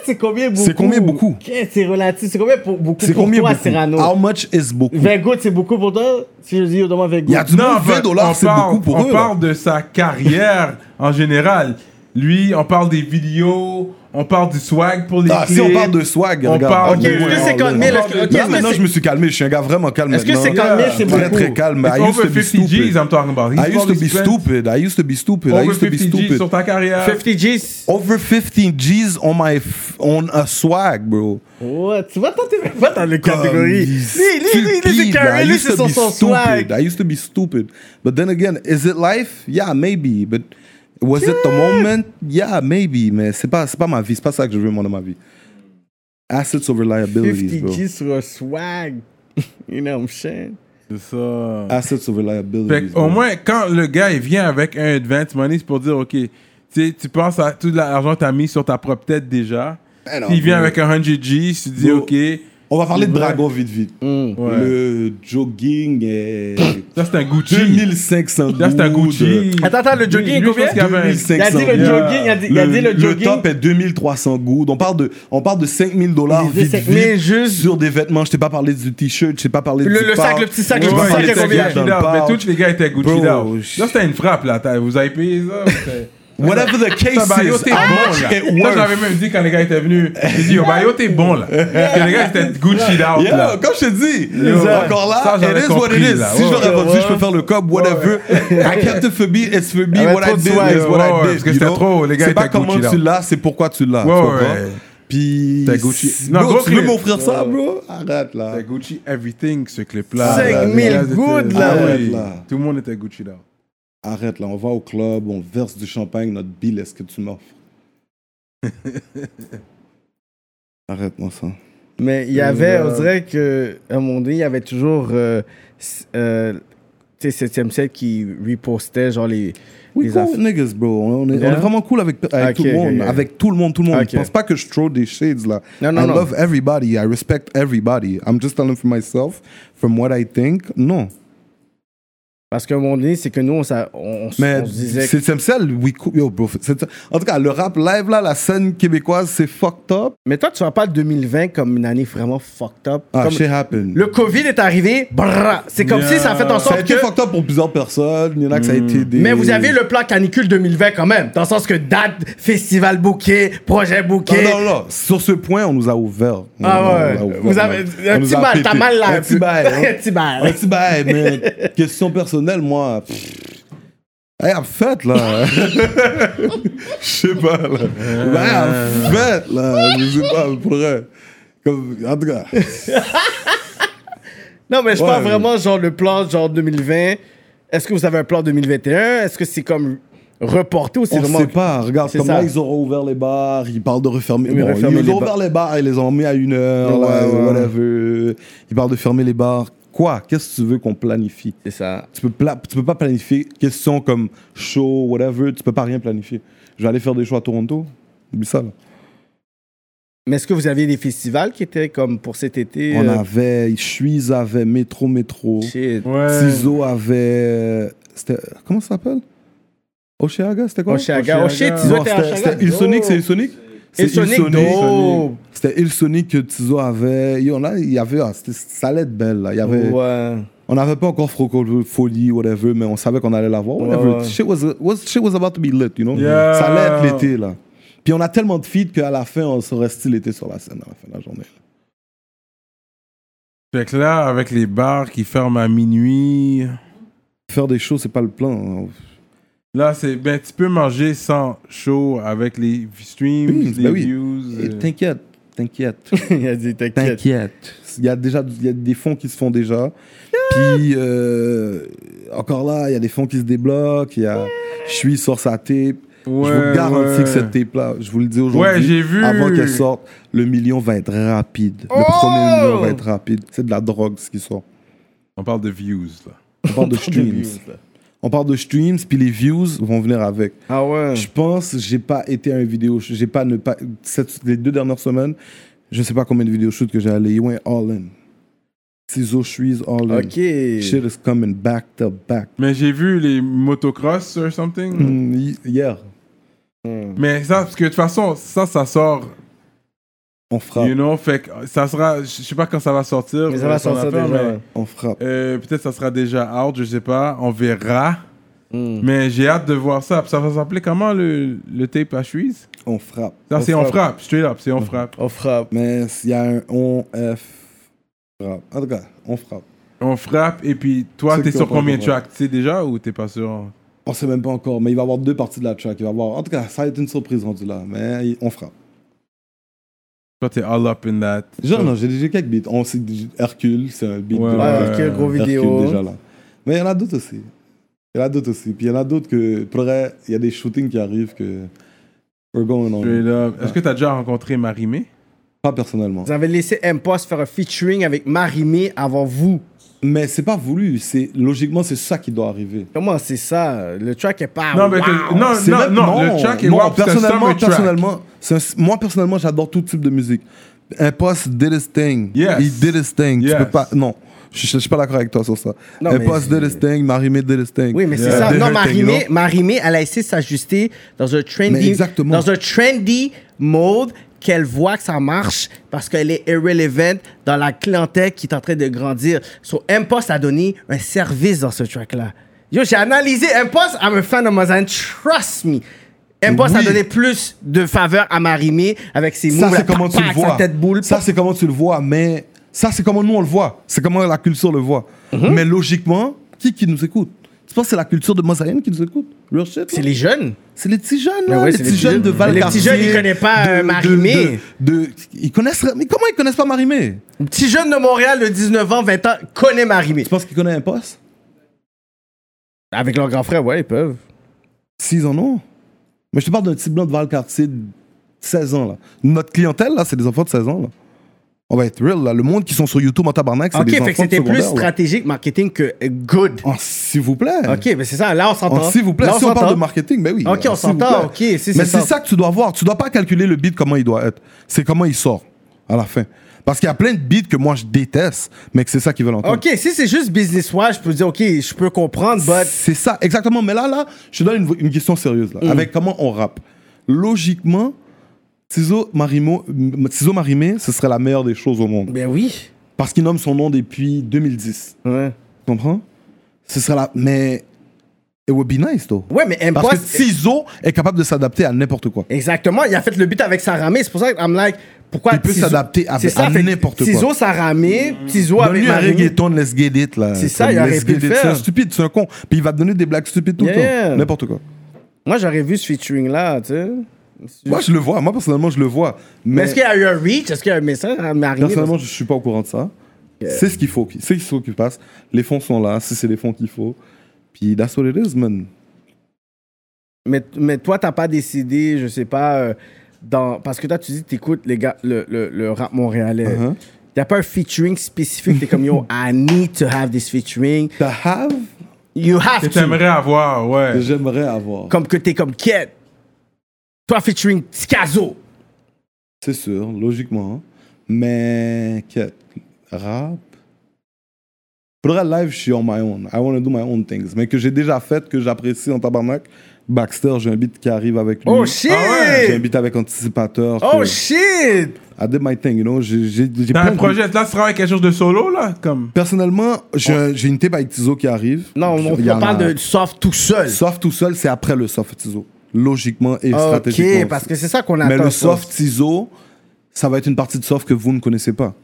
C'est combien beaucoup?
C'est combien beaucoup?
Ok, c'est relatif. C'est combien pour, beaucoup
C'est
pour
combien
toi,
beaucoup. Ah,
Cyrano?
How much is beaucoup?
20 gouttes, c'est beaucoup pour toi? Si je dis, donne-moi 20 gouttes.
Y a du
Non,
monde, 20 dollars, c'est
parle-
beaucoup pour
on
eux, là.
parle de sa carrière en général. Lui, on parle des vidéos, on parle du swag pour les
Ah, si
clips.
on parle de swag,
On
regarde.
parle
Ok,
de-
est-ce que c'est
on parle
50 000?
de-
Est-ce que- ok,
Là,
est-ce que
maintenant
c'est-
je me suis calmé, je suis un gars vraiment calme
Est-ce que
maintenant.
c'est 50 000, c'est
Très
beaucoup?
très calme.
It's
I used to
over
be
50 G's,
stupid.
I'm talking about. He's
I used to
probably
be
spent
stupid. I used to be stupid. I
Over
used to be
50 G's
stupid.
sur ta carrière.
50 G's.
Over 50 G's on my f- on a swag, bro.
Ouais, tu vas tenter même pas dans les catégories. Lui, lui, lui, lui, c'est
Stupid. Oh, I
carré, lui,
used
c'est
to
son,
be
son
stupid.
swag.
I used to be stupid. But then again, is it life? Yeah, maybe. But was it the moment? Yeah, maybe. Mais c'est pas, c'est pas ma vie. C'est pas ça que je veux, moi, dans ma vie. Assets over
50
liabilities, bro.
G sur un swag. You know what I'm saying?
C'est ça.
Assets over
Fait
liabilities.
que, au
bro.
moins, quand le gars il vient avec un advance money, c'est pour dire, OK, tu sais, tu penses à tout l'argent que tu as mis sur ta propre tête déjà.
Ben non,
S'il vient
bro.
avec un 100 G's, tu dis,
Bro.
OK. Ouais.
On va parler de
Ouais.
Dragon vite, vite.
Mm.
Le jogging est.
Ça, c'est un Gucci.
2500
Là, c'est un Gucci.
Attends, attends, le jogging,
Lui, lui, je
combien?
pense qu'il y avait un-
2500
Il a dit le
Yeah.
jogging, il a dit il a dit le jogging.
top est 2300 gouttes. On parle de, on parle de 5000 dollars
Il disait
Ah, vite,
5000
vite,
juste.
sur des vêtements. Je t'ai pas parlé du t-shirt, je t'ai pas parlé
Le-
du
le sac,
par-
le petit sac, le
Je t'ai
petit
pas
sac,
parlé
il y a
des
combien?
sacs dans
Gucci
le
down. Mais
pouch.
tous les gars étaient Gucci
Bro,
down.
je-
Là, c'était une frappe, là. T'as- Vous avez payé ça? c'était-
Whatever the case
Ça, bah, yo,
is,
t'es
how much it
bon, là. Ça, j'avais
Ah, worth.
même dit quand les gars étaient venus. J'ai dit, yo, bah, yo, t'es bon, là. Parce que les gars, c'était Gucci down,
Yeah,
là.
comme je te dis,
Yo,
encore là,
ça, j'avais
it is what
compris,
it is.
là.
Si je
Ouais.
l'aurais pas dit,
Ouais.
je peux faire le cop, whatever. I kept it for me, it's for me,
avait
what
trop
I
de
did
swag.
is what
Ouais,
I
ouais,
did.
parce que
you
c'était
know?
trop, les gars,
C'est pas
étaient Gucci
comment
down.
tu l'as, c'est pourquoi tu l'as. tu
Ouais,
comprends?
ouais.
Puis.
T'as Gucci.
Non,
Non, gros
tu veux
clip.
m'offrir ça, bro? Arrête
Ah.
là.
C'était Gucci everything, ce clip-là.
5000
Les gars,
good,
étaient-
là.
Ah oui,
Là.
Tout le monde était Gucci down.
Arrête là, on va au club, on verse du champagne, notre bill, est-ce que tu m'offres? Arrête-moi ça.
Mais il y avait, on dirait que, à un moment donné, il y avait toujours euh, s- euh, tu sais, 7e siècle qui repostait genre les,
We
les
cool
affaires.
niggas, bro. On est, on est
Yeah.
vraiment cool avec, avec
Ok,
tout le
ok,
monde.
ok.
Avec tout le monde, tout le monde.
Ok.
Je pense pas que je throw des shades, là.
Non, non,
I
non.
love everybody. I respect everybody. I'm just telling for myself, from what I think. Non.
Parce qu'à un moment donné, c'est que nous, on, s'a- on, on se-
Mais
on se disait.
c'est comme ça, we cool. Yo, bro. c'est- En tout cas, le rap live, là, la scène québécoise, c'est fucked up.
Mais toi, tu vois pas 2020 comme une année vraiment fucked up.
Ah,
Comme-
shit happened.
Le COVID est arrivé, brrr, c'est comme
Yeah.
si ça a fait en
ça a
sorte
été
que.
fucked up pour plusieurs personnes. Il y en a que ça a été des.
Hmm. Mais vous avez le plan canicule 2020 quand même, dans le sens que date, festival booké, projet booké.
Ah Non, non, non. Sur ce point, on nous a ouvert. On- on
Ah
a
ouais,
ouvert,
vous
man.
avez
On
un
nous
petit
a
bal,
pété.
t'as mal là.
Un petit bail. hein.
Un petit bal.
Un petit bail, mais question personnelle, moi. pff, Hey, I'm fat, là. Je sais pas, là. Ben, I'm fat, là. Je sais pas, pour vrai. Comme, en tout cas.
Non, mais je
Ouais,
parle
mais-
vraiment genre le plan genre 2020. Est-ce que vous avez un plan 2021 Est-ce que c'est comme reporté ou c'est
On
vraiment
sait pas. Regarde,
C'est
comme
ça.
là, ils auront ouvert les bars. Ils parlent de refermer.
Oui,
bon,
refermer
ils
les
ont ouvert les bars et les ont mis à une heure, là,
Ouais, ouais.
whatever. Ils parlent de fermer les bars. Quoi Qu'est-ce que tu veux qu'on planifie
C'est ça.
tu peux, pla- tu peux pas planifier question comme show, whatever, tu peux pas rien planifier. Je vais aller faire des shows à Toronto. Oublie ça, là.
Mais est-ce que vous aviez des festivals qui étaient comme pour cet été
On
euh,
avait, Chuise avait, Métro Métro,
shit.
Ouais.
Ciseaux avait, c'était- comment ça s'appelle? Oshiaga, c'était quoi?
Oshiaga. Oh shit,
Oshiaga.
ils
Non,
ont été à
c'était-
Oshiaga.
c'était Ilsonic, c'est Ilsonic? C'est
Ilsonic, dope.
C'était Ilsonic que Tizo avait. Yo, là, il y avait, ah, c'était- ça allait être belle, là. Il y avait,
Ouais.
On n'avait pas encore Froco Folie, whatever, mais on savait qu'on allait l'avoir.
Ouais,
Whatever.
ouais.
Shit, was, was- shit was about to be lit, you know?
Yeah.
Ça allait être l'été, là. Puis on a tellement de feeds qu'à la fin, on serait style l'été sur la scène à la fin de la journée.
Fait que là, avec les bars qui ferment à minuit,
Faire des shows, c'est pas le plan. hein.
là, c'est. Ben, tu peux manger sans chaud avec les streams,
Oui,
les
ben oui.
views.
Et
euh.
T'inquiète, t'inquiète,
il a dit t'inquiète.
t'inquiète. Il y a déjà il y a des fonds qui se font déjà. Puis, euh, encore là, il y a des fonds qui se débloquent. Il y a... Je suis sur sa tape. je vous garantis
ouais.
que cette tape-là, je vous le dis aujourd'hui,
Ouais, j'ai vu. Oh!
avant qu'elle sorte, le million va être rapide. Le premier million va être rapide. C'est de la drogue ce qui sort.
On parle de views, là.
On parle de streams. On parle de streams, puis les views vont venir avec.
Ah ouais.
Je pense, j'ai pas été à une vidéo, j'ai pas ne pas cette- les deux dernières semaines, je sais pas combien de vidéos shoot que j'ai allé. You went all in. Ciseaux, suis all in.
Ok.
Shit is coming back to back.
Mais j'ai vu les motocross or something.
Mm, hi- hier,
Mais ça, parce que de toute façon, ça, ça sort,
on frappe,
you know, fait que euh, ça sera, je sais pas quand ça va sortir.
Mais ça va
son
sortir
affaire,
déjà.
mais,
ouais.
on frappe.
euh, Peut-être ça sera déjà out, je sais pas, on verra.
Mm.
Mais j'ai hâte de voir ça. Puis Ça va s'appeler comment le, le tape à Suisse
On frappe.
Non,
On
c'est on
frappe.
frappe, straight up, c'est on frappe.
On frappe.
Mais il y a un on F frappe. En tout cas, on frappe.
On frappe, et puis toi,
Ceux
t'es
qui ont
sur
pas
combien de
compris.
tracks Tu sais déjà ou t'es pas sûr
On sait même pas encore, mais il va y avoir deux parties de la track. Il va y avoir... En tout cas, ça va être une surprise rendu là, mais on frappe.
Toi, t'es all up in that.
Genre, non, j'ai déjà quelques beats. On sait, Hercule, c'est un beat
Ouais,
de
ouais,
Ouais,
Euh,
ok, gros
Hercule
vidéo.
déjà là. Mais il y en a d'autres aussi. Il y en a d'autres aussi. Puis il y en a d'autres que, pour vrai, il y a des shootings qui arrivent que. We're going on.
Straight up. Est-ce que t'as déjà rencontré Marimé
Pas personnellement.
Vous avez laissé M-Post faire un featuring avec Marimé avant vous.
Mais c'est pas voulu. C'est, logiquement, c'est ça qui doit arriver.
Comment c'est ça? Le track est pas.
Non, mais que- Ah, non,
C'est même-
non, le track est
non,
WAP, c'est un
personnellement,
summer track.
personnellement, c'est un- moi personnellement, j'adore tout type de musique. Impost did his thing.
Yes.
Il did his thing.
Yes.
Tu peux pas. Non, je, je- je suis pas d'accord avec toi sur ça.
Non,
Impost
mais-
did his thing. Marimé did his thing.
Oui, mais c'est
Yeah.
ça.
Did
Non,
her thing, you
Marimé,
know?
Marimé, elle a essayé de s'ajuster dans un
Mais
trendy,
exactement.
dans un trendy mode qu'elle voit que ça marche parce qu'elle est irrelevant dans la clientèle qui est en train de grandir. So, M-Post a donné un service dans ce track-là. Yo, j'ai analysé M-Post. I'm a fan of Mazan. Trust me. M-Post a
Oui.
donné plus de faveur à Marimé avec ses moves.
Ça,
là,
c'est comment
pac,
tu
pac,
le
sa
vois.
tête boule.
Ça, c'est comment tu le vois. Mais ça, c'est comment nous, on le voit. C'est comment la culture le voit.
Mhm.
Mais logiquement, qui qui nous écoute Tu penses que c'est la culture de Mosaïen qui nous écoute Real shit, là.
C'est les jeunes.
C'est les petits jeunes,
Mais
là,
ouais,
les
c'est les
petits
petits
jeunes de
jeunes. Mais les
Valcartier.
petits jeunes, ils connaissent pas,
de-
euh,
de-
Marimé.
de- de- Ils connaissent... Mais comment ils connaissent pas Marimé
Petit jeune de Montréal de 19 ans, 20 ans connaît Marimé.
Tu penses qu'ils connaissent un poste
Avec leur grand frère, ouais, ils peuvent.
S'ils en ont. Mais je te parle d'un petit blanc de Valcartier de 16 ans, là. Notre clientèle, là, c'est des enfants de 16 ans, là. on va être real, là. Le monde qui sont sur YouTube en tabarnak, c'est
Ok,
des
fait
enfants
que c'était
de
plus
secondaire, là.
stratégique marketing que euh, good.
Oh, s'il vous plaît.
Ok, mais c'est ça. Là, on
Oh,
s'entend.
s'il vous plaît,
Là,
si on parle
s'entend.
de marketing, ben oui.
Ok,
là,
on
s'il vous
s'entend,
plaît.
ok, si, c'est
Mais c'est
ça.
ça que tu dois voir. Tu dois pas calculer le beat comment il doit être. C'est comment il sort à la fin. Parce qu'il y a plein de beats que moi je déteste, mais que c'est ça qu'ils veulent entendre.
Ok, si c'est juste business-wise, je peux dire, ok, je peux comprendre, but.
C'est ça, exactement. Mais là, là, je te donne une, une question sérieuse.
Mm.
Là. Avec comment on rappe. Logiquement, Tizo Marimo, M- Tizo Marimé, ce serait la meilleure des choses au monde.
Ben oui.
Parce qu'il nomme son nom depuis 2010.
Ouais.
Tu comprends Ce serait la. Mais. It would be nice, though.
Ouais, mais
Parce
Impost.
que Tizo est capable de s'adapter à n'importe quoi.
Exactement, il a fait le but avec Saramé. C'est pour ça que I'm like, pourquoi
Il peut
Tizo-
s'adapter à-
C'est ça,
à
fait que
n'importe quoi.
Tizo, Saramé, Tizo avec
Donne-lui un
Marimé.
reggaeton, let's get it, là.
C'est ça,
Comme,
il aurait
let's
pu
get
le
it. C'est
faire.
un stupide, c'est un con. Puis il va te donner des blagues stupides tout le
Yeah.
temps. N'importe quoi.
Moi, j'aurais vu ce featuring-là, tu sais.
Moi, je le vois. Moi, personnellement, je le vois.
Mais
Mais,
est-ce qu'il y a eu un reach? Est-ce qu'il y a eu un message à Marimé?
personnellement, je suis pas au courant de ça. C'est ce qu'il faut. qui- C'est ce qu'il faut qu'il passe. Les fonds sont là, si c'est les fonds qu'il faut. Puis that's what it is, man.
Mais, mais toi, t'as pas décidé, je sais pas, euh, dans... parce que toi, tu dis que t'écoutes les gars, le, le, le rap montréalais.
Uh-huh.
T'as pas un featuring spécifique, t'es comme, yo, I need to have this featuring.
The have
You have
Que
to.
t'aimerais avoir,
que
ouais.
j'aimerais avoir.
Comme que t'es comme, quête. Toi, featuring Skazo.
C'est sûr, logiquement. hein. Mais que- rap. Faudrait live, je suis on my own. I wanna do my own things. Mais que j'ai déjà fait, que j'apprécie en tabarnak. Baxter, j'ai un beat qui arrive avec lui. Ah
Oh, shit!
J'ai un beat avec Anticipateur.
Oh
que-
shit!
I did my thing, you know. J'ai j'ai- j'ai
T'as
plein
un
de-
projet, là, tu travailles quelque chose de solo, là, comme.
Personnellement, j'ai un- j'ai une tape avec Tizo qui arrive.
Oh. Non, on,
Il y en
on parle
a-
de soft tout seul.
Soft tout seul, c'est après le soft Tizo. Logiquement et stratégiquement.
Ok, parce que c'est ça qu'on attend.
Mais le
je
soft Tizo, ça va être une partie de soft que vous ne connaissez pas.
pense.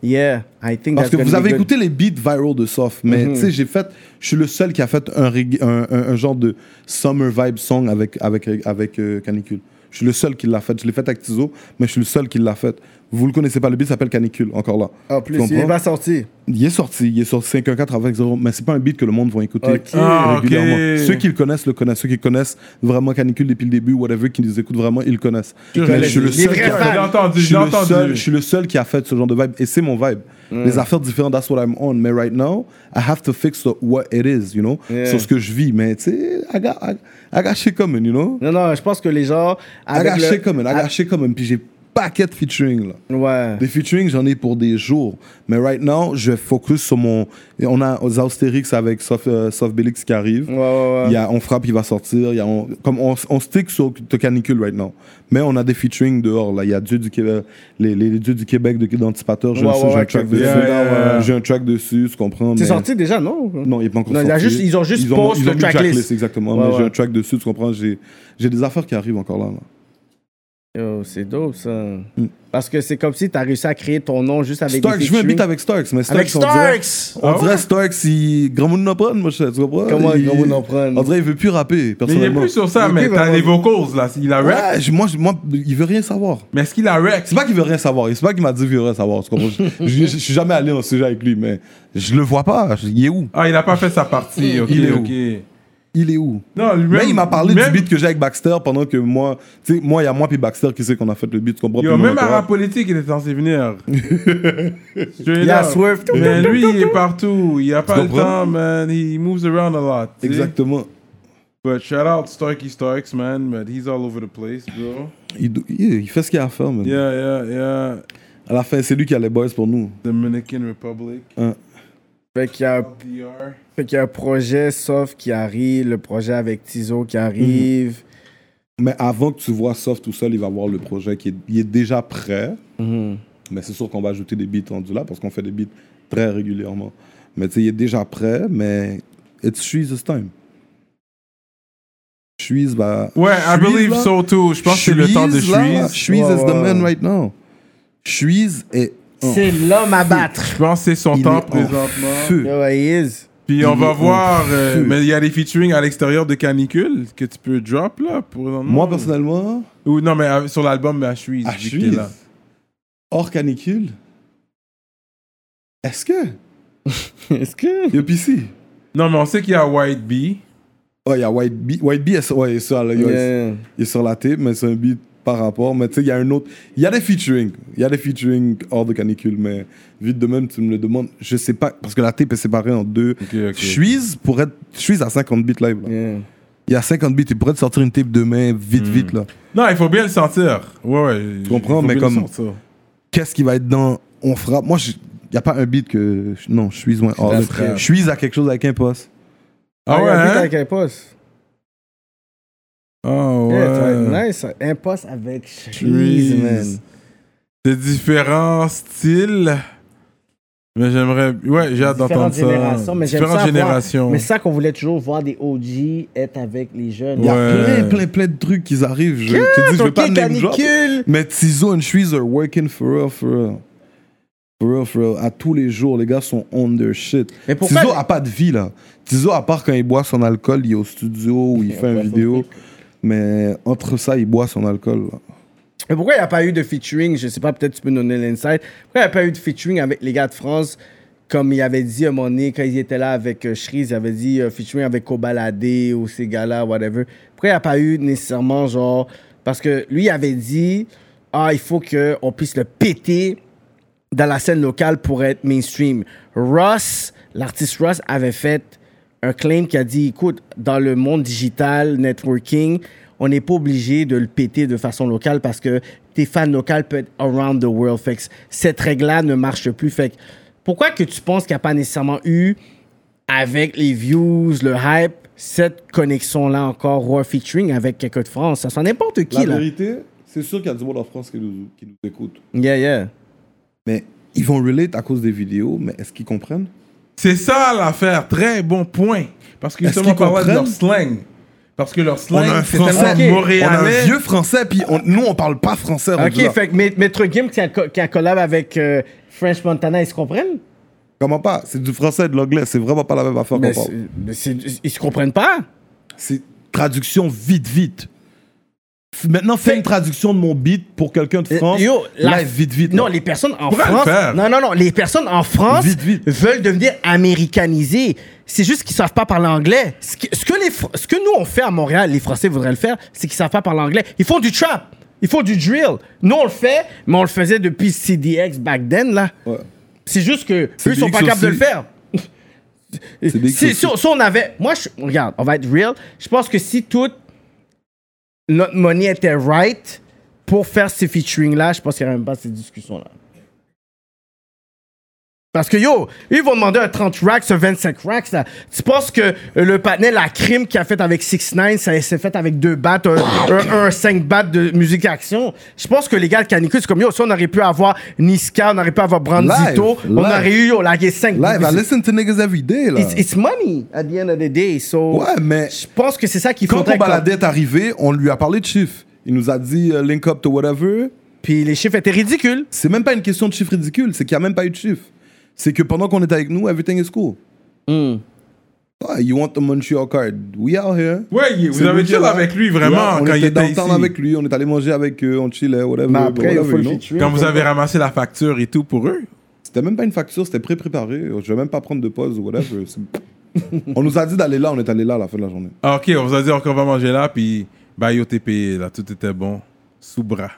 Yeah, I think
Parce
that's
que vous
gonna
avez
be good.
écouté les beats viral de Soft, mais
Mm-hmm.
tu sais, j'ai fait, je suis le seul qui a fait un, reggae- un, un- un genre de summer vibe song avec, avec, avec euh, Canicule. Je suis le seul qui l'a fait. Je l'ai fait avec Tizo, mais je suis le seul qui l'a fait. Vous le connaissez pas, le beat s'appelle Canicule, encore là.
Ah,
Tu
plus,
comprends?
il va sortir.
Il est sorti, il est sorti 514 avec 0, mais c'est pas un beat que le monde va écouter
Ok.
Ah, ok.
régulièrement. Ceux qui le connaissent le connaissent, ceux qui connaissent vraiment Canicule depuis le début, whatever, qui les écoutent vraiment, ils le connaissent. Mais ben, je suis le
Les
seul
vrais
qui a
fans.
fait-
J'ai entendu,
je suis
j'ai
le seul-
entendu.
je suis le seul qui a fait ce genre de vibe et c'est mon vibe.
Mm.
Les affaires différentes, that's what I'm on. Mais right now, I have to fix what it is, you know,
Yeah.
sur ce que je vis. Mais tu sais, I got, I, I got shit coming, you know,
Non, non, je pense que les gens.
I
Avec
got
le- Ah,
shit coming, I got shit coming. Puis j'ai paquet de featuring là.
Ouais.
Des featuring, j'en ai pour des jours. Mais right now, je focus sur mon. et On a aux Austérix avec Soft, euh, Soft Bélix qui arrive.
Ouais, ouais, ouais.
Il y a On Frappe qui va sortir. Il y a on, comme on, on stick sur The Canicule right now. Mais on a des featuring dehors. Là. Il y a Dieu du Québec, les, les, les Dieux du Québec de- d'Anticipateur. Je
Ouais,
le sais,
ouais,
j'ai
ouais,
un track
que-
dessus.
Yeah, yeah, yeah.
J'ai un track dessus, tu comprends.
C'est
mais-
sorti déjà, non?
Non, il n'est pas encore
Non, il y a
sorti.
juste- ils ont juste
mis-
post
ils
le
mis
tracklist.
Exactement.
Ouais,
mais
ouais.
j'ai un track dessus, tu comprends. J'ai j'ai des affaires qui arrivent encore là. là.
Yo, c'est dope, ça. Parce que c'est comme si t'as réussi à créer ton nom juste avec
Mm. Starks,
des
je veux un
featuring.
beat avec Starks. Mais Starks,
Avec
on dirait-
Starks!
On
Ah ouais?
dirait Starks, il... Grand Monde n'en prenne, moi, je sais, tu comprends?
Comment
il...
Grand Monde n'en prenne?
On dirait il veut plus rapper,
Mais il est
personnellement.
plus sur ça,
Il est
mais
plus
t'as
vraiment-
les vocals, là. Il a rap.
Ouais, je- moi, je- moi, il veut rien savoir.
Mais est-ce qu'il a rap?
C'est pas qu'il veut rien savoir, c'est pas qu'il m'a dit qu'il veut rien savoir, tu comprends? Je- je, je suis jamais allé en sujet avec lui, mais je le vois pas. Je- Il est où?
Ah, il a pas fait sa partie, ok,
Il est où?
ok.
Il est où?
Non, lui
Mais il m'a parlé
même-
du beat que j'ai avec Baxter pendant que moi, tu sais, moi, il y a moi puis Baxter qui sait qu'on a fait le beat, tu comprends?
Yo,
Puis mon
même à
entourage.
rap politique, il est censé venir. Il
y a Swift.
Mais lui, il est partout. Il a pas le
comprends?
temps, man. He moves around a lot. tu sais.
Exactement.
But shout out Starkey Starks, man. But he's all over the place, bro.
Il, do- il- il fait ce qu'il a à faire, man.
Yeah, yeah, yeah.
À la fin, c'est lui qui a les boys pour nous.
Dominican Republic.
Fait qu'il y a un
DR.
Fait qu'il y a un projet Soft qui arrive, le projet avec Tizo qui arrive.
Mais avant que tu vois Soft tout seul, il va voir le projet qui est, il est déjà prêt. Mais c'est sûr qu'on va ajouter des beats rendus là parce qu'on fait des beats très régulièrement. Mais tu sais, il est déjà prêt, mais it's Shree's time. Shree's, bah.
Ouais, I
Shreeze,
believe
là.
so too. Je pense que c'est le temps de
là,
Shreeze.
Shreeze
Ouais,
is the
ouais.
man right now. Shreeze est. en
C'est l'homme à battre.
Je pense que c'est son
Il est
temps
en
présentement.
feu.
Yo, he is.
Puis on
Il est
va
en
voir. euh,
feu.
mais il y a des featuring à l'extérieur de Canicule que tu peux drop là pour le
Moi,
monde.
personnellement,
Ou non, mais euh, sur l'album à Shreeze.
à
vu que t'es
Shreeze,
là.
hors canicule, est-ce que.
Est-ce que.
Yo, PC.
Non, mais on sait qu'il y a White Bee.
Oh, Ouais, il y a White B. White B, est- ouais, il est sur la- il est-
Yeah.
il est sur la tape, mais c'est un beat par rapport, mais tu sais, il y a un autre. Il y a des featuring. Il y a des featuring hors de canicule, mais vite de même, tu me le demandes. Je sais pas, parce que la tape est séparée en deux.
ok.
Suisse, pour être. Suisse à 50 bits live. là.
Yeah.
Il y a 50 bits, tu pourrais te sortir une tape demain, vite, vite, là.
Non, il faut bien le sentir. Ouais, ouais. Tu
comprends, mais comme- Qu'est-ce qui va être dans. On frappe. Moi, je- il n'y a pas un beat que. Non, je suis loin. hors de-
frappe.
Je suis à quelque chose avec un poste.
Ah ouais,
un beat
hein?
avec un poste.
Ah
Yeah, ça va être
ouais.
nice. ça. Un poste avec cheese, man.
De différents styles. Mais j'aimerais. Ouais, j'ai hâte d'entendre
Différentes
ça.
générations, mais j'aime ça.
Différentes
voir-
Oh.
générations.
Mais c'est ça qu'on voulait toujours voir des OG être avec les jeunes.
Il y a
Ouais.
plein, plein, plein de trucs qui arrivent. Je te dis, je veux pas
Ok,
name drop.
canicule.
Mais Tizo and Shreeze are working for real, for real. For real, for real. À tous les jours, les gars sont on their shit.
Mais pourquoi-
Tizo a pas de vie, là. Tizo, à part quand il boit son alcool, il est au studio ou il fait une
boit son
vidéo. Mais entre ça, il boit son alcool. là.
Mais pourquoi il n'y a pas eu de featuring Je sais pas, peut-être tu peux nous donner l'insight. Pourquoi il n'y a pas eu de featuring avec les gars de France Comme il avait dit à un moment donné, quand ils étaient là avec euh, Shreeze, il avait dit euh, featuring avec Kobalade ou ces gars-là, whatever. Pourquoi il n'y a pas eu nécessairement, genre. Parce que lui, il avait dit Ah, il faut qu'on puisse le péter dans la scène locale pour être mainstream. Ross, l'artiste Ross avait fait un claim qui a dit écoute, dans le monde digital, networking, on n'est pas obligé de le péter de façon locale parce que tes fans locales peuvent être around the world. Fait que cette règle-là ne marche plus. Fait que pourquoi que tu penses qu'il n'y a pas nécessairement eu, avec les views, le hype, cette connexion-là encore, raw featuring avec quelqu'un de France Ça sent n'importe qui,
la
là.
vérité, c'est sûr qu'il y a du monde en France qui nous, qui nous écoute.
Yeah, yeah.
Mais ils vont relate à cause des vidéos, mais est-ce qu'ils comprennent
C'est ça l'affaire. Très bon point. Parce que
Est-ce
justement, on
qu'ils
parlait de leur
comprennent?
slang. Parce que leur slang,
On a un
c'est
français.
tellement
On a
montréalais.
un vieux français, puis on- nous, on parle pas français. rendu
Ok,
là.
fait que Maî- Maître Gim qui a, co- qui a collab avec euh, French Montana, ils se comprennent?
Comment pas C'est du français et de l'anglais. C'est vraiment pas la même affaire qu'on
Mais
parle.
c'est- mais c'est- ils se comprennent pas.
c'est traduction vite, vite. F- Maintenant, fais
Fait-
une traduction de mon beat pour quelqu'un de France.
Eh, Yo, la-
live, vite, vite.
Non,
là.
les personnes en
Pourquoi le
France.
faire?
Non, non, non. Les personnes en France
Vite, vite.
veulent devenir américanisées. C'est juste qu'ils savent pas parler anglais. Ce que, ce que les, Fr- ce que nous on fait à Montréal, les Français voudraient le faire, c'est qu'ils savent pas parler anglais. Ils font du trap. Ils font du drill. Nous, on le fait, mais on le faisait depuis CDX back then, là.
Ouais.
C'est juste que eux
CDX
ils sont pas capables de le
aussi.
faire.
CDX
Si,
aussi.
si- si on avait. Moi, je, regarde, on va être real. Je pense que si toute notre monnaie était right pour faire ces featuring-là, je pense qu'il n'y aurait même pas ces discussions-là. Parce que yo, ils vont demander un 30 racks, un 25 racks. Là. Tu penses que euh, le panel, la crime qu'il a fait avec 6 9 ça s'est fait avec deux battes, un, un, un 5 battes de musique action. Je pense que les gars de Canicule, c'est comme yo, si on aurait pu avoir Niska, on aurait pu avoir Branzito,
Live,
on
live.
aurait eu yo, la 5
Live, I listen to niggas every day. Là.
It's, it's money at the end of the day. So,
Ouais, mais-
je pense que c'est ça qu'il
Quand
faudrait.
on baladait est arrivé, on lui a parlé de chiffres. Il nous a dit euh, link up to whatever.
comme- Puis les chiffres étaient ridicules.
C'est même pas une question de chiffres ridicules, c'est qu'il n'y a même pas eu de chiffres. C'est que pendant qu'on était avec nous, everything is cool.
Hmm.
Ah, you want the Montreal card? We out here.
Ouais, il- vous
C'est
avez
nous qui
chill
là.
avec lui vraiment
Ouais, on
quand il
était
était ici.
downtown avec lui, on est allé manger avec eux, on chillait, whatever.
Mais après, il
whatever,
faut
you
le
know.
featuring.
Quand vous avez ramassé la facture et tout pour eux.
C'était même pas une facture, c'était pré-préparé. Je vais même pas prendre de pause ou whatever. C'est- on nous a dit d'aller là, on est allé là à la fin de la journée.
Ah, ok, on vous a dit encore on va manger là, puis bah yo t'es payé là, tout était bon. Sous bras.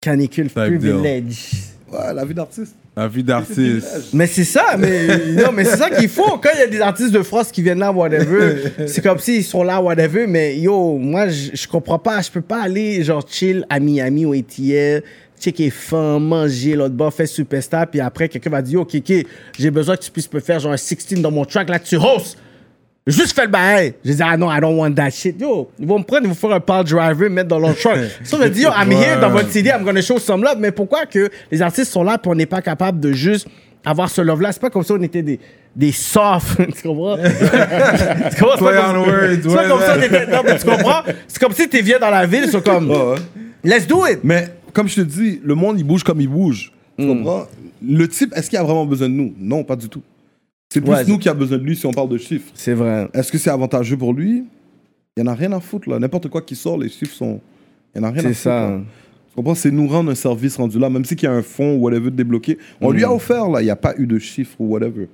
Canicule
Type deal.
privilege.
Ouais, la vie d'artiste.
La vie d'artiste.
Mais c'est ça, mais non, mais c'est ça qu'il faut. Quand il y a des artistes de France qui viennent là, whatever, c'est comme s'ils sont là, whatever, mais yo, moi, je je comprends pas. Je peux pas aller, genre, chill à Miami ou ATL, checker faim, manger, l'autre bord, faire superstar, puis après, quelqu'un va dire, yo, Kiki, j'ai besoin que tu puisses me faire, genre, un 16 dans mon track, là, tu host. Juste fais le bail. Je dis, ah non, I don't want that shit. Yo, ils vont me prendre, ils vont faire un power driver, me mettre dans leur truck. Ça, je dis, yo, I'm here dans votre CD, I'm gonna show some love. Mais pourquoi que les artistes sont là puis on n'est pas capable de juste avoir ce love-là? C'est pas comme si on était des, des soft. tu comprends? tu comprends? C'est pas
Play
comme-
on words,
c'est pas
ouais,
comme si on
ouais.
était- non, mais tu comprends? C'est comme si tu viens dans la ville, ils sont comme,
Ouais, ouais.
let's do it.
Mais comme je te dis, le monde, il bouge comme il bouge. Tu comprends? Le type, est-ce qu'il a vraiment besoin de nous? Non, pas du tout. C'est plus
Ouais,
nous qui a besoin de lui si on parle de chiffres.
C'est vrai.
Est-ce que c'est avantageux pour lui? Il n'y en a rien à foutre, là. N'importe quoi qui sort, les chiffres sont... Il n'y en a rien à
C'est
foutre.
ça.
là. Tu comprends? C'est nous rendre un service rendu là, même s'il y a un fonds ou whatever de débloqué. On
Mm.
lui a offert, là. Il n'y a pas eu de chiffres ou whatever.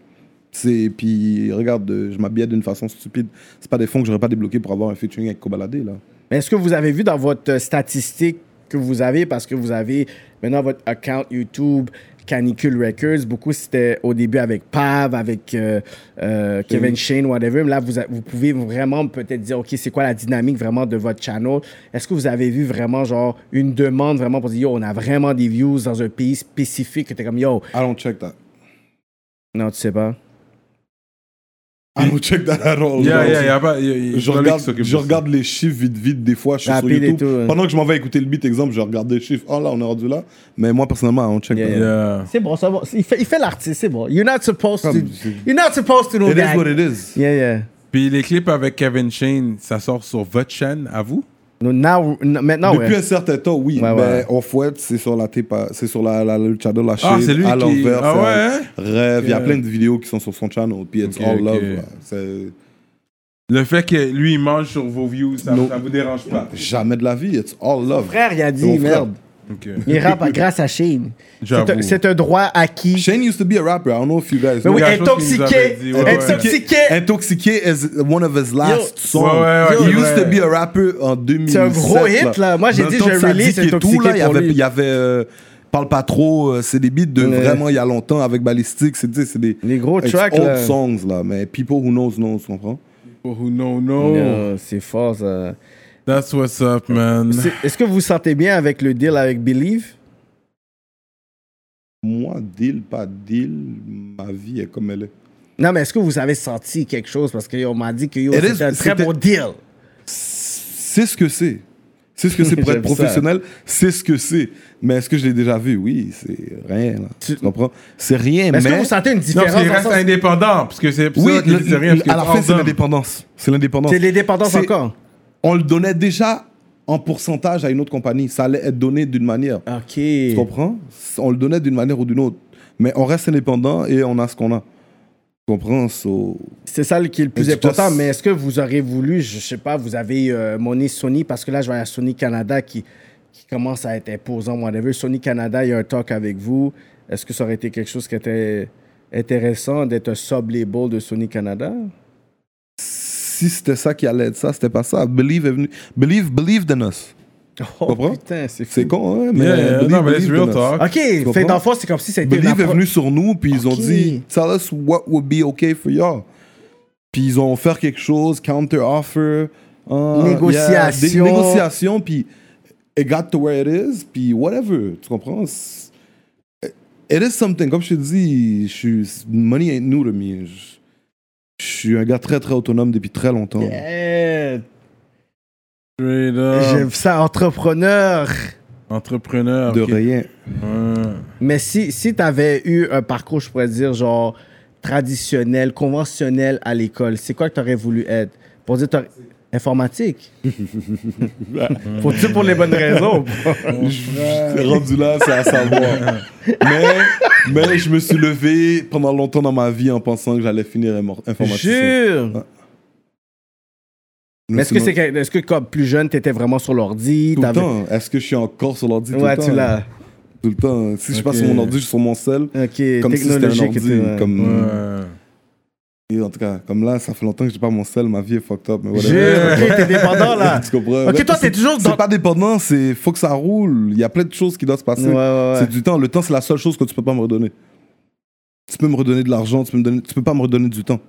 C'est... Puis, regarde, euh, je m'habillais d'une façon stupide. C'est pas des fonds que j'aurais pas débloqués pour avoir un featuring avec Kobalade, là.
Mais est-ce que vous avez vu dans votre euh, statistique que vous avez parce que vous avez maintenant votre account YouTube, Canicule Records. Beaucoup, c'était au début avec Pav, avec euh, euh, Kevin Shane, whatever. Mais là, vous, a- vous pouvez vraiment peut-être dire, OK, c'est quoi la dynamique vraiment de votre channel? Est-ce que vous avez vu vraiment, genre, une demande vraiment pour dire, yo, on a vraiment des views dans un pays spécifique que t'es comme, yo,
I don't check that.
non, tu sais pas.
I don't Ah, check that at all.
Yeah,
Genre,
yeah, y a pas. y a- y a
Je
pas lui
regarde,
qui s'occupe
je
de ça.
regarde les chiffres vite, vite, des fois, je suis sur
Rapide et
YouTube.
tout, ouais.
Pendant que je m'en vais écouter le beat, exemple, je regarde les chiffres. Oh là, on est rendu là. Mais moi, personnellement, on check
Yeah,
that.
yeah.
Yeah.
C'est bon, ça va. Il fait, il fait l'artiste, c'est bon. You're not supposed to.
Comme c'est-
You're not supposed to know
It
that.
is what it is.
Yeah, yeah.
Puis les clips avec Kevin Shane, ça sort sur votre chaîne, à vous
No, now, n- maintenant,
Depuis
Ah ouais.
un certain temps, oui.
Ouais,
mais
ouais.
on fouette, c'est sur la tape, à- c'est sur la, la- le channel la chaîne,
Ah, c'est lui
à
qui-
l'envers.
Ah
c'est
ouais,
un
hein?
Rêve. Il y a
Ok.
plein de vidéos qui sont sur son channel. Puis it's
Ok,
all
ok.
love. ouais. C'est-
Le fait que lui, il mange sur vos views, ça,
Non.
ça vous dérange pas
Jamais de la vie. It's all love.
Frère, il a dit,
Mon frère.
merde.
Ok.
Il rappe grâce à Shane. C'est un-
J'avoue.
C'est un droit acquis.
Shane used to be a rapper. I don't know if you guys
Mais
know.
oui,
quelque chose qu'il nous
intoxiqué.
avait dit, ouais, ouais.
Intoxiqué.
Intoxiqué is one of his last
Ouais,
songs.
ouais, ouais,
He
ouais.
used to be a rapper en 2007.
C'est un gros hit, là. Moi, j'ai
Dans
dit,
le temps
je
que ça
release
dit qu'il est
Intoxiqué
là, il y
pour
avait-
lui.
Il y avait euh, Parle pas trop, euh, c'est des beats de
Ouais.
vraiment il y a longtemps avec Ballistic. C'est tu sais, c'est des
Les gros
it's
tracks,
old
là.
songs, là. Mais people who knows, knows, tu comprends?
Oh, no, no.
Non, C'est fort, ça.
That's what's up, man.
C'est- Est-ce que vous vous sentez bien avec le deal avec Believe?
Moi, deal, pas deal, ma vie est comme elle est.
Non, mais est-ce que vous avez senti quelque chose? Parce qu'on m'a dit que yo,
It is-
c'était un très
c'était-
bon deal.
C'est ce que c'est. C'est ce que c'est pour être
J'aime ça.
professionnel, c'est ce que c'est. Mais est-ce que je l'ai déjà vu? Oui, c'est rien, là. Tu comprends? C'est rien,
Mais
mais.
Est-ce que vous sentez une
Non,
différence?
parce qu'il
dans le
reste
sens-
indépendant, parce que c'est pour
Oui,
ça qu'il
le-
disait rien.
le-
parce que
à la fin,
hors
c'est
d'homme.
l'indépendance. C'est l'indépendance.
C'est l'indépendance
C'est-
encore.
On le donnait déjà en pourcentage à une autre compagnie. Ça allait être donné d'une manière.
OK.
Tu comprends On le donnait d'une manière ou d'une autre. Mais on reste indépendant et on a ce qu'on a. Tu comprends So,
C'est ça le- qui est le plus
Mais tu
important.
dois-
Mais est-ce que vous auriez voulu, je sais pas, vous avez euh, monné Sony, parce que là, je vais à Sony Canada qui, qui commence à être imposant, whatever. Sony Canada, il y a un talk avec vous. Est-ce que ça aurait été quelque chose qui était intéressant d'être un sub-label de Sony Canada?
Si c'était ça qui allait être ça, c'était pas ça. Believe, est venu- believe, believe in us.
Oh,
comprends?
putain, c'est fou.
C'est con, hein, mais.
Yeah, yeah,
believe,
non, mais it's
believe in
real
us.
talk.
OK, fait
comprends?
dans le fond, c'est comme si c'était une
Believe est
appro-
venu sur nous, puis ils ont
Ok.
dit, tell us what would be okay for y'all. Puis ils ont offert quelque chose, counter offer, euh,
Négociation.
yeah, des négociations, puis it got to where it is, puis whatever, tu comprends? C'est- It is something, comme je te dis, je suis, money ain't new to me. Je, je suis un gars très très autonome depuis très longtemps.
Yeah.
Straight up.
Ah.
J'aime ça, entrepreneur.
Entrepreneur.
De
ok.
rien.
Ouais.
Mais si, si tu avais eu un parcours, je pourrais dire, genre, traditionnel, conventionnel à l'école, c'est quoi que tu aurais voulu être? Pour dire, t'aurais- informatique. Faut-tu pour les bonnes raisons?
C'est rendu là, c'est à savoir. mais, mais je me suis levé pendant longtemps dans ma vie en pensant que j'allais finir émo- informaticien.
Jure! Mais est-ce que c'est que- est-ce que comme plus jeune, t'étais vraiment sur l'ordi?
tout le
t'avais-
temps Est-ce que je suis encore sur l'ordi
Ouais,
tout le
tu
temps
l'as.
Tout le temps. Si je
Ok.
passe sur mon ordi, je suis sur mon sel.
Ok,
Comme si c'était un
technologique.
ordi.
et tout, ouais.
Comme,
Ouais.
Et En tout cas, comme là, ça fait longtemps que j'ai pas mon sel, ma vie est fucked up. Mais
Jure,
whatever.
ok, t'es dépendant là.
tu comprends
Ok, toi, t'es toujours dans-
C'est pas dépendant, c'est faut que ça roule. Il y a plein de choses qui doivent se passer.
Ouais, ouais, ouais.
C'est du temps. Le temps, c'est la seule chose que tu peux pas me redonner. Tu peux me redonner de l'argent, tu peux me donner, tu peux pas me redonner du temps.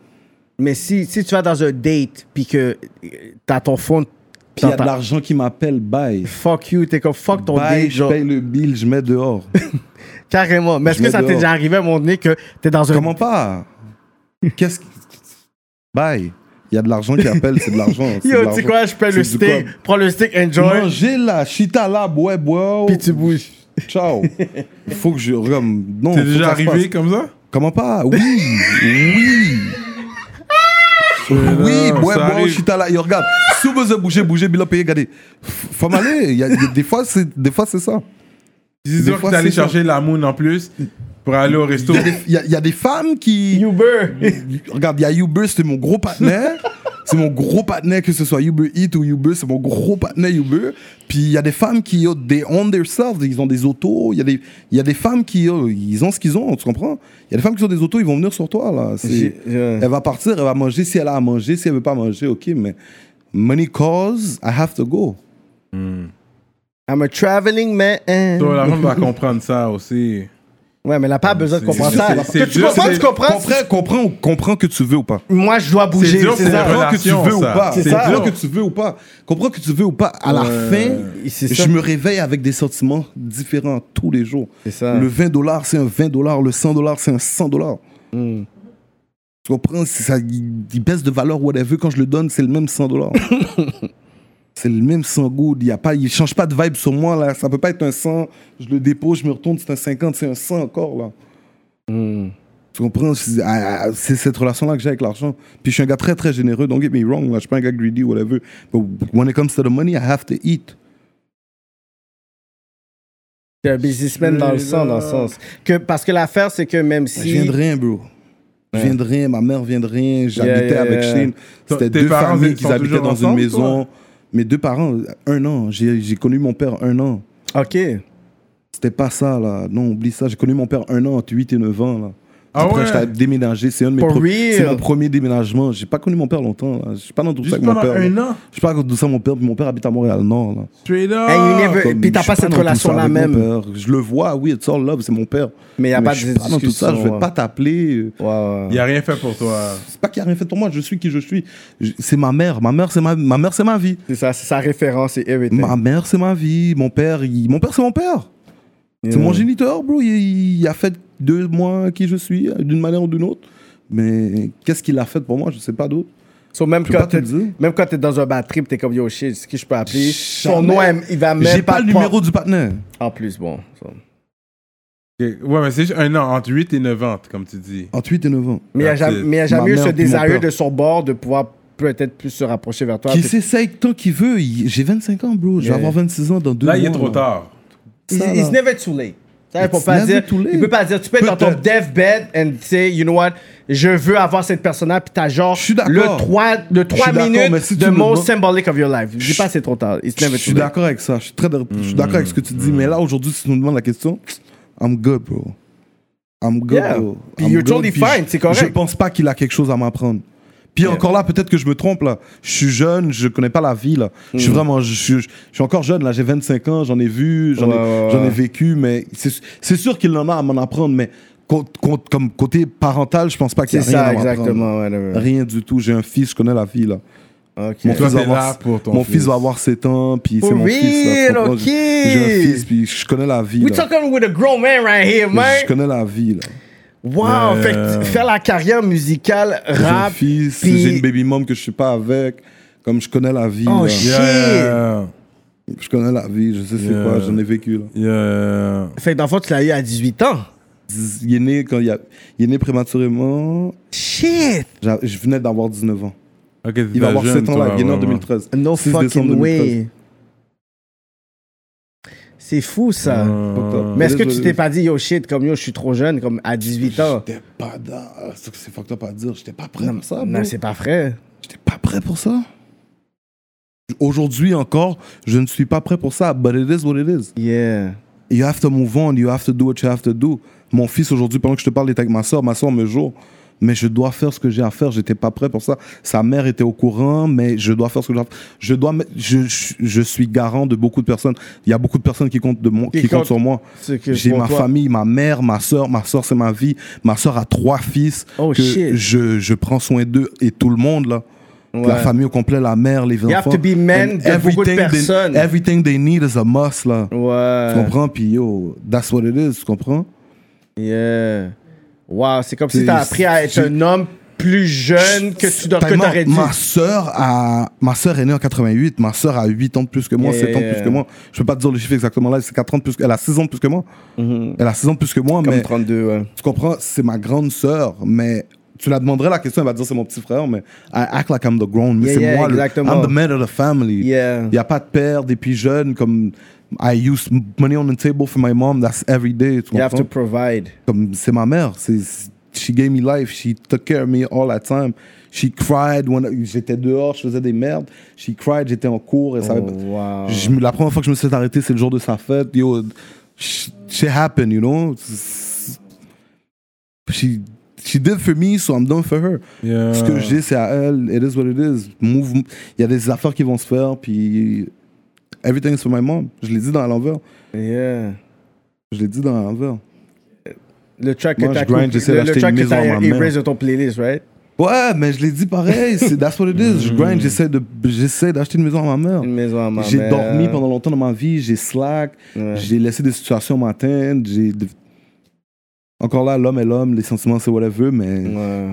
Mais si, si tu vas dans un date, puis que euh, t'as ton fond,
Puis il y a
t'as-
de l'argent qui m'appelle, bye.
fuck you, t'es comme fuck ton
Bye,
date,
je
genre.
paye le bill, je mets dehors.
Carrément. Mais est-ce
Je
que
mets
ça t'est
dehors.
déjà arrivé à un moment donné que t'es dans un.
Comment pas Qu'est-ce qui... Bye. Il y a de l'argent qui appelle, c'est de l'argent. c'est de
Yo, tu
l'argent.
sais quoi, je paye le
C'est du
steak, prends le steak,
quoi?
enjoy.
Mangez là, chita là, ouais, bois.
Puis tu bouges.
Ciao. Faut que je. Comme, non,
T'es
Oh, faut que
déjà
ça se
arrivé
passe.
comme ça
Comment pas Oui. oui. Oui,
non, Ah!
ouais,
Euh, ça
bon,
arrive.
je suis là. Yo, regarde, si vous voulez bouger, bouger, bilan payé, regardez. F- Faut m'aller. Il y a- il y a- Des fois, c'est des fois, c'est ça.
Dis-toi
Des
que
fois,
t'es allé
c'est ça.
chercher la moon en plus pour aller au resto.
Il y a des- il y, a- il y a des femmes qui.
Uber.
Regarde, il y a Uber, c'était mon gros partenaire. c'est mon gros partenaire, que ce soit Uber Eats ou Uber, c'est mon gros partenaire Uber. Puis il y a des femmes qui, yo, they own themselves, ils ont des autos. Il y, a des- il y a des femmes qui, yo, ils ont ce qu'ils ont, tu comprends Il y a des femmes qui ont des autos, ils vont venir sur toi, là. C'est-
J'ai- euh.
Elle va partir, elle va manger si elle a à manger, si elle veut pas manger, ok, mais money cause, I have to go.
I'm a traveling man.
So, la femme va comprendre ça aussi.
Ouais, mais elle n'a
Ah,
pas besoin de
C'est-
comprendre
c'est-
ça.
c'est-
Que tu
c'est-
comprends, tu
c'est-
comprends.
Comprends, comprends, ou- comprends que tu veux ou pas.
Moi, je dois
C'est
bouger.
dur,
c'est
c'est
ça.
une
Comprends que tu
relation,
veux ou
ça.
pas.
C'est
C'est
ça.
dur que tu veux ou pas. Comprends que tu veux ou pas. À la fin,
C'est ça.
je me réveille avec des sentiments différents tous les jours.
C'est ça.
Le 20 dollars, c'est un 20 dollars. Le 100 dollars, c'est un 100 dollars.
Hmm.
Tu comprends? C'est Ça, il, il baisse de valeur, whatever. Quand je le donne, c'est le même 100 dollars. c'est le même 100 good. Il y a pas, il change pas de vibe sur moi, là. Ça peut pas être un 100. Je le dépose, je me retourne, c'est un 50, c'est un 100 encore, là.
Hmm.
Tu comprends? C'est ah, ah, c'est cette relation-là que j'ai avec l'argent. Puis je suis un gars très, très généreux. Don't get me wrong, là. Je suis pas un gars greedy, whatever. But when it comes to the money, I have to eat.
T'es un businessman dans le sens, dans le sens. Que, parce que l'affaire, c'est que même
Je viens
si.
de rien, bro. Je viens de rien, ma mère vient de rien, j'habitais
yeah,
avec
yeah.
Shane. C'était
tes
deux
parents
familles
sont
qui habitaient
toujours
dans une
ensemble,
maison. Mes deux parents, un an, j'ai j'ai connu mon père un an.
Ok.
C'était pas ça, là. Non, oublie ça. J'ai connu mon père un an, entre 8 et 9 ans, là.
Ah
Après,
ouais?
j'étais déménagé. C'est un de mes
For
pre-
real?
c'est mon premier déménagement. J'ai pas connu mon père longtemps. là. Je suis pas dans tout
Juste
ça avec mon
pendant
père.
un
là.
an.
Je suis pas dans tout ça avec mon père. puis Mon père habite à Montréal Nord. Là.
Straight up.
Hey, you never-
Comme,
Puis t'as
je suis
pas cette
dans tout ça
relation-là
avec mon
même.
père. Je le vois, oui, it's all love, c'est mon père.
Mais y a pas
je
de
suis dans tout ça.
discussion,
Je
hein.
vais pas
ouais.
t'appeler. euh,
Ouais, ouais.
Il a rien fait pour toi.
C'est pas qu'il a rien fait pour moi, je suis qui je suis. Je- C'est ma mère, ma mère c'est ma, ma mère c'est ma vie.
C'est ça, c'est sa référence, c'est everything.
Ma mère c'est ma vie, mon père, il- mon père c'est mon père. C'est
Yeah.
mon géniteur, bro, il, il a fait de moi qui je suis d'une manière ou d'une autre. Mais qu'est-ce qu'il a fait pour moi, je sais pas d'autre.
So, même,
Je peux
quand
pas te
t'es,
le dire.
même quand t'es dans un bad trip, t'es comme yo shit, ce que je peux appeler. Son
Jamais.
nom, elle- il va même
J'ai pas, le
te
numéro
prendre.
du partenaire.
En plus, bon. so.
Ok. Ouais, mais c'est juste un an, entre 8 et 9 ans, comme Ah, tu dis.
Entre 8 et 9 ans.
Mais il n'y a
That's
jamais,
it.
mais y a
Ma
jamais eu
mère
ce
puis mon
désir
père.
de son bord de pouvoir peut-être plus se rapprocher vers toi.
Qui
Puis-
s'essaye tant qu'il veut, il- j'ai 25 ans, bro, je vais
Yeah.
avoir 26 ans dans deux
Là,
mois.
il est trop tard.
It's,
Ça,
it's
là.
never too late. Ça, il peut
It's
pas
never
dire,
too late.
il peut pas dire, tu peux être dans ton
Peut-être.
deathbed and say, you know what, je veux avoir cette personne-là, puis t'as genre
Je suis
le
d'accord.
3, le trois
d'accord, mais
minutes
si tu
de
me
most
demandes-
symbolic of your life. Je dis pas c'est trop tard. It's
Je
never
suis
too late.
d'accord avec ça, je suis très d'ac- je suis d'accord avec ce que tu dis, mais là aujourd'hui, si tu nous demandes la question, I'm good, bro. I'm good,
Yeah.
bro.
Puis
I'm
you're
good,
totally
puis
fine,
je-
c'est correct.
Je pense pas qu'il a quelque chose à m'apprendre. Puis encore là, peut-être que je me trompe là. Je suis jeune, je connais pas la vie là. Je
Mm.
suis vraiment, je suis, je suis encore jeune là. J'ai 25 ans, j'en ai vu, j'en
Ouais, ouais,
ai, j'en ai
ouais.
vécu, mais c'est c'est sûr qu'il en a à m'en apprendre, mais co- co- comme côté parental, je pense pas qu'il
C'est
y a rien à
ça,
m'apprendre.
exactement. whatever.
Rien du tout. J'ai un fils, je connais la vie là.
Ok.
Toi,
Mon, fils, va
t'es là
avoir,
pour ton
mon
fils.
fils. va avoir 7 ans, puis
For
c'est mon fils. là, tu
real,
comprends?
ok.
J'ai j'ai un fils, puis je connais la vie.
We
Là.
talking with a grown man right here, man.
Je connais euh, la vie. Là.
Wow,
Yeah.
fait que faire la carrière musicale
J'ai un
rap.
fils,
puis-
j'ai une baby mom que je suis pas avec. Comme je connais la vie.
Oh,
là.
shit.
Yeah.
Je connais la vie, je sais c'est
Yeah.
quoi, j'en ai vécu. Là.
Yeah.
Fait que dans le fond, tu l'as eu à 18 ans.
Dix- Il est né, quand il, a- il est né prématurément.
Shit.
J'a- Je venais d'avoir 19 ans.
Ok, t'es
Il va avoir
jeune,
7 ans là,
toi,
il est né en
vraiment.
2013.
No
6
fucking
décembre 2013.
way. C'est fou ça.
Ah, Fucked up.
Mais est-ce que tu
Désolé.
t'es pas dit yo shit comme yo je suis trop jeune comme à 18 ans
J'étais pas dans. C'est c'est fucked up à dire, j'étais pas prêt
Non,
pour ça.
non,
bro.
c'est pas vrai.
J'étais pas prêt pour ça. Aujourd'hui encore, je ne suis pas prêt pour ça. But it is what it is.
Yeah.
You have to move on. You have to do what you have to do. Mon fils, aujourd'hui, pendant que je te parle, il est avec ma soeur. Ma soeur me joue. Mais je dois faire ce que j'ai à faire. J'étais pas prêt pour ça. Sa mère était au courant, mais je dois faire ce que j'ai à faire. Je dois, me- je, je, je suis garant de beaucoup de personnes. Il y a beaucoup de personnes qui comptent, de moi,
Qui
qui comptent
comptent
sur moi.
Ce que
J'ai
pour
ma
toi-
famille, ma mère, ma soeur. Ma soeur, c'est ma vie. Ma soeur a trois fils.
Oh,
que
shit.
Je, je prends soin d'eux et tout le monde, là. La
Ouais.
famille au complet, la mère, les enfants.
have to be men
And
de beaucoup de
everything
personnes.
They, everything they need is a must, là.
Ouais.
Tu comprends? Puis yo, that's what it is, tu comprends?
Yeah. Wow, c'est comme si
C'est-
t'as appris à être
j'ai-
un homme plus jeune que tu dois- que
Tellement,
t'aurais dû.
Ma sœur a, ma sœur est née en 88, ma sœur a 8 ans de plus que moi,
Yeah,
7 ans de
yeah,
plus
yeah.
que moi. Je peux pas te dire le chiffre exactement là, c'est 4 ans de plus que, elle a 6 ans de plus que moi. Elle a 6 ans de plus que moi,
Mm-hmm. Comme
mais
32, ouais.
tu comprends, c'est ma grande sœur, mais tu la demanderais la question, elle va te dire c'est mon petit frère, mais I act like I'm the grown, mais
Yeah,
c'est
yeah,
moi, le-
exactement.
I'm the man of the family.
Yeah.
Il n'y a pas de père depuis jeune, comme I use money on the table for my mom, that's every day. Tu
You have
comprends?
to provide.
Comme c'est ma mère, c'est c'est- she gave me life, she took care of me all the time. She cried when j'étais dehors, je faisais des merdes. She cried, j'étais en cours. Elle savait
Oh,
pas-
wow.
Je me- la première fois que je me suis arrêté, c'est le jour de sa fête. Yo, sh- shit happened, you know. C'est- She, she did for me, so I'm done for her.
Yeah.
Ce que j'ai, c'est à elle. It is what it is. Move. Il y a des affaires qui vont se faire, puis Everything's for my mom. Je l'ai dit dans l'envers.
Yeah.
Je l'ai dit dans l'envers.
Le track
Moi,
que
je
t'as
grind,
coupé-
j'essaie
le-
d'acheter
le track
une
que
maison à
t'as
ma mère.
erased de ton playlist, right?
Ouais, mais je l'ai dit pareil. C'est that's what it is. Je grind, j'essaie de, j'essaie d'acheter une maison à ma mère.
Une maison à Hmm. ma mère.
J'ai dormi pendant longtemps dans ma vie, j'ai slack,
Ouais.
j'ai laissé des situations m'atteindre, j'ai. de- Encore là, l'homme est l'homme, les sentiments c'est whatever, mais.
Ouais.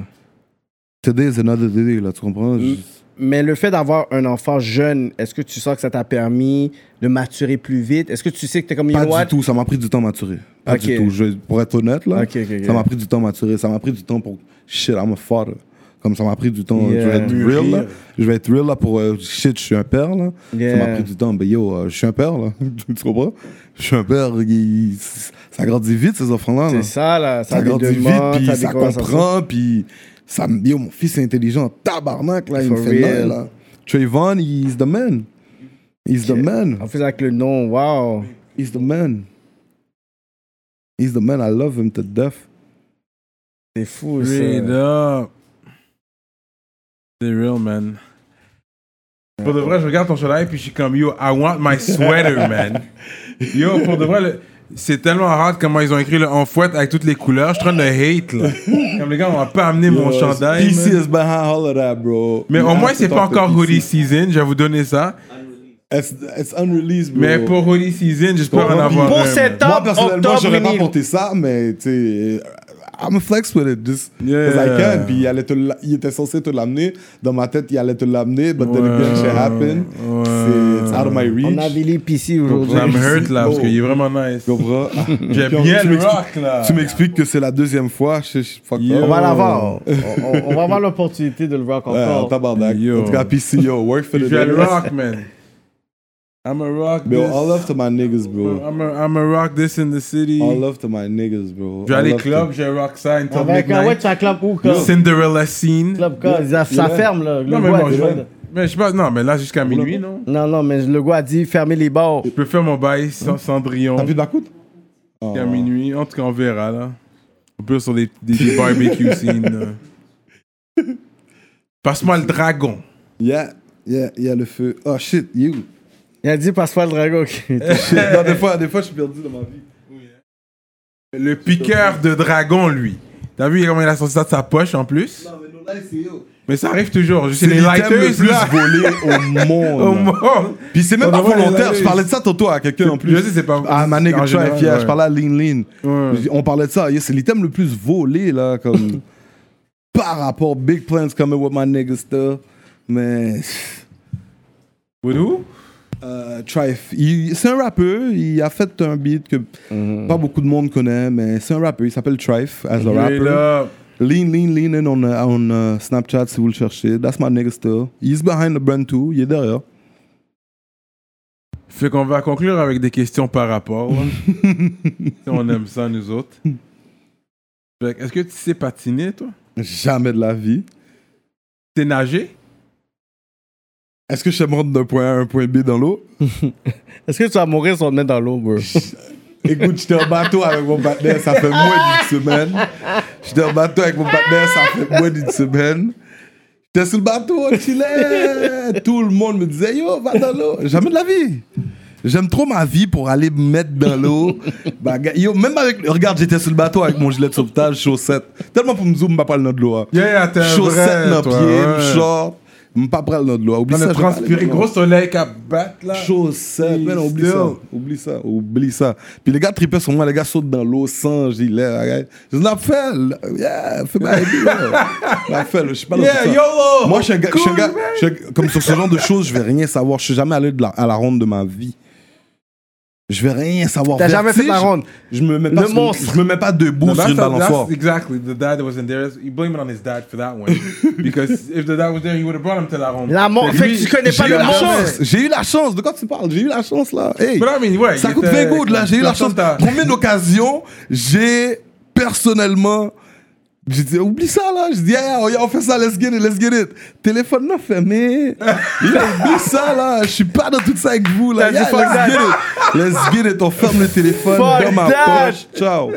Today is another day, là, tu comprends?
Hmm.
Je-
Mais le fait d'avoir un enfant jeune, est-ce que tu sens que ça t'a permis de maturer plus vite? Est-ce que tu sais que t'es comme, you
Pas
know what?
du tout, ça m'a pris du temps à maturer. Pas
Ok.
du tout. Je- pour être honnête, là,
Ok, ok, ok.
ça m'a pris du temps à maturer. Ça m'a pris du temps pour shit, I'm a father. Comme ça m'a pris du temps. Je vais
Yeah.
être real, là. Je vais être real, là, pour euh, shit, je suis un père, là. Ça m'a
Yeah.
pris du temps. Ben yo, euh, je suis un père, là. tu comprends? Je suis un père. il- ça grandit vite, ces enfants-là. là.
C'est ça, là. Ça,
hein. ça
a des
grandit vite,
demandes,
puis
ça a
ça,
des conversations.
comprend, puis ça me dit, oh, mon fils est intelligent, tabarnak, là, il me
For
fait
real.
mal, là. Trayvon, he's the man. He's the man.
En plus, avec le nom, wow.
He's the man. He's the man, I love him to death.
C'est fou, ça.
Straight up. C'est real, man. Pour de vrai, je regarde ton chandail puis je suis comme, yo, I want my sweater, man. Yo, pour de vrai, le- c'est tellement hard comment ils ont écrit le en fouette avec toutes les couleurs. Je suis en train de hate, là. Comme les gars, on va pas amener mon
Yo,
chandail.
PC
man.
is behind all of that, bro.
Mais
You
au
have
moins,
to
c'est pas
talk to
encore
PC.
hoodie season, je vais vous donner ça.
It's, it's unreleased, bro.
Mais pour hoodie season, j'espère en
Pour
avoir un.
cette
man.
Top
Moi, personnellement,
octobre
j'aurais pas
vinyle.
porté ça, mais tu sais, I'm a flex with it. Just,
Yeah.
Cause I can. Puis il, allait te la- il était censé te l'amener. Dans ma tête, il allait te l'amener, but then
Ouais.
again, shit happened.
Ouais.
C'est it's out of my
On
reach.
a Billy PC aujourd'hui.
Ça me hurt, là, parce
Bro.
qu'il est vraiment nice.
Tu comprends? Ah.
J'ai
Puis on-
bien
tu
le
m'expliques-
rock, là.
Tu m'expliques que c'est la deuxième fois. Je, je, fuck
Yo.
On
up.
va l'avoir. on, on- on va avoir l'opportunité de le voir
Ouais, en
encore.
tabarnak.
Yo.
En tout cas, PC, yo, work for
Je
the
suis le
day.
rock, man. I'm a rock.
Bro,
this.
all love to my niggas, bro.
I'm a, I'm a rock this in the city.
All love to my niggas, bro.
Je vais aller
All love to-
club, je rock ça until
on va avec un ouais,
midnight.
tu as club ou club?
Cinderella scene.
Club club, ça, ça
Yeah.
ferme, là. Le
Non, mais
gars
bon,
dit-
je vais- Mais je sais pas, non, mais là jusqu'à minuit, non?
Non, non, mais le gars a dit fermez les bars.
Je peux faire mon bail sans Cendrillon
Hein? T'as vu Ah. de la coute?
jusqu'à minuit. En tout cas, on verra, là. On peut sur des, des, des barbecue scenes. euh. Passe-moi le dragon.
Oh. Yeah, yeah, yeah, le feu. Oh shit, you. Oh,
Il a dit passe-moi le dragon. ok.
Shit. Non, des fois, des fois, je suis perdu dans ma vie.
Le piqueur de dragon, lui. T'as vu comment il a sorti ça de sa poche en plus?
Non, mais nos lives, c'est yo.
Mais ça arrive toujours. Je sais, les
l'item le
lighters,
plus
là.
volé au monde.
Au monde.
Puis c'est même
On
pas
devrait les
volontaire.
lighters.
Je parlais de ça tantôt à quelqu'un en plus.
Je sais, c'est pas-
Ah, ma nigga
en
Trife,
général,
yeah,
ouais.
je parlais à Lean Lean.
Ouais.
Je- On parlait de ça. Yeah, c'est l'item le plus volé, là, comme. par rapport Big Plans Coming With My Niggas Stuff. Mais.
Woodou?
Euh, Trife, il- c'est un rappeur. Il a fait un beat que
Mm-hmm.
pas beaucoup de monde connaît, mais c'est un rappeur. Il s'appelle Trife, as a
Straight
rapper.
up.
Lean, lean, lean in on, euh, on euh, Snapchat si vous le cherchez. That's my nigga still. He's behind the brand too. Il est derrière.
Fait qu'on va conclure avec des questions par rapport. là. Si on aime ça, nous autres. Fait que, Est-ce que tu sais patiner, toi
Jamais de la vie.
T'es nager
Est-ce que je te montre d'un point A à un point B dans l'eau?
Est-ce que tu vas mourir si on te met dans l'eau, bro?
Écoute, j'étais en bateau avec mon partenaire, ça fait moins d'une semaine. J'étais en bateau avec mon partenaire, ça fait moins d'une semaine. J'étais sur le bateau, on chillait. Tout le monde me disait, yo, va dans l'eau. Jamais de la vie. J'aime trop ma vie pour aller me mettre dans l'eau. Baga- Yo, même avec. Regarde, j'étais sur le bateau avec mon gilet de sauvetage, chaussettes. Tellement pour me zoom, m'a pas le nom de l'eau. hein.
Yeah, yeah, t'es un
Chaussettes
vrai,
dans le
toi,
pied,
ouais.
short. M'pas pas le nom de l'eau. hein. Oublie
On
ça.
a
je vais pas aller
transpiré,
dans l'eau.
gros soleil qu'à battre, là.
Chaussettes, man,
Still.
oublie ça. Oublie ça, oublie ça. Puis les gars tripaient sur moi, les gars sautent dans l'eau sans gilet. arrête. Je dis, l'appelle, yeah, fais ma idée, là. L'appelle, je suis pas là
Yeah,
pour ça.
YOLO!
Moi, je suis un gars, je suis un
Cool,
gars-
man.
je suis un- comme sur ce genre de choses, je vais rien savoir. Je suis jamais allé de la- à la ronde de ma vie. Je vais rien savoir.
T'as jamais fait
Vertige,
la ronde.
Je me mets pas,
Le
sur-
monstre.
je me mets pas debout
No,
sur
that's,
une balançoire.
that's exactly the dad that wasn't there. You blame it on his dad for that one. Because if the dad was there, he would have brought him to la ronde.
La mort.
Lui-
Fait que tu connais
J'ai
pas
eu
le
la
monde.
chance. J'ai eu la chance. De quoi tu parles J'ai eu la chance là. Hey,
But I mean, ouais,
ça
il
coûte
était-
20 gouttes là. J'ai eu la chance.
Placenta.
Combien d'occasions j'ai personnellement. J'ai dit, oublie ça là. J'ai dit, yeah, yeah, on fait ça, let's get it, let's get it. Téléphone non fermé. Yeah, oublie ça là. Je suis pas dans tout ça avec vous là.
T'as dit,
Yeah,
fuck that.
let's get it. Let's get it. On ferme le téléphone
Fuck
dans ma
that.
poche. Ciao.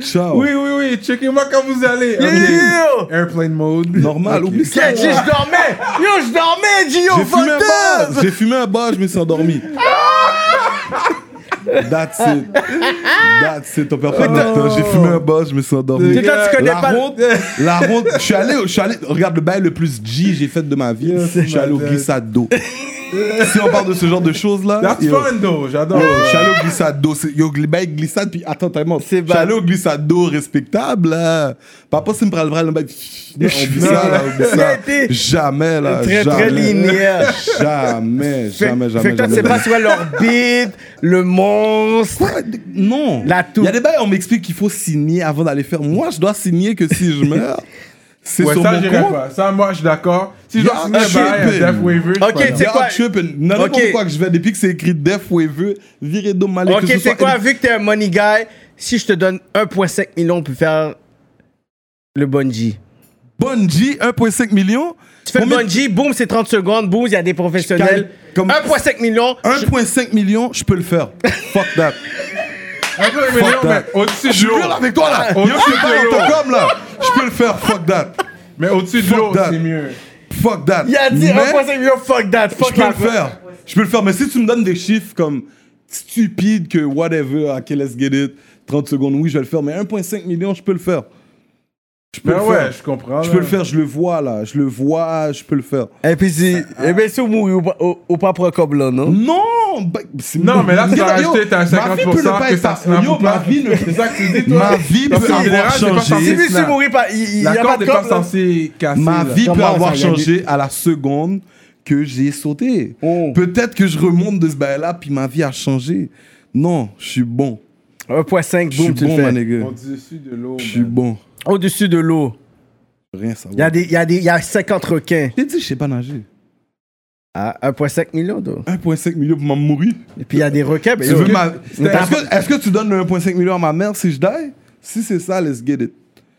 Ciao.
Oui, oui, oui, checkez-moi quand vous allez.
Yo,
Ok.
yo, yo.
Airplane mode.
Normal,
Yo,
oublie ça.
je dormais! Yo, je dormais, Gio!
J'ai fumé un
Fuck
bar, j'ai fumé un bar, je me suis endormi. That's it. That's it, ton père protecteur. hein, J'ai fumé un bar, je me suis endormi.
T'es là, tu connais
la
pas le-
ronde, la ronde, je suis allé, au- je suis allé, regarde le bail le plus G j'ai fait de ma vie, je suis allé au
malade.
glissade d'eau. si on parle de ce genre de choses là,
That's
yo,
fun, though. J'adore.
Yo,
Ah.
je suis allé au glissade d'eau. C'est- Yo, le bail glissade, puis attends, t'as mort. Je suis
bad.
allé au glissade d'eau respectable, là. Papa, c'est me prend le bras, le bail. Non, oublie ça, là, oublie
Il a
ça.
été
Jamais, là.
Très,
jamais.
très linéaire.
Jamais,
Fait,
jamais, jamais.
fait que toi, tu sais
jamais.
pas tu vois l'orbite, le monstre.
Quoi? D- Non.
La
Il
toux.
y a des bails, on m'explique qu'il faut signer avant d'aller faire. Moi, je dois signer que si je meurs, c'est
Ouais,
sur
ça,
mon
j'irai
compte.
pas. Ça, moi, je suis d'accord. Si je
Yeah,
dois signer un
tripping.
bail, un death waiver, je suis
Ok,
pas
tu sais
d'accord.
Yeah,
quoi?
tripping. Non, n'importe
Ok.
quoi que je vais, depuis que c'est écrit Def Waver, virez d'eau malé
Ok,
que ce
c'est
soit-
quoi, vu que t'es un money guy, si je te donne 1,5 million pour faire le bungee.
Bungie, 1,5 million.
Tu fais le
Combien-
bungee, boum, c'est 30 secondes, boum, il y a des professionnels.
Je calme- comme-
1,5 million.
1,5 million, je peux le faire. Fuck that.
Un peu, mais non,
Fuck that.
mais au-dessus
Je
de
suis
l'eau.
là avec toi là.
Oh,
Yo, je suis
c'est
pas
de
dans
l'eau.
ton com là. Je peux le faire. Fuck that.
Mais au-dessus de
Fuck
l'eau,
that.
c'est mieux.
Fuck that.
Il a dit
Mais-
1,5 million, fuck that,
je
fuck
peux
that.
le faire. Je peux le faire. Mais si tu me donnes des chiffres comme stupides que whatever, ok, let's get it, 30 secondes, oui, je vais le faire. Mais 1,5 million, je peux le faire. Je peux
Mais
le
Ben ouais,
faire.
je comprends.
Je
là.
peux le faire, je le vois là. Je le vois, je peux le faire.
Et puis, c'est eh ben, si vous mourrez au, au, au pas pour comme là, non?
Non! bah, c'est-
Non, mais là, tu
Yo,
dois
yo,
rajouter, t'as un
ma vie peut ne
50%
pas
que
être
ça
par-
se snap
Yo,
ou pas.
ma vie ne-
C'est ça que tu dis, toi.
Ma vie
Parce
peut
qu'en
avoir
général, c'est pas
changé.
censé-
Si
c'est
monsieur
snap.
mourir par. Il il y
La
a pas
corde
de
est pas
corde. là.
censée casser.
Ma
là.
vie peut
Comment ça,
avoir
il y a
changé à la seconde que j'ai sauté.
Oh.
Peut-être que je remonte de ce bail-là, puis ma vie a changé. Non, je suis bon.
1,5,
Je suis
boum, tu le
bon, ma
fais.
nigga.
Au-dessus de l'eau.
Je suis
man.
bon.
Au-dessus de l'eau,
Rien
il y, a
savoir.
des- il y, a des- il y a 50 requins. Ah,
T'es dit, je sais pas nager.
À 1,5 million, d'eau.
1,5 million pour m'en mourir.
Et puis il y a des requins. ben,
Tu veux
ok.
ma-
Mais t'as-
Est-ce que, est-ce que tu donnes le 1,5 million à ma mère si je die? Si c'est ça, let's get it.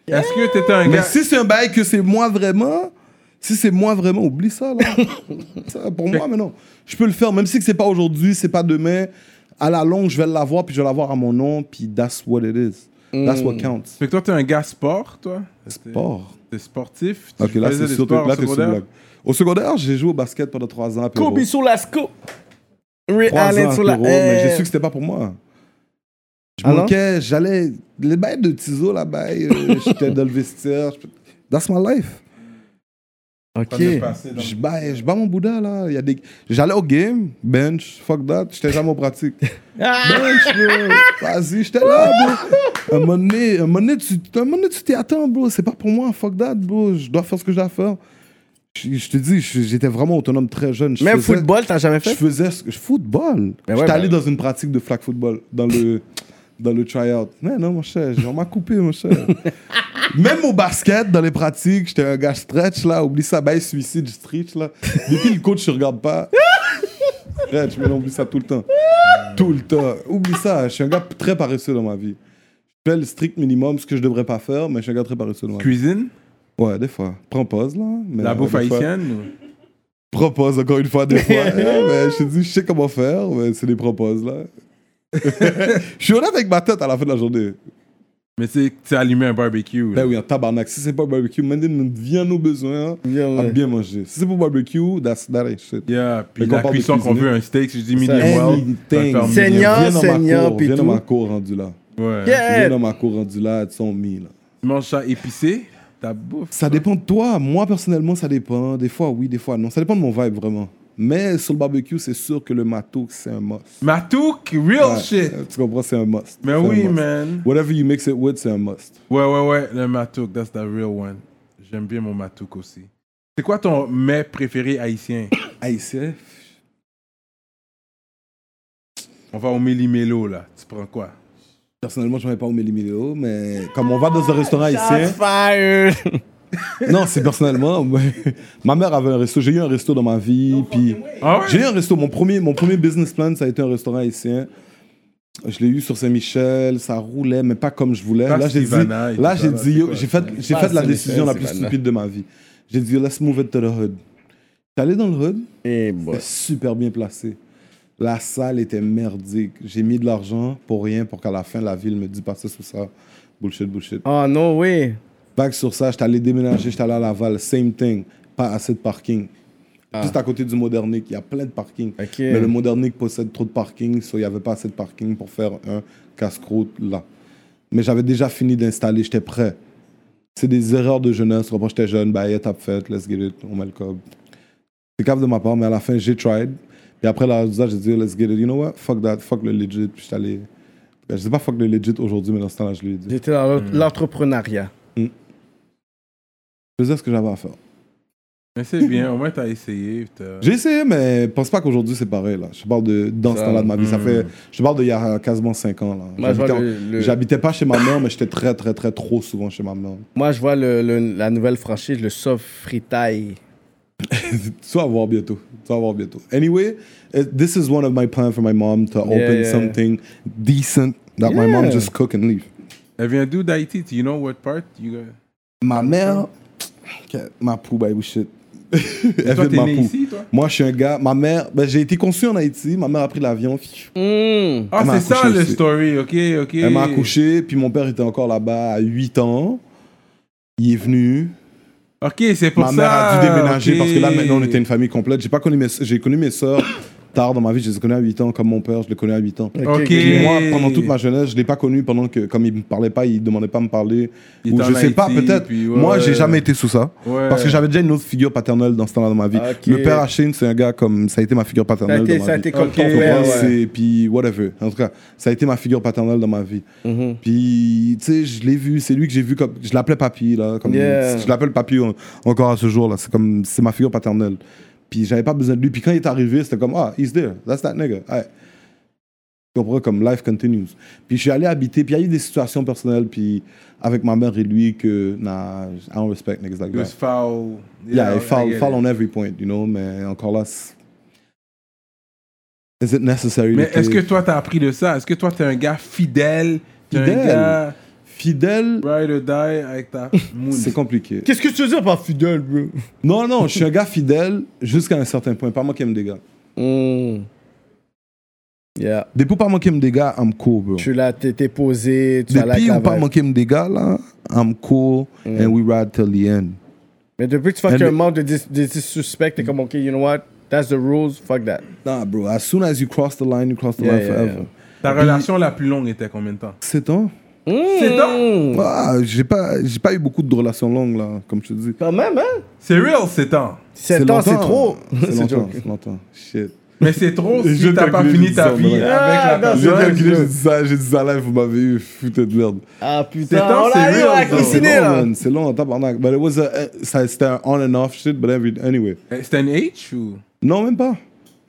Est-ce que t'étais un
Mais
gars.
si c'est un bail que c'est moi vraiment, si c'est moi vraiment, oublie ça là. Ça, pour moi, mais non. Je peux le faire, même si que c'est pas aujourd'hui, c'est pas demain. À la longue, je vais l'avoir, puis je vais l'avoir à mon nom, puis that's what it is. That's what
Hmm.
counts.
Fait que toi, t'es un gars sport, toi
Sport.
T'es sportif
Ok,
tu
là,
faisais
c'est
des
sur
sports
là, t'es sur le
secondaires?
blague. Au secondaire, j'ai joué au basket pendant trois ans. apéro.
Kobe sur la scoop. Ray
trois
Allen
ans,
sur la.
apéro, mais j'ai
Eh.
su que c'était pas pour moi. Je
Alors
manquais, j'allais. Les bails de Tizo là-bas, euh, j'étais dans le vestiaire. je- That's my life.
Pas
Ok.
de passer dans-
Je bats, je bats mon Bouddha là. Il y a des... J'allais au game, bench, fuck that, j'étais jamais en pratique.
Ah!
Bench, bro. Vas-y, j'étais là, bro. Un moment donné, un moment donné, tu, un moment donné, tu t'y attends, bro. C'est pas pour moi, fuck that, bro. Je dois faire ce que j'ai à faire. Je, je te dis, je- j'étais vraiment autonome très jeune. Je
Même
faisais-
football, t'as jamais
Je
fait?
faisais ce que. Football.
Ben ouais,
j'étais
ben-
allé dans une pratique de flag football, dans le. Dans le try-out. Mais non, mon cher, on m'a coupé, mon cher. Même au basket, dans les pratiques, j'étais un gars stretch, là. Oublie ça, bail suicide, je stretch, là. Depuis le coach, je regarde pas. Stretch, mais non, oublie ça tout le temps. Tout le temps. Oublie ça, je suis un gars très paresseux dans ma vie. Je fais le strict minimum, ce que je devrais pas faire, mais je suis un gars très paresseux dans ma vie.
Cuisine
Ouais, des fois. Prends pause, là. mais euh,
La
des
bouffe
fois-
haïtienne ou-
propose encore une fois des fois. Eh, ben, je te dis, je sais comment faire, mais c'est des proposes là. je suis honnête avec ma tête à la fin de la journée.
Mais c'est tu as allumé un barbecue. là.
Ben oui, en tabarnak. Si c'est pas barbecue, maintenant, vient nos besoins hein. à bien manger. Si c'est pas barbecue, that's that ain't shit.
Yeah, puis
Fait qu'on
la
parle de
cuisson qu'on
cuisiner.
veut, un steak, si je dis medium
Anything.
well. tu vas le faire
Seigneur.
medium.
Viens dans ma
Seigneur,
cour,
puis
Viens dans
tout.
ma cour rendu là.
Ouais.
Yeah.
Viens dans ma cour rendu là, elles sont mis là.
Tu manges ça épicé, ta bouffe.
Ça dépend de toi. Moi, personnellement, ça dépend. Des fois, oui, des fois, non. Ça dépend de mon vibe, vraiment. Mais sur le barbecue, c'est sûr que le matou, c'est un must.
Matouk,
Oh,
real
Ouais,
shit.
Tu comprends, c'est un must.
Mais
C'est un
oui,
must.
man.
Whatever you mix it with, c'est un must.
Ouais, ouais, ouais, le matouk, that's the real one. J'aime bien mon matouk aussi. C'est quoi ton mets préféré haïtien
Haïtien.
On va au méli-mélo, là. Tu prends quoi
Personnellement, je ne pas au Mélimélo, mais comme on va dans un restaurant haïtien.
fire.
Non, c'est personnellement. mais- ma mère avait un resto. J'ai eu un resto dans ma vie. Puis
Ah ouais
j'ai eu un resto. Mon premier, mon premier business plan, ça a été un restaurant haïtien. Je l'ai eu sur Saint-Michel. Ça roulait, mais pas comme je voulais.
Pas
Là, j'ai dit.
Stivana et
Là,
tout
j'ai
ça, là,
dit.
c'est
yo,
quoi,
J'ai fait, j'ai
Pas
fait la
Saint-Michel,
décision la plus
Stivana.
stupide de ma vie. J'ai dit, let's move it to the hood. J'étais allé dans le hood.
Eh,
C'était super bien placé. La salle était merdique. J'ai mis de l'argent pour rien pour qu'à la fin, la ville me dise passer sous ça. Bullshit, bullshit.
Oh, no way.
Back sur ça, j'étais allé déménager, j'étais allé à Laval, same thing, pas assez de parking. Juste à côté du Modernic, il y a plein de parkings.
Ok.
Mais le Modernic possède trop de parkings, so il n'y avait pas assez de parking pour faire un casse-croûte là. Mais j'avais déjà fini d'installer, j'étais prêt. C'est des erreurs de jeunesse. Quand j'étais jeune, bah, yeah, tape fait, let's get it, on met le cob. C'est cave de ma part, mais à la fin, j'ai tried. Puis après, là, j'ai dit, oh, let's get it, you know what, fuck that, fuck le legit. Puis j'étais allé. Je sais pas fuck le legit aujourd'hui, mais dans ce temps-là, je lui ai dit.
J'étais dans l'en- l'entrepreneuriat.
Je faisais ce que j'avais à faire.
Mais c'est bien, au moins t'as essayé. t'as-
Euh,
J'ai essayé, mais pense pas qu'aujourd'hui c'est pareil. Là. Je parle de dans ce
Ça, hmm.
temps-là de ma vie. Ça fait, je te parle d'il y a quasiment 5 ans. là.
Moi, je vois
J'habitais en-
le- le-
J'habitais pas chez ma mère, mais j'étais très, très, très trop souvent chez ma mère.
Moi, je vois le- le- la nouvelle franchise, le Soft Fritaille.
Tu vas voir bientôt. Tu vas voir bientôt. Anyway, uh, this is one of my plans for my mom to open
Yeah, yeah.
something decent that my mom
Yeah.
just cook and leave.
Elle vient d'où d'Haïti? Do you know what part? You got-
Ma mère, Ok, ma pou, baby shit.
Toi,
Elle fait de
t'es
ma
né
pou.
ici, toi?
Moi, je suis un gars. Ma mère, ben, j'ai été conçu en Haïti. Ma mère a pris l'avion.
Hum.
Ah,
Elle m'a
c'est ça
accouché
le
aussi.
story, ok, ok.
Elle m'a accouché, puis mon père était encore là-bas à 8 ans. Il est venu.
Ok, c'est pour
Ma
ça.
mère a dû déménager
ok.
parce que là, maintenant, on était une famille complète. J'ai pas connu mes, j'ai connu mes sœurs tard dans ma vie. Je les ai connues à 8 ans, comme mon père, je les connais à 8 ans.
Ok.
Puis
Et-
moi, pendant toute ma jeunesse, je l'ai pas connu pendant que, comme il me parlait pas, il demandait pas à me parler.
Il
ou
était
je
en
sais pas,
Haïti,
peut-être.
puis ouais.
Moi, j'ai jamais été sous ça.
Ouais.
Parce que j'avais déjà une autre figure paternelle dans ce temps-là dans ma vie.
Ok.
Le père Hachine, c'est un gars comme. Ça a été ma figure
Ça a
paternelle.
été,
dans ma
ça a
vie.
été comme
Ok,
ton
Tu comprends?
père, ouais.
C'est- Puis, whatever. En tout cas, ça a été ma figure paternelle dans ma vie.
Mhm.
Puis, tu sais, je l'ai vu, c'est lui que j'ai vu comme. Je l'appelais Papy, là. Comme,
Yeah.
Je l'appelle Papy en- encore à ce jour, là. C'est comme. C'est ma figure paternelle. Puis, j'avais pas besoin de lui. Puis, quand il est arrivé, c'était comme, ah, he's there. That's that nigga. Aye. Tu comprends? Comme life continues. Puis, je suis allé habiter. Puis, il y a eu des situations personnelles, puis avec ma mère et lui, que, nah, I don't respect niggas like
It
that.
was foul.
Yeah,
I
it foul,
get
foul
it.
on every point, you know, mais encore là. c'est- Is it necessary?
Mais
to
est-ce que
take-
toi, t'as appris de ça? Est-ce que toi, t'es un gars fidèle? T'es un
Fidèle.
gars
Fidèle,
ride or die avec ta moon.
c'est compliqué.
Qu'est-ce que tu veux dire par fidèle, bro?
Non, non, je suis un gars fidèle jusqu'à un certain point. Pas moi qui aime des gars.
Hum. Yeah.
Depuis pas moi qui aime des gars, I'm cool, bro.
Tu l'as, t'es t'es posé, tu as la
Depuis ou pas
cavale.
moi qui aime des gars, là, I'm cool and we ride till the end.
Mais depuis que tu fais
Elle-
qu'un membre de 10 de 10 suspects, t'es comme, OK, you know what? That's the rules, fuck that.
Nah, bro, as soon as you cross the line, you cross the
Yeah,
line
yeah,
forever.
yeah.
Ta relation la plus longue était combien de temps?
C'est temps.
C'est ans?
Ah, j'ai pas, j'ai pas eu beaucoup de relations longues, là, comme je te dis.
Quand même, hein?
C'est real, c'est ans.
7 ans, c'est
longtemps. hein.
trop.
C'est longtemps,
joke.
c'est longtemps. Shit.
Mais c'est trop
Je
si t'as pas
calculé,
fini ta
disons,
vie
ouais.
avec
Ah,
la
non,
J'ai
Ouais,
personne.
calculé,
je-
j'ai dit ça, j'ai dit ça live, vous m'avez eu foutu de merde.
Ah
C'est
putain,
temps,
on
c'est
l'a eu
real,
à
ça.
C'est long,
cuisiner, là.
man. C'est long, tabarnak. But it was a, eh, ça, c'était un on and off shit, but every, anyway.
Eh, C'était un H ou
Non, même pas.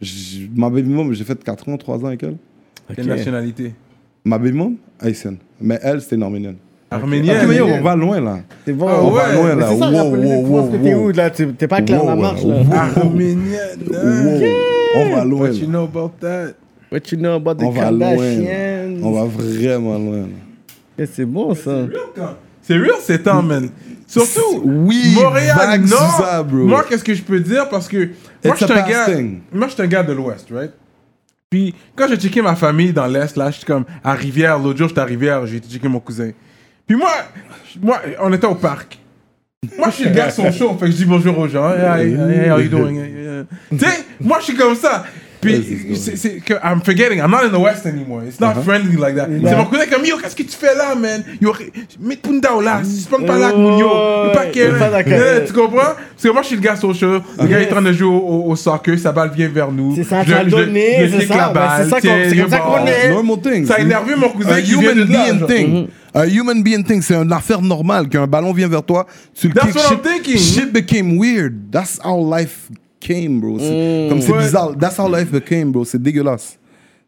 J- ma baby mom, j'ai fait 4 ans, 3 ans avec elle.
quelle nationalité?
Ma baby mom, haïtienne. Mais elle, c'était une arménienne.
Arménienne.
Ok, mais yo,
Arménienne.
on va loin là.
C'est bon.
Ah
On
ouais.
va loin
Mais
là.
C'est ça,
Wow,
rappelez-les,
wow,
tu penses que t'es
wow,
où, là? T'es t'es pas clair
Wow,
la
wow,
marche,
wow.
là.
Arménienne. hein.
wow. On va loin
What you
là.
know about that?
What you know about
On
the
va loin. là.
Kardashians?
On va vraiment loin là.
Eh, C'est bon, ça.
C'est real ces temps, man. Surtout,
Oui,
Montréal,
vague
Nord.
Sousa, bro.
Moi, qu'est-ce que je peux dire? Parce que moi,
It's
je suis
a
un
past
gars,
thing.
moi, je suis un gars de l'Ouest, right? Puis, quand j'ai checké ma famille dans l'Est, là, j'étais comme à Rivière. L'autre jour, j'étais à Rivière, j'ai été checké mon cousin. Puis moi, moi, on était au parc. Moi, je suis le gars son show, fait que je dis bonjour aux gens. Hey, hey, hey, how you doing? Hey, hey, hey. Tu sais, moi, je suis comme ça. Puis, c'est c'est que I'm forgetting, I'm not in the West anymore. It's not friendly like that. C'est mon cousin comme, yo, qu'est-ce que tu fais là, man? Yo, mets Pundao là, si tu prends pas là,
Ouais,
Mounio,
ouais,
pas Kevin.
ouais, pas d'accord.
Non, non, Tu comprends? Parce que moi, je suis le gars social. Le gars est en train de jouer au, au- au soccer, sa balle vient vers nous.
C'est ça,
Je-
tu vas
je-
donner,
je
c'est
kick
ça,
la
ben,
balle,
c'est ça qu'on-
tiens,
c'est comme ça
le
qu'on
ball.
est.
Normal things.
Ça a énervé mon cousin
Un
qui vient
human
de là,
being
genre.
thing. Un human being thing, c'est une affaire normale qu'un ballon vient vers toi, tu le
That's
kicks,
what I'm
shit-
thinking.
Shit became weird. That's how life came, bro. C'est- Comme c'est
Mm. Ouais.
bizarre. That's how life became, bro. C'est dégueulasse.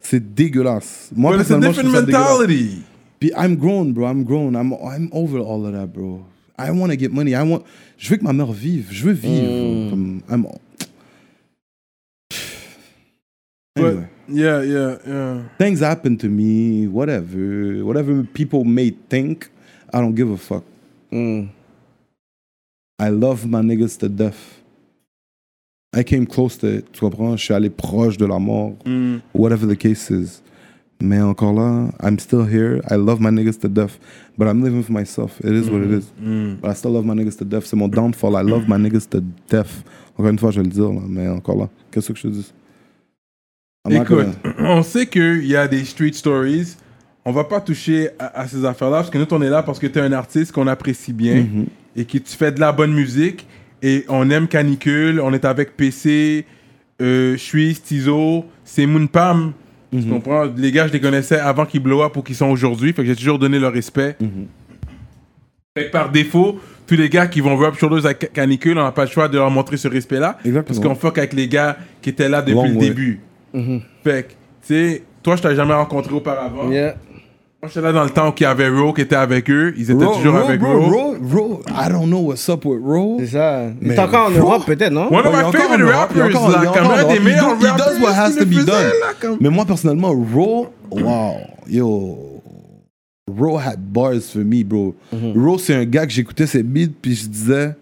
C'est dégueulasse. Moi,
But it's a
personnellement,
different
je trouve ça dégueulasse.
mentality.
Puis I'm grown, bro. I'm grown. I'm, I'm over all of that, bro. I want to get money. I want... Je veux que ma mère vive. Je veux
Mm.
vivre. Comme, I'm... Anyway.
But, yeah, yeah, yeah.
things happen to me, whatever, whatever people may think, I don't give a fuck. Hmm. I love my niggas to death.
Mm.
I came close to it, tu comprends? Je suis allé proche de la mort, whatever the case is. Mais encore là, I'm still here. I love my niggas to death. But I'm living for myself. It is what it is.
Mm.
But I still love my niggas to death. C'est mon downfall. I love my niggas to death. Encore une fois, je vais le dire, là, mais encore là, qu'est-ce que je te dis? I'm not
Écoute,
gonna-
on sait qu'il y a des street stories. On va pas toucher à, à ces affaires-là parce que nous, on est là parce que tu es un artiste qu'on apprécie bien et que tu fais de la bonne musique. Et on aime Canicule, on est avec PC, euh, Suisse, Tizo, c'est Moonpam. Tu comprends? Les gars, je les connaissais avant qu'ils blow up ou qu'ils sont aujourd'hui. Fait que j'ai toujours donné leur respect. Fait que par défaut, tous les gars qui vont rub shoulders avec Canicule, on n'a pas le choix de leur montrer ce respect-là.
Exactement.
Parce qu'on fuck avec les gars qui étaient là depuis
Long
le
way.
début. Fait que, tu sais, toi, je t'ai jamais rencontré auparavant.
Yeah.
Moi, j'étais là dans le temps qu'il y avait Ro qui était avec eux. Ils étaient
Ro-
toujours
Ro-
avec
bro,
Ro.
Ro- Ro- I don't know what's up with Ro.
C'est ça.
Mais
Mais t'es encore en
bro.
Europe, peut-être, non?
One
Ouais,
of
il est
my
Oh, encore en
favorite
Europe, il est
rappers,
encore en- il est
là,
encore
comme
en
un des
Europe.
meilleurs
Il
rappers.
do- He does what has
qui
to
le
be
faisait,
done.
là, comme-
Mais moi, personnellement, Raw, wow, yo. Raw had bars for me, bro.
Mm-hmm.
Raw, c'est un gars que j'écoutais ses beats, puis je disais,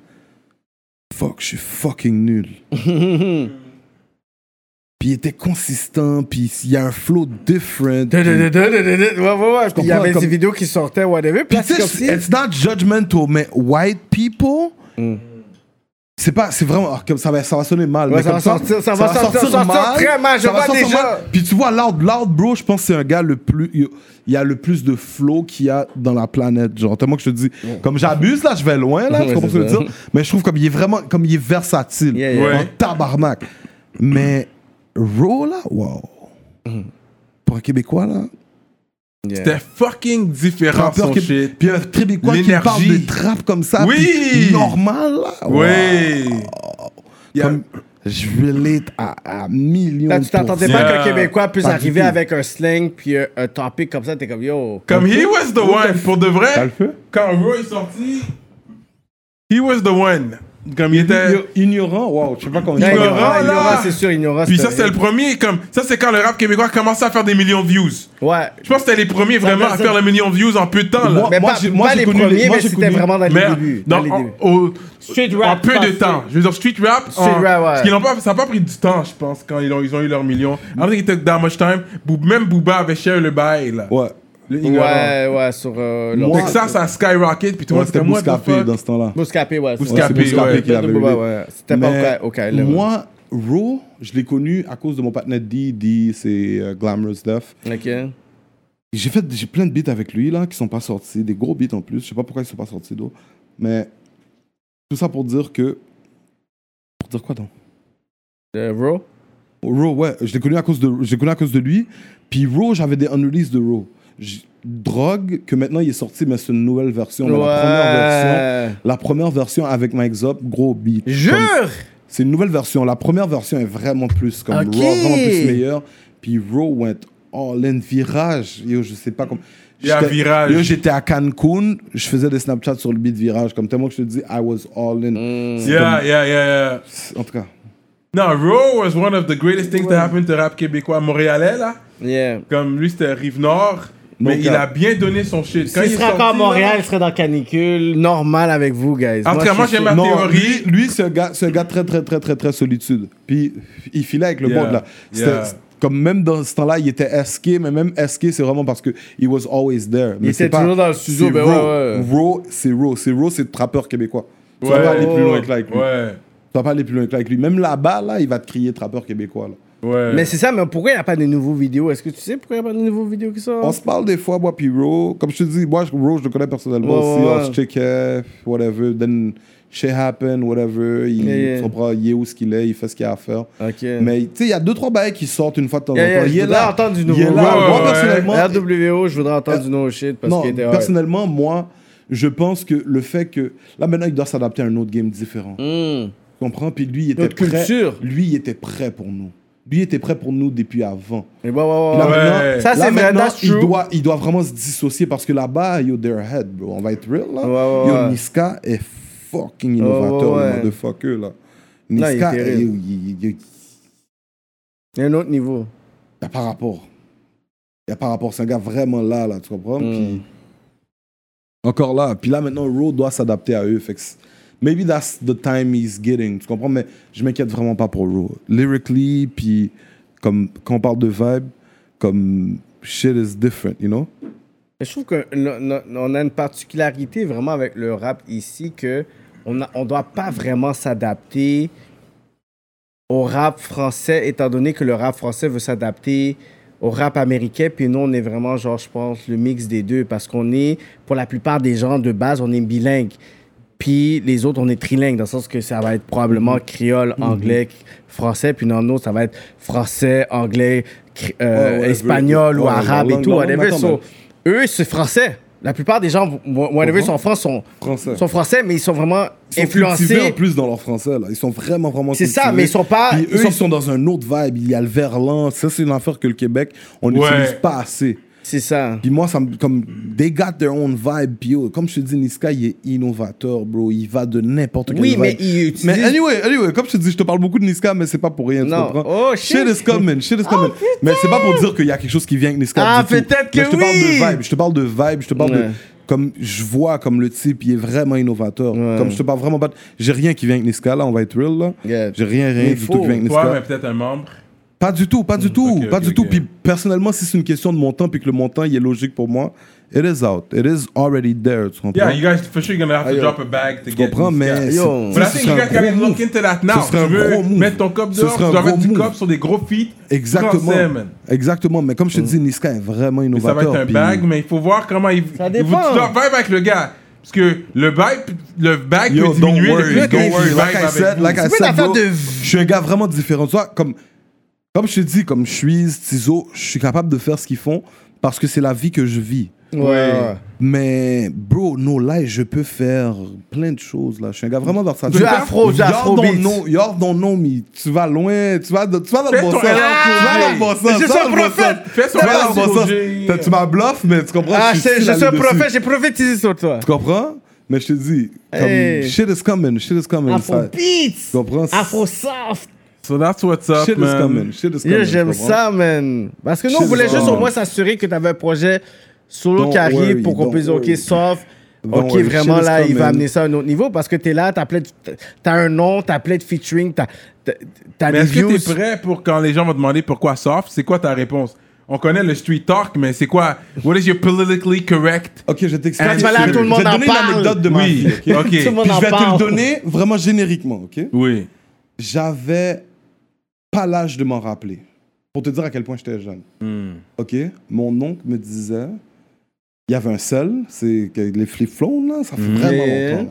fuck, je suis fucking nul. puis il était consistant, puis il y a un flow different.
Da, da, da, da, da, da, da. Ouais, ouais, ouais. Puis il y
comprends,
avait
comme-
des vidéos qui sortaient, whatever. Puis
Puis
là,
tu
c'est
sais,
comme si...
it's not judgmental, mais white people.
Mm.
C'est pas, c'est vraiment, alors, comme ça va, ça va sonner mal.
Ouais,
mais
ça
comme
va sortir- ça va sortir- sortir très mal, je
ça va
vois
sortir
déjà.
Puis tu vois, Loud, Loud, bro, je pense que c'est un gars le plus, il il y a le plus de flow qu'il y a dans la planète. Genre, tellement que je te dis, comme j'abuse là, je vais loin là, tu
Ouais,
comprends ce que je
c'est
veux dire? Mais je trouve comme il est vraiment, comme il est versatile.
Yeah, yeah.
Ouais.
En tabarnak. Mais, Raw là, wow.
Mm.
Pour un Québécois là,
Yeah.
C'était fucking différent
rappeur
son
qui-
shit.
Puis un Québécois qui
L'énergie.
parle de trap comme ça.
Oui.
puis Normal. là.
Oui. Il y a-
Wow. Comme, je relate à, à millions
Là, tu t'attendais
de
pas
Yeah.
qu'un Québécois puisse
Pas du
arriver
tout.
avec un slang puis euh, un topic comme ça, t'es comme yo.
Comme he was the one, pour de
T'as le
vrai.
feu?
Quand Ro est sorti, he was the one. Comme il était.
Igno- Ignorant, wow, je sais pas comment
Ouais,
Ignorant,
ignorant,
là.
ignorant, c'est sûr, ignorant.
Puis ça, c'est le premier. Comme ça, c'est quand le rap québécois a commencé à faire des millions de views.
Ouais.
Je pense que c'était les premiers vraiment à
personne-
faire le million de views en peu de temps. Là.
Mais
Moi,
pas,
j'ai- moi,
pas
j'ai
les
connu les-
premiers,
moi,
mais
j'ai
c'était
connu-
vraiment dans les
Mais
débuts.
dans-
dans les
en,
débuts.
au-
Street
en
rap
peu de
passé.
temps. Je veux dire, street rap,
Street
en-
rap, ouais.
parce qu'ils n'ont pas, ça n'a pas pris du temps, je pense, quand ils ont, ils ont eu leur million. Alors qu'ils étaient dans much time, Boo- même Booba avait cher le bail. Là.
Ouais.
Le ignorant.
Ouais, ouais, sur euh, leur-
Moi-
Fait que ça, ça skyrocket, puis tout le
Moi,
monde
c'était
était moi,
Bouscapé dans ce temps-là.
Bouscapé, ouais. c'est-
Bouscapé,
ouais, c'est
ouais.
qui l'avait
Ouais,
eu.
ouais. C'était pas
Mais
au Kyle. ouais.
Moi, Raw, je l'ai connu à cause de mon partenaire D. D, c'est euh, Glamorous Stuff.
Ok.
J'ai fait j'ai plein de beats avec lui là qui sont pas sortis, des gros beats en plus. Je sais pas pourquoi ils sont pas sortis d'eau. Mais tout ça pour dire que pour dire quoi donc
Euh, Bro.
Raw, ouais, je l'ai connu à cause de je l'ai connu à cause de lui. Puis Raw, j'avais des unreleased de Raw. J- Drogue que maintenant il est sorti mais c'est une nouvelle version, mais la première version.
Ouais.
La première version avec Mike Zop, gros beat. Comme-
Jure!
C'est une nouvelle version. La première version est vraiment plus comme
Ok.
Raw, vraiment plus meilleure. Puis Raw went all in virage. Yo, je sais pas comment.
Il y a un
J'étais-
virage.
Yo, j'étais à Cancun, je faisais des Snapchats sur le beat virage. Comme tellement que je te dis, I was all
Mm.
in. C'est
Yeah, yeah, yeah, yeah.
comme- En tout cas.
Non, Ro was one of the greatest things that happened to rap québécois montréalais, là.
Yeah.
Comme lui, c'était Rive-Nord, mais
Donc,
il
euh,
a bien donné son shit. Quand
S'il
est
serait encore à
sorti, là-
Montréal, il serait dans Canicule. Normal avec vous, guys.
En tout cas, moi, j'aime ma
Non,
théorie.
lui, lui, c'est un gars, c'est un gars très, très, très, très, très solitude. Puis il filait avec le
Yeah.
monde là. C'était-
Yeah.
c'est- Comme même dans ce temps-là, il était SK, mais même SK, c'est vraiment parce que he was always there. Mais
Il
c'est
était
pas-
toujours dans le studio,
c'est
ben
raw.
ouais, ouais.
Raw, c'est raw, c'est raw, c'est trappeur québécois. Tu vas
Ouais.
pas aller plus loin que là avec lui.
Ouais,
Tu vas pas aller plus loin que là avec lui. Même là-bas, là, il va te crier trappeur québécois. là.
ouais.
Mais c'est ça, mais pourquoi il n'y a pas de nouveaux vidéos? Est-ce que tu sais pourquoi il n'y a pas de nouveaux vidéos qui
On
sortent?
se parle des fois, moi puis Raw. Comme je te dis, moi, je- Raw, je le connais personnellement
Ouais,
aussi.
ouais,
On se
ouais.
checkait, whatever. Then shit happened, whatever. Il,
Yeah, yeah.
tu comprends, il est où ce qu'il est, il fait ce qu'il a à faire.
Ok.
Mais tu sais, il y a deux, trois bails qui sortent une fois de temps en temps.
Yeah, yeah,
il
je
est
voudrais
là.
entendre du
Il
nouveau.
est là.
Ouais,
moi,
ouais, ouais.
personnellement,
RWO, je voudrais entendre du no shit parce
non,
qu'il était hard.
personnellement, moi, je pense que le fait que. Là, maintenant, il doit s'adapter à un autre game différent.
Hmm.
Tu comprends? Puis lui, il était
Notre
prêt.
culture.
Lui, il était prêt pour nous. Lui, il était prêt pour nous depuis avant.
Mais ouais, ouais,
Puis
ouais,
là,
ouais.
maintenant-
Ça,
là,
c'est vrai,
maintenant,
that's
il
true.
doit, il doit vraiment se dissocier parce que là-bas, yo, they're ahead, bro. On va être real, là.
Ouais, ouais,
Yo,
ouais.
Niska est fucking innovateur,
Ouais, ouais,
le
ouais.
motherfucker, là.
Non, il est
Niska,
terrible.
yo, il- il- il-
Il y a un autre niveau.
Il n'y a pas Bah, rapport. Il n'y a pas rapport. C'est un gars vraiment là, là, tu comprends?
Mm.
Puis, encore là. Puis là, maintenant, Road doit s'adapter à eux. Fait que c'est- maybe that's the time he's getting. Tu comprends? Mais je m'inquiète vraiment pas pour Road. Lyrically, puis comme, quand on parle de vibe, comme shit is different, you know?
Mais je trouve qu'on a une particularité vraiment avec le rap ici que on ne on doit pas vraiment s'adapter au rap français, étant donné que le rap français veut s'adapter au rap américain. Puis nous, on est vraiment, genre, je pense, le mix des deux parce qu'on est, pour la plupart des gens de base, on est bilingue. Puis les autres, on est trilingue, dans le sens que ça va être probablement
Mhm.
créole, anglais, français. Puis dans l'autre, ça va être français, anglais, cr- euh,
Ouais, ouais,
espagnol
ouais,
ou
ouais,
arabe
la
et tout.
langue, la langue,
whatever. So,
attends, mais-
eux, c'est français. La plupart des gens, whatever, sont en France, sont
Français.
sont français, mais ils sont vraiment
Ils sont cultivés en
influencés.
plus dans leur français, là. Ils sont vraiment, vraiment
C'est ça,
cultivés.
mais ils sont pas-
Puis
ils
eux,
sont-
ils sont dans un autre vibe. Il y a le verlan. Ça, c'est une affaire que le Québec, on
Ouais.
n'utilise pas assez.
C'est ça.
Puis moi, ça me, comme, they got their own vibe. Puis yo, comme je te dis, Niska, il est innovateur, bro. Il va de n'importe quel
Oui,
vibe.
mais ils utilisent.
Mais anyway, anyway, comme je te dis, je te parle beaucoup de Niska, mais c'est pas pour rien. tu
Non.
comprends?
Oh, shit. Oh,
shit is coming, shit is coming. mais c'est pas pour dire qu'il y a quelque chose qui vient avec Niska.
Ah,
du tout.
peut-être que
Mais je te parle
oui.
de vibe, je te parle de vibe, je te parle
Ouais.
de. Comme je vois, comme le type, il est vraiment innovateur. Comme je te parle vraiment pas. de- J'ai rien qui vient avec Niska, là, on va être real, là.
Yeah.
J'ai rien, rien
Mais
du
faut.
tout qui vient avec Niska.
Toi, mais peut-être un membre.
Pas du tout, pas du tout,
Hmm, ok,
pas
ok,
du tout.
ok.
Puis personnellement, si c'est une question de montant, puis que le montant, il est logique pour moi, it is out. It is already there, tu comprends?
Yeah, you guys, for sure, you're gonna have to
Ayo.
drop a bag to
tu
get
comprends,
these
mais.
guys.
c'est-
Yo.
But I
ce
think
serait
you
un
guys gotta
gros
look
move.
into that now.
Ce serait
Tu
un
veux
gros move.
mettre ton cop
Ce
dehors,
serait
tu
un
dois mettre
gros
du
move.
cop sur des gros feet.
Exactement.
Français, man. Hmm.
Exactement. Mais comme je te dis, Niska est vraiment
Mais ça
innovateur.
va être un
puis-
bag, mais il faut voir comment il.
Ça
il faut-
dépend.
Tu dois vibe avec le gars. Parce que le vibe, le bag
Yo,
peut diminuer
don't worry,
le plus
don't
que
worry.
tu
Like
vibes
I
avec
said,
vous.
like I
C'est pas une
said,
affaire
bro,
de-
je suis un gars vraiment différent. Tu vois, comme, comme je te dis, comme je suis, Tizo, je suis capable de faire ce qu'ils font parce que c'est la vie que je vis.
Ouais, ouais.
Mais, bro, no lie, je peux faire plein de choses, là. Je suis un gars vraiment versatile.
Du afro, du
Y'all
afro
don't
beats.
know- Y'all don't know me. Tu vas loin, tu vas, tu vas dans le
Fais
bon
ton
sens. Tu
LL
vas dans le bon
Mais
sens.
je
tu vas
suis
dans
un
le bon
prophète.
sens.
Fais son
Tu vas dans le
LL
bon sens.
Cool J.
T'as- Tu m'as bluff, mais tu comprends?
Ah,
je
je,
suis
je suis
allé
un
dessus.
prophète, j'ai prophétisé sur toi.
Tu comprends? Mais je te dis, comme,
Hey.
shit is coming, shit is coming.
Afro
ça-
Beats!
Tu comprends?
Afro Soft!
So that's what's up,
Shit is
man.
coming, shit is coming.
Yo,
tu
j'aime
comprends?
ça, man. Parce que nous, on
Shit
voulait
is
juste
on.
au moins s'assurer que t'avais un projet solo
Don't
qui arrive
worry,
pour qu'on
don't
puisse dire, OK,
worry.
soft.
Don't
OK,
worry,
vraiment,
shit is
là, il va
coming.
amener ça à un autre niveau parce que t'es là, t'as plein de- t'as un nom, t'as plein de featuring, t'as- t'as t'as
Mais
des
est-ce que
views.
t'es prêt pour quand les gens vont demander pourquoi soft, c'est quoi ta réponse? On connaît le street talk, mais c'est quoi? What is your politically correct?
Ok, je t'explique.
Quand tu vas là,
Je vais-
tout le monde
je vais te
en
donner
parle.
une anecdote de ma
Oui,
vie, ok?
ok.
Tout le monde
Puis
en
je vais te
parle.
le donner vraiment génériquement, ok?
Oui.
J'avais pas l'âge de m'en rappeler. Pour te dire à quel point j'étais jeune. OK? Mon oncle me disait... Il y avait un sel, c'est que les flip-flops, là, ça fait vraiment
Yeah.
longtemps. là.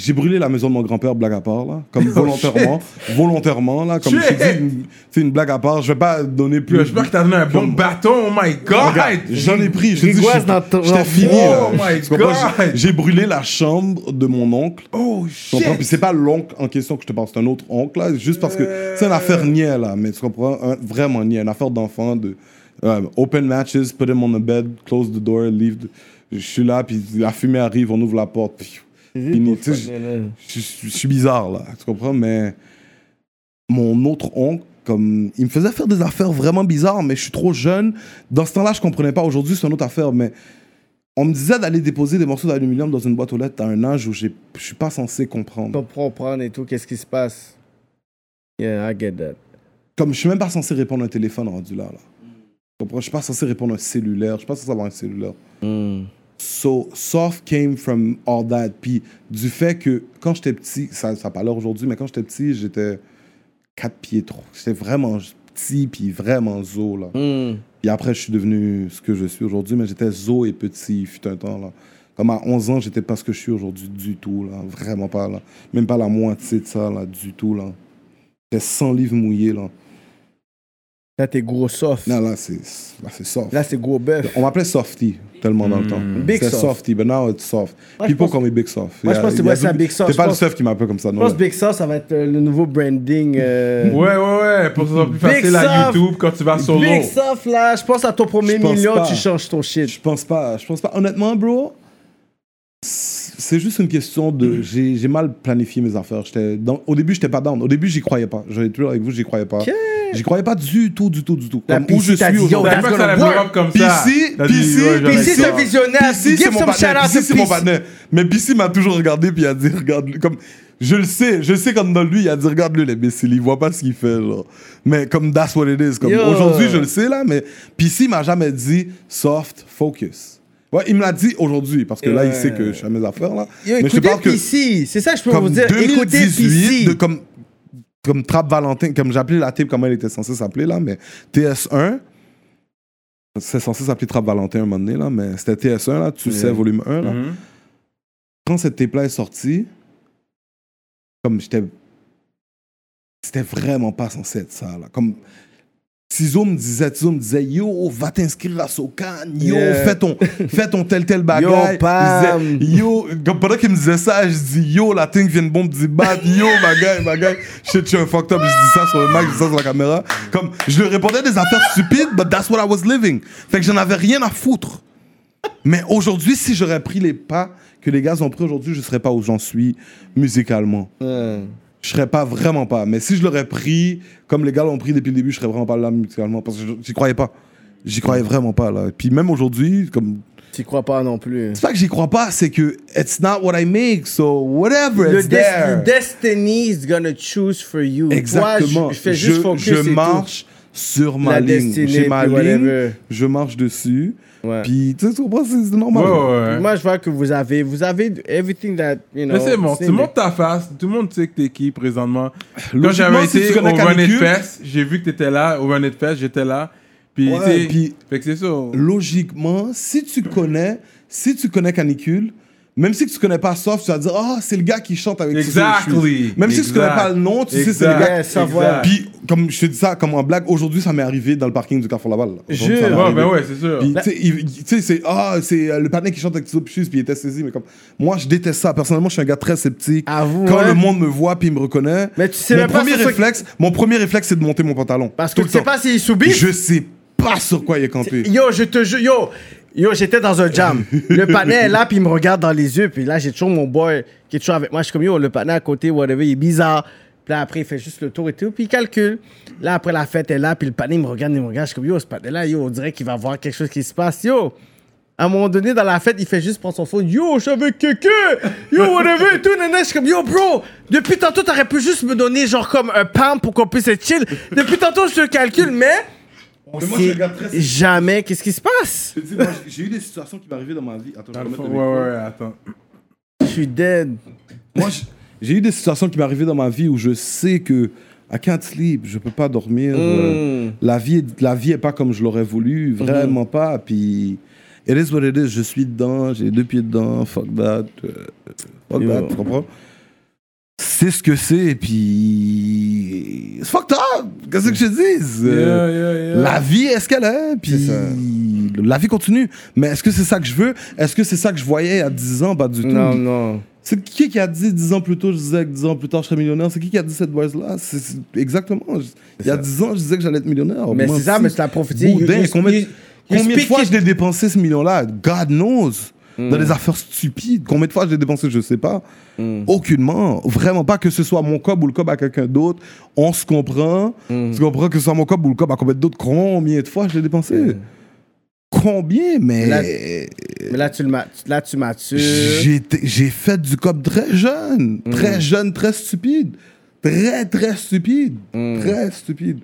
J'ai brûlé la maison de mon grand-père, blague à part, là. Comme
Oh,
volontairement. volontairement, là. Comme je
Shit.
te dis, une- c'est une blague à part. Je vais pas donner
Yo,
plus...
J'espère que t'as donné un bon bâton, oh my god!
Regarde, J'en ai pris. Je te dis,
Rigoise
je-
dans ton-
j'étais
dans-
fini,
Oh
là.
my
Tu comprends?
God.
J'ai- J'ai brûlé la chambre de mon oncle.
Oh
Tu comprends? Puis
shit!
c'est pas l'oncle en question que je te parle, c'est un autre oncle, là, juste parce que c'est une affaire niais, là, mais tu comprends? Un- vraiment niais, une affaire d'enfant, de euh, open matches, put him on the bed, close the door, leave. the- Je suis là, puis la fumée arrive, on ouvre la porte, puis fini. Tu sais, je, je- je suis bizarre, là, tu comprends? Mais mon autre oncle, comme, il me faisait faire des affaires vraiment bizarres, mais je suis trop jeune. Dans ce temps-là, je comprenais pas. Aujourd'hui, c'est une autre affaire, mais on me disait d'aller déposer des morceaux d'aluminium dans une boîte aux lettres à un âge où j'ai- je suis pas censé comprendre.
comprendre et tout, qu'est-ce qui se passe. Yeah, I get that.
comme je suis même pas censé répondre à un téléphone rendu là. là. Tu comprends? Je suis pas censé répondre à un cellulaire. Je suis pas censé avoir un cellulaire. So, soft came from all that. Puis du fait que quand j'étais petit, ça, ça a pas l'air aujourd'hui, mais quand j'étais petit, j'étais 4 pieds trop. J'étais vraiment petit, puis vraiment zo. Là.
Hmm.
Puis après, je suis devenu ce que je suis aujourd'hui, mais j'étais zo et petit, il fut un temps. Là. Comme à 11 ans, j'étais pas ce que je suis aujourd'hui du tout. Là. Vraiment pas. Là. Même pas la moitié de ça, là, du tout. Là. J'étais 100 livres mouillés. Là.
Là, t'es gros soft.
Non, là, c'est là, c'est soft.
Là, c'est gros bœuf.
on m'appelait Softy tellement dans le temps.
Big
C'était
soft.
Softy, but now it's soft.
Moi, je
People
pense-
call me Big Soft.
Moi, je pense que c'est
Il y a
vrai, c'est un
du-
Big Soft,
C'est
je
pas le
pense-
seul qui m'appelle comme ça,
Je
non.
pense
là.
que Big Soft, ça va être euh, le nouveau branding. euh,
Ouais, ouais, ouais, pour que ce soit plus
Big
facile à
soft.
YouTube quand tu vas solo.
Big Soft, là, je pense à ton premier
Je pense
million,
pas.
tu changes ton shit.
Je pense pas. Je pense pas. Honnêtement, bro, c'est juste une question
Hmm.
de. J'ai j'ai mal planifié mes affaires. J'étais dans- Au début, j'étais pas down. Au début, j'y croyais pas. Je vais être real avec vous, j'y croyais pas. J'y croyais pas du tout, du tout, du tout.
La
Comme où
PC
je
t'a
suis
dit, yo,
aujourd'hui.
T'avais pas que ça allait blow up comme ça.
PC,
T'as dit,
PC,
ouais, j'aurais
PC,
ça.
c'est un visionnaire.
PC,
Give
c'est mon
some shout
partenaire.
out
PC,
to
c'est mon
PC.
partenaire. Mais PC m'a toujours regardé puis il a dit regarde comme Je le sais, je sais comme dans lui, il a dit regarde-le l'imbécile, il voit pas ce qu'il fait là. Mais comme that's what it is, comme
Yo.
aujourd'hui je le sais là, mais puis s'il m'a jamais dit soft focus. Ouais, il me l'a dit aujourd'hui parce que là il
Ouais.
sait que je suis à mes affaires là.
Yo,
mais je te
écoutez
parle que
PC, c'est ça que je peux vous
comme
dire. écoutez
2018
PC.
de comme comme Trap Valentin, comme j'appelais la tape comment elle était censée s'appeler là, mais TS1 c'est censé s'appeler Trap Valentin un moment donné là, mais c'était TS1 là, tu sais volume 1 là
Mhm.
quand cette tape-là est sortie, comme j'étais. C'était vraiment pas censé être ça, là. Comme. Tizo me disait, Tizo me disait, yo, va t'inscrire à Socan, yo,
Yeah.
fais, ton, fais ton tel tel bagage.
Yo, Pam.
Il disait, yo, comme pendant qu'il me disait ça, je dis, yo, la thing vient de bombe, dit, bat, yo, bagage, bagage. Je suis un fucked up, je dis ça sur le mic, je dis ça sur la caméra. Comme, je lui répondais des affaires stupides, but that's what I was living. Fait que j'en avais rien à foutre. Mais aujourd'hui, si j'aurais pris les pas que les gars ont pris aujourd'hui, je serais pas où j'en suis musicalement.
Ouais.
Je serais pas vraiment pas. Mais si je l'aurais pris comme les gars l'ont pris depuis le début, je serais vraiment pas là musicalement parce que je- j'y croyais pas. J'y croyais vraiment pas là. Puis même aujourd'hui, comme
Tu crois pas non plus.
c'est pas que j'y crois pas, c'est que it's not what I make, so whatever
Le
it's there.
des- destiny is gonna choose for you.
Exactement.
Moi, je, je fais juste
Je-
focus
je
et tout.
marche sur ma
La
ligne,
destinée,
j'ai ma
puis
ligne,
whatever.
je marche dessus.
Ouais.
Puis tu sais, tu comprends, c'est c'est
Ouais,
normal.
ouais, ouais.
Moi, je vois que vous avez, vous avez everything that you know.
Mais c'est bon, tu
des-
montes ta face, tout le monde sait que t'es qui présentement. Quand
Logiquement,
j'avais
si
été
tu
au
connais
Run It
Canicule-
Fest, j'ai vu que t'étais là, au Run It Fest, j'étais là. Puis,
Ouais,
tu sais,
puis-
fait que c'est ça.
logiquement, si tu connais, si tu connais Canicule, même si tu connais pas Soft, tu vas dire ah c'est le gars qui chante avec. Tizo
Exactly.
Lushu. Même si tu
Exact.
connais pas le nom, tu sais c'est le
Exact.
gars.
Yeah, savoir.
Exact.
Puis comme je te dis ça comme en blague, aujourd'hui ça m'est arrivé dans le parking du Carrefour Laval. là. Aujourd'hui,
Jure.
ça m'est
Ouais,
arrivé.
ben ouais, c'est sûr.
euh, Puis, tu sais, il- il- tu sais, c'est ah, c'est euh, le partenaire qui chante avec Tizo Pichus, puis il était saisi. Mais comme moi, je déteste ça. Personnellement, je suis un gars très sceptique.
Ah, vous,
Quand
ouais?
le monde me voit puis il me reconnaît,
Mais tu sais
mon
même pas
premier
sur ce-
réflexe, mon premier réflexe, c'est de monter mon pantalon.
Parce que
Tout
tu sais
le temps.
pas s'il subit.
Je sais pas sur quoi il est campé.
Yo, je te jure, yo, yo, j'étais dans un jam. Le panel est là, puis il me regarde dans les yeux, puis là, j'ai toujours mon boy qui est toujours avec moi. Je suis comme, yo, le panel à côté, whatever, il est bizarre. Puis là, après, il fait juste le tour et tout, puis il calcule. Là, après, la fête est là, puis le panel, il me regarde, il me regarde. Je suis comme, yo, ce panel-là, yo, on dirait qu'il va voir quelque chose qui se passe, yo. À un moment donné, dans la fête, il fait juste prendre son phone. Yo, je suis avec quelqu'un. Yo, whatever, et tout, nana. Je suis comme, yo, bro, depuis tantôt, t'aurais pu juste me donner, genre, comme un pound pour qu'on puisse être chill. Depuis tantôt, je te calcule, mais.
Mais moi, je
C'est
regarde très-
Jamais. Qu'est-ce qui se passe?
Je te dis, moi, j'ai- j'ai eu des situations qui m'arrivaient dans ma vie. Attends, je vais
Ah,
Dans le
remettre
fond,
le
Ouais,
micro.
ouais, ouais, attends.
Je suis dead.
Moi, j'- j'ai eu des situations qui m'arrivaient dans ma vie où je sais que I can't sleep, je peux pas dormir.
Mm.
euh, la vie, est- la vie est pas comme je l'aurais
Mhm.
voulu, vraiment pas. Puis it is what it is. Je suis dedans, j'ai deux pieds dedans. Fuck that, euh, fuck
Yo.
that. Tu comprends? C'est ce que c'est. Puis c'est fucked up. Qu'est-ce que je te dis? Euh,
Yeah, yeah, yeah.
La vie est ce qu'elle est, puis
ça.
la vie continue. Mais est-ce que c'est ça que je veux? Est-ce que c'est ça que je voyais à 10 ans? Pas du tout.
Non, non.
C'est qui qui a dit 10 ans plus tôt, je disais que 10 ans plus tard, je serais millionnaire? C'est qui qui a dit cette voice-là? C'est- c'est- Exactement. Je- Il y a 10 ans, je disais que j'allais être millionnaire.
Mais
Moi
c'est ça,
aussi.
mais c'est la prophétie.
Boudin,
You- you-
combien,
you- you
combien de
speak
fois
it. Hmm.
je l'ai dépensé ce million-là? God knows. Dans des affaires stupides. Combien de fois je l'ai dépensé, je sais pas.
Hmm.
Aucunement. Vraiment pas que ce soit mon cob ou le cob à quelqu'un d'autre. On se comprend.
Hmm.
Tu comprends que ce soit mon cob ou le cob à combien d'autres. Combien de fois je l'ai dépensé?
Hmm.
Combien, mais.
Mais là, tu le ma- là, tu matures.
J'ai été- j'ai fait du cop très jeune, très jeune, très stupide. Très, très stupide. Très stupide.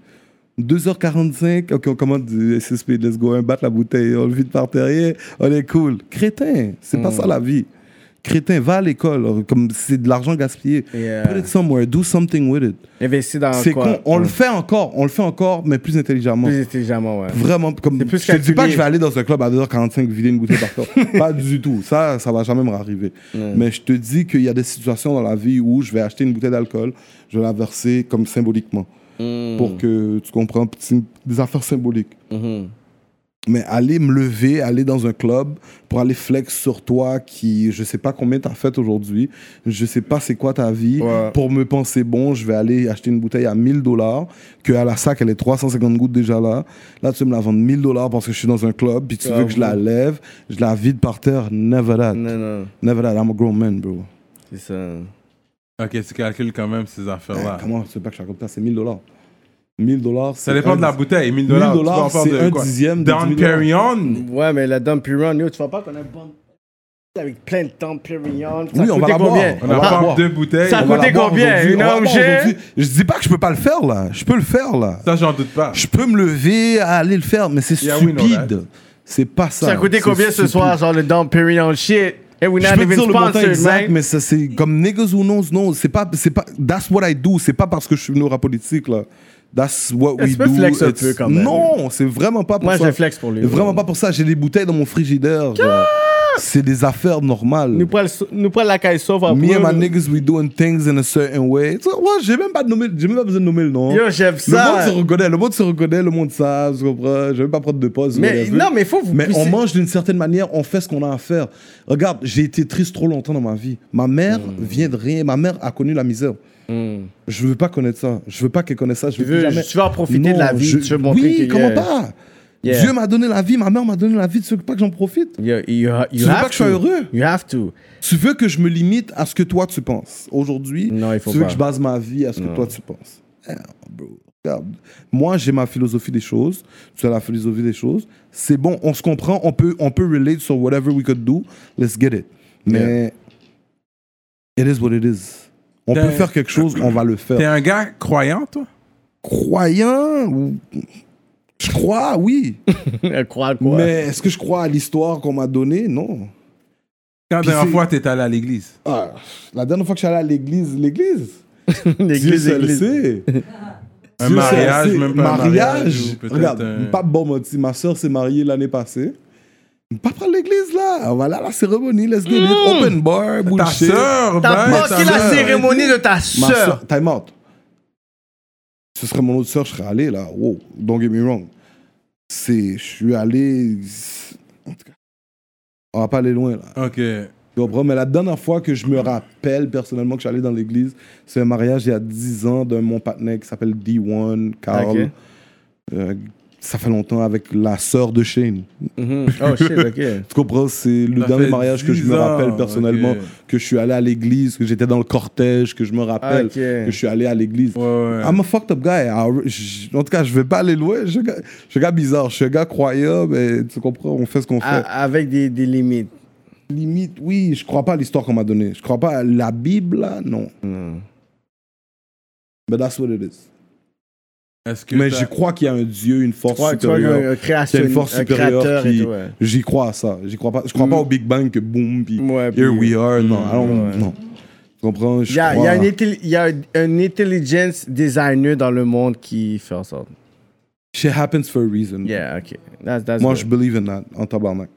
2h45, ok, on commande du SSP, let's go, un bat la bouteille, on le vide par terrier, on est cool. Crétin, c'est pas ça la vie. Crétin, va à l'école, comme c'est de l'argent gaspillé.
Yeah.
Put it somewhere, do something with it.
Investi euh, dans
C'est
quoi?
con, on le fait encore, on le fait encore, mais plus intelligemment.
Plus intelligemment, ouais.
Vraiment, comme,
C'est plus
je te dis pas
calculé.
que je vais aller dans un club à 2h45 vider une bouteille par terre. pas du tout. Ça, ça va jamais me arriver. Mais je te dis qu'il y a des situations dans la vie où je vais acheter une bouteille d'alcool, je vais la verser comme symboliquement.
Hmm.
Pour que tu comprends, puis c'est une- des affaires symboliques. Mais aller me lever, aller dans un club pour aller flex sur toi qui, je sais pas combien t'as fait aujourd'hui, je sais pas c'est quoi ta vie.
Ouais.
Pour me penser bon, je vais aller acheter une bouteille à 1000 dollars, que à la sac elle est 350 gouttes déjà là. Là tu veux me la vendre 1000 dollars parce que je suis dans un club, puis tu
Ah,
veux que je la lève, je la vide par terre. Never that.
Non, non.
Never that. I'm a grown man, bro.
C'est ça.
Ok, tu calcules quand même ces affaires-là.
Comment tu sais pas que je suis comme ça? Eh, C'est 1000 dollars. 1000 dollars.
Ça dépend de la bouteille. 1000
1000
dollars, tu vas en
dollars,
faire
c'est
de
un
quoi?
dixième de
Down
10 000
Perignon.
Ouais, mais la Dumpy Run, yo, tu vois pas qu'on a bon. avec plein de Tempurion.
Oui, on va l'avoir.
On a
Ah,
pas
bon.
deux bouteilles.
Ça
on
On
va
va
coûtait
l'avoir
combien,
aujourd'hui.
une
On va l'avoir
objet?
aujourd'hui. Je dis pas que je peux pas le faire, là. Je peux le faire, là.
la- Ça, j'en doute pas.
Je peux me lever à aller le faire, mais c'est
Yeah, we know that.
stupide. C'est pas ça.
Ça a coûté
C'est
combien ce
stupide.
soir, genre le Tempurion shit? Et we're
Je
not
peux te
even
dire le montant
sponsored,
exact,
man.
mais ça c'est comme niggas ou non, non, c'est pas, c'est pas, that's what I do, c'est pas parce que je suis venu au rap politique là. That's what
Est-ce
we
que
do.
tu flexes un
It's-
peu, quand même?
Non, c'est vraiment pas pour
Moi,
ça.
je le flex pour lui,
C'est Vraiment
ouais.
pas pour ça. J'ai des bouteilles dans mon frigidaire. genre. C'est des affaires normales.
Nous prenons le- nous prenons la caille sauve après.
Me and my niggas, we doing things in a certain way. Tu vois, ouais, j'ai même pas de nommer- j'ai même pas besoin de nommer le nom.
Yo, j'aime ça.
Le monde se reconnaît, le monde se reconnaît, le monde savent, tu comprends? Je vais même pas prendre de pause.
Mais
whatever.
non, mais faut que vous
Mais on
puissiez-
mange d'une certaine manière, on fait ce qu'on a à faire. Regarde, j'ai été triste trop longtemps dans ma vie. Ma mère
Hmm.
vient de rien, ma mère a connu la misère. Je veux pas connaître ça, je veux pas qu'elle connaisse ça. Je
Tu
veux,
veux-
plus jamais...
tu veux en profiter de la vie, tu veux montrer
Oui,
que-
comment
yeah.
pas
Yeah.
Dieu m'a donné la vie, ma mère m'a donné la vie, tu veux pas que j'en profite
You, you, ha- you
Tu veux
have
pas que je sois
to.
heureux
You have to.
Tu veux que je me limite à ce que toi tu penses aujourd'hui
Non, il faut
Tu veux
pas.
que je base ma vie à ce que toi tu penses Eh, bro, regarde. Moi, j'ai ma philosophie des choses. Tu as la philosophie des choses. C'est bon, on se comprend. On peut, on peut relate sur whatever we could do. Let's get it. Mais it is what it is. On
T'es-
peut faire quelque chose, on va le
T'es
faire.
un gars croyant, toi
Croyant ou- Je crois, oui.
Croire quoi?
Mais est-ce que je crois à l'histoire qu'on m'a donnée Non.
Quand la
Puis
dernière
c'est-
fois, t'es allé à l'église.
Ah, la dernière fois que je suis allé à l'église, l'église Dieu
L'église,
seul
l'église.
sait.
Un
Dieu
mariage,
seul sait.
même pas un mariage, ou
mariage.
peut-être
Regarde,
un-
pas bon menti. Ma soeur s'est mariée l'année passée. Pas prendre l'église là. On va aller à la cérémonie. Let's get it. Open bar,
Ta
bullshit.
sœur,
T'as
ben,
manqué
manqué
ta
la
sœur.
cérémonie de ta
Ma
sœur.
soeur, time out. Ce serait mon autre soeur, je serais allé là. Wow, don't get me wrong. C'est, je suis allé. En tout cas, on va pas aller loin là.
Ok.
Tu comprends? Mais la dernière fois que je me rappelle personnellement que je suis allé dans l'église, c'est un mariage il y a 10 ans d'un mon partenaire qui s'appelle D1, Carl.
Ok.
Euh, ça fait longtemps avec la sœur de Shane.
Mhm. Oh shit, ok.
Tu comprends? C'est le
Ça
dernier
fait
mariage que je
10
me
ans,
rappelle personnellement,
ok.
que je suis allé à l'église, que j'étais dans le cortège, que je me rappelle
Ok.
que je suis allé à l'église.
Ouais, ouais.
I'm a fucked up guy. I- j- en tout cas, je vais pas aller loin. Je suis un gars- je suis un gars bizarre. Je suis un gars croyant, mais tu comprends? On fait ce
Ah.
qu'on fait.
A- Avec des, des limites.
limite, oui, je crois pas à l'histoire qu'on m'a donnée. Je crois pas à la Bible, là, non. But that's what it is.
Est-ce que
Mais
t'as-
je crois qu'il y a un Dieu, une force
Toi, toi,
supérieure.
un
qu'il y a
création,
une force
un
supérieure
créateur et
qui.
tout, ouais.
J'y crois à ça. J'y crois pas. Je crois pas au Big Bang que boum, puis
Ouais,
here
puis-
we are. Non, alors,
ouais.
non. Tu comprends? Je
Il y a, il y
crois-
a une, intelli- il y a une intelligence designer dans le monde qui fait en sorte.
Shit happens for a reason.
Yeah, ok. That's, that's
Moi,
good.
je believe in that, en tabarnak.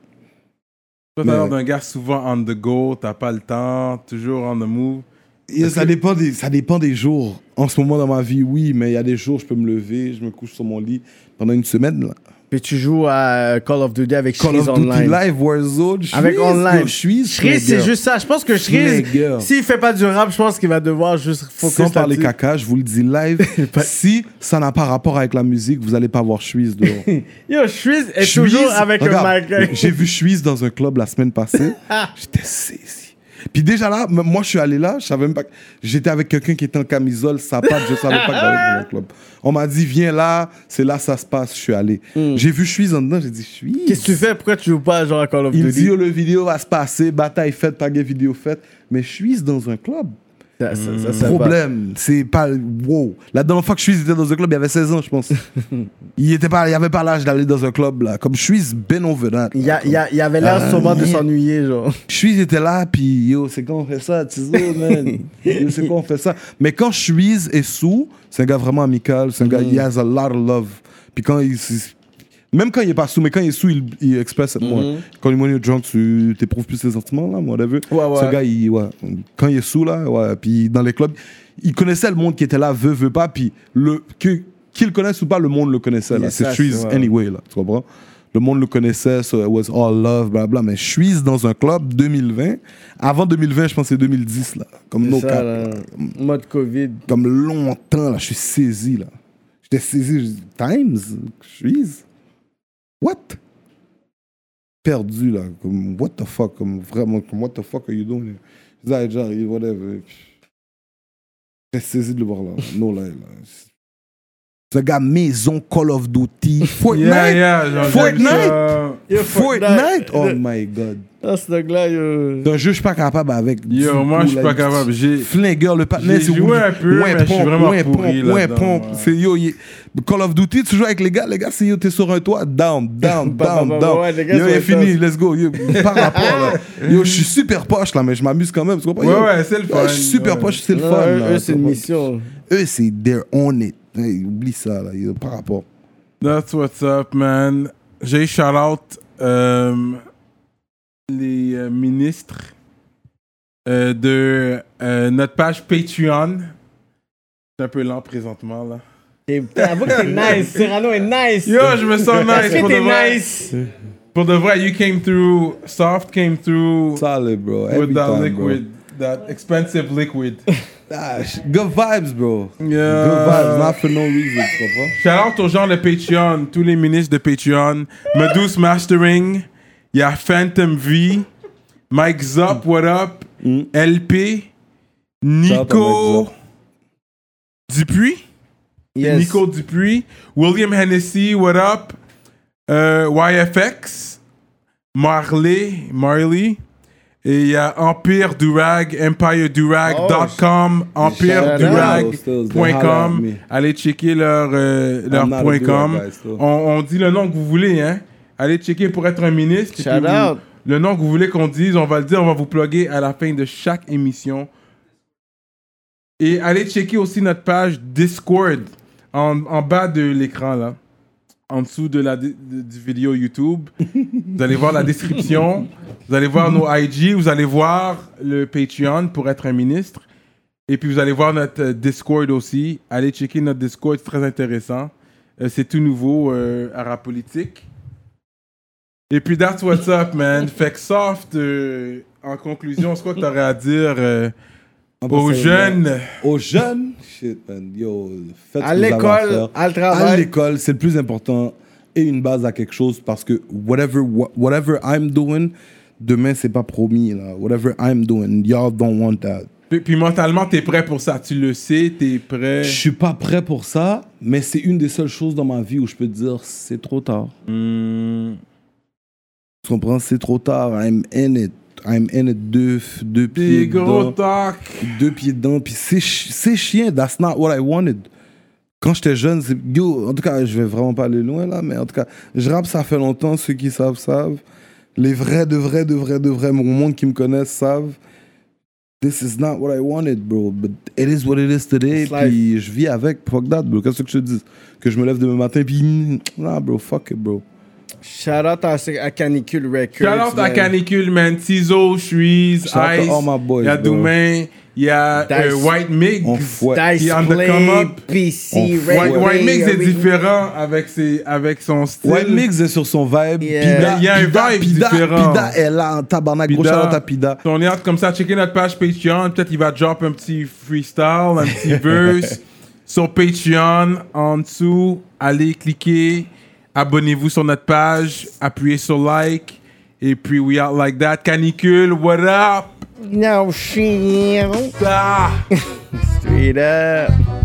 Toi, t'as l'air
Mais-
d'un gars souvent on the go, t'as pas le temps, toujours on the move.
Yeah, ça, dépend des, ça dépend des jours. En ce moment dans ma vie, oui, mais il y a des jours, je peux me lever, je me couche sur mon lit pendant une semaine. Là.
Puis tu joues à euh, Call of Duty avec
Call
Shreeze
of Duty
Online.
Live, Warzone, je
Avec
suis-
online.
Je suis
Shreeze, c'est
nigga.
juste ça. Je pense que
Nigga.
Shreeze, s'il fait pas du rap, je pense qu'il va devoir juste focus
Sans parler
là-dessus.
caca, je vous le dis live. si ça n'a pas rapport avec la musique, vous allez pas voir Suisse dehors.
Yo, Shreeze est
Suisse,
toujours avec
regarde,
un mic.
J'ai vu Suisse dans un club la semaine passée.
Ah.
J'étais saisi. Puis déjà là, m- moi je suis allé là, je savais même pas. que- J'étais avec quelqu'un qui était en camisole, sapate, je savais pas que j'allais dans un club. On m'a dit viens là, c'est là ça se passe. Je suis allé. J'ai vu Suisse en dedans, j'ai dit Suisse.
Hmm. Qu'est-ce que tu fais? Pourquoi tu joues pas genre à Call of
Il
Duty?
dit oh, le vidéo va se passer, bataille faite, pas de vidéo faite. Mais Suisse dans un club.
Ça, ça, ça, ça va.
problème. C'est pas. Wow. La dernière fois que Suisse était dans un club, il y avait 16 ans, je pense. il était pas, il avait pas l'âge d'aller dans un club, là. Comme Suisse, ben over that.
Il y, a- il y a- il y avait l'air
Ah,
sûrement de
yeah.
s'ennuyer, genre.
Suisse était là, puis yo, c'est quand on fait ça, tu sais, man. Yo, c'est quand on fait ça. Mais quand Suisse est sous, c'est un gars vraiment amical. C'est un
Mm.
gars, he has a lot of love. Puis quand il. s- Même quand il est pas sous, mais quand il est sous, il, il expresse moi.
Mm-hmm.
Quand il est drunk, tu t'éprouves plus ses sentiments, là, moi, vu.
Ouais, ouais.
Ce gars, il- ouais. quand il est sous, là, ouais. Puis dans les clubs, il connaissait le monde qui était là, veut, veut pas. Puis le, que, qu'il le connaisse ou pas, le monde le connaissait,
Ça,
là. C'est
c'est-
Suisse,
ouais.
anyway, là. Tu comprends? Le monde le connaissait, so it was all love, blablabla. Mais Suisse dans un club 2020. Avant 2020, je pense que c'est 2010, là. Comme no
ça,
cap,
là.
là.
Mode COVID.
Comme longtemps, là. Je suis saisi, là. J'étais saisi. je dis, Times? Suisse? What? Perdu, là. Comme, what the fuck? Comme, vraiment, comme, what the fuck are you doing? here? Je dis, ah, j'arrive, whatever. J'étais saisi de le voir, là. No lie, là. Ce gars maison Call of Duty, Fortnite.
Yeah, yeah, genre, j'aime
Fortnite?
ça.
Yo,
Fortnite. Oh my god.
Ah, ce dog-là, yo.
Donc, je suis pas capable avec.
Yo, moi, je suis pas capable. J'ai-
Flingueur, le partenaire,
J'ai
c'est
joué un peu,
Ouais,
mais je suis
pompe,
vraiment
ouais,
pourri
pompe,
là-dedans,
ouais, pompe.
ouais.
C'est yo, y- Call of Duty, tu joues avec les gars, les gars, c'est yo, t'es sur un toit, down, down,
Bah, bah,
down,
bah,
down.
ouais, les gars,
yo,
c'est
est fini,
intense.
let's go. Yo, par rapport, là. Yo, je suis super poche, là, mais je m'amuse quand même. tu comprends,
Ouais,
yo?
ouais, c'est le
Yo,
fun,
Je suis super
ouais.
poche, c'est le
Non,
fun.
eux,
là,
eux,
tu
c'est une
comprends?
mission.
Eux, c'est they're on it. Hey, oublie ça, là, yo, par rapport.
That's what's up, man. J'ai shout out les euh, ministres euh, de euh, notre page Patreon. C'est un peu lent présentement, là.
Et putain, Avoue que t'es nice. Cyrano est nice.
Yo, je me sens
Est-ce
nice
que
pour de
t'es
vrai.
nice?
Pour de vrai, you came through. Soft came through
Solid, bro. Every
with that
time, bro.
liquid. That expensive liquid.
Ah, sh- good vibes, bro. Good vibes,
Yeah.
not for no reason, tu comprends?
Shout out aux gens de Patreon, tous les ministres de Patreon. Medus Mastering, il y a Phantom V, Mike Zop, what up? LP,
Shout out Mm. à Mike
Nico Dupuis,
Yes.
Nico Dupuis, William Hennessy, what up? Euh, YFX, Marley, Marley. Et il y a Empire Durag, EmpireDurag.com,
Oh, shout out à
EmpireDurag.com.
me.
Allez checker leur, euh, leur
not a
point
Durag
com.
guy, still.
On, on dit le nom que vous voulez, hein. Allez checker pour être un ministre. puis
Shout
vous-
out.
Le nom que vous voulez qu'on dise, on va le dire, on va vous plugger à la fin de chaque émission. Et allez checker aussi notre page Discord en, en bas de l'écran, là. En dessous de la di- de- du vidéo YouTube. vous allez voir la description. Vous allez voir nos IG. Vous allez voir le Patreon pour être un ministre. Et puis vous allez voir notre euh, Discord aussi. Allez checker notre Discord, c'est très intéressant. Euh, c'est tout nouveau euh, à Rap Politique. Et puis that's what's up, man. Fait que soft, euh, en conclusion, c'est quoi que t'aurais à dire euh,
En
aux
passant,
jeunes?
Aux jeunes, shit, man. Yo, faites
À
ce que vous avez
l'école,
faire.
à le
À
travail.
l'école, c'est le plus important. Et une base à quelque chose parce que whatever, wha- whatever I'm doing, demain, c'est pas promis. Là. Whatever I'm doing, y'all don't want that.
Puis, puis mentalement, t'es prêt pour ça. Tu le sais, t'es prêt.
Je suis pas prêt pour ça, mais c'est une des seules choses dans ma vie où je peux te dire c'est trop tard.
Hmm.
Tu comprends? C'est trop tard. I'm in it. I'm in it deux, deux pieds
Des gros
dedans.
talk.
deux pieds dedans, puis c'est chi- c'est chien, that's not what I wanted. Quand j'étais jeune, c'est- yo, en tout cas, je vais vraiment pas aller loin là, mais en tout cas, je rappe, ça fait longtemps, ceux qui savent, savent. Les vrais, de vrais, de vrais, de vrais, mon monde qui me connaissent savent. This is not what I wanted, bro, but it is what it is today,
It's life.
puis je vis avec, fuck that, bro. Qu'est-ce que je te dis? Que je me lève demain matin, puis nah, bro, fuck it, bro.
Shout out à, à Canicule Records.
Shout out à
man.
Canicule, man. Tizo, Suisse, Ice.
Shout out to all my boys,
Il y a
bro.
Doumain. Il y a euh,
Dice.
White
On
Mix.
fouette.
Dice
He on the come
Play,
up.
PC,
On-
White,
Red
White
Bay,
Mix est
Arena.
différent avec, ses, avec son style.
White Mix est sur son vibe.
Yeah.
Pida,
Il y a un
Pida,
vibe
Pida,
différent.
Pida est là en tabarnak. Gros
Pida.
shout-out à Pida.
Si on est hâte comme ça, checker notre page Patreon. Peut-être il va drop un petit freestyle, un petit verse sur Patreon. En dessous, allez cliquer, abonnez-vous sur notre page, appuyez sur like. Et puis, we out like that. Canicule, what up?
No, shit.
Ah!
Straight up.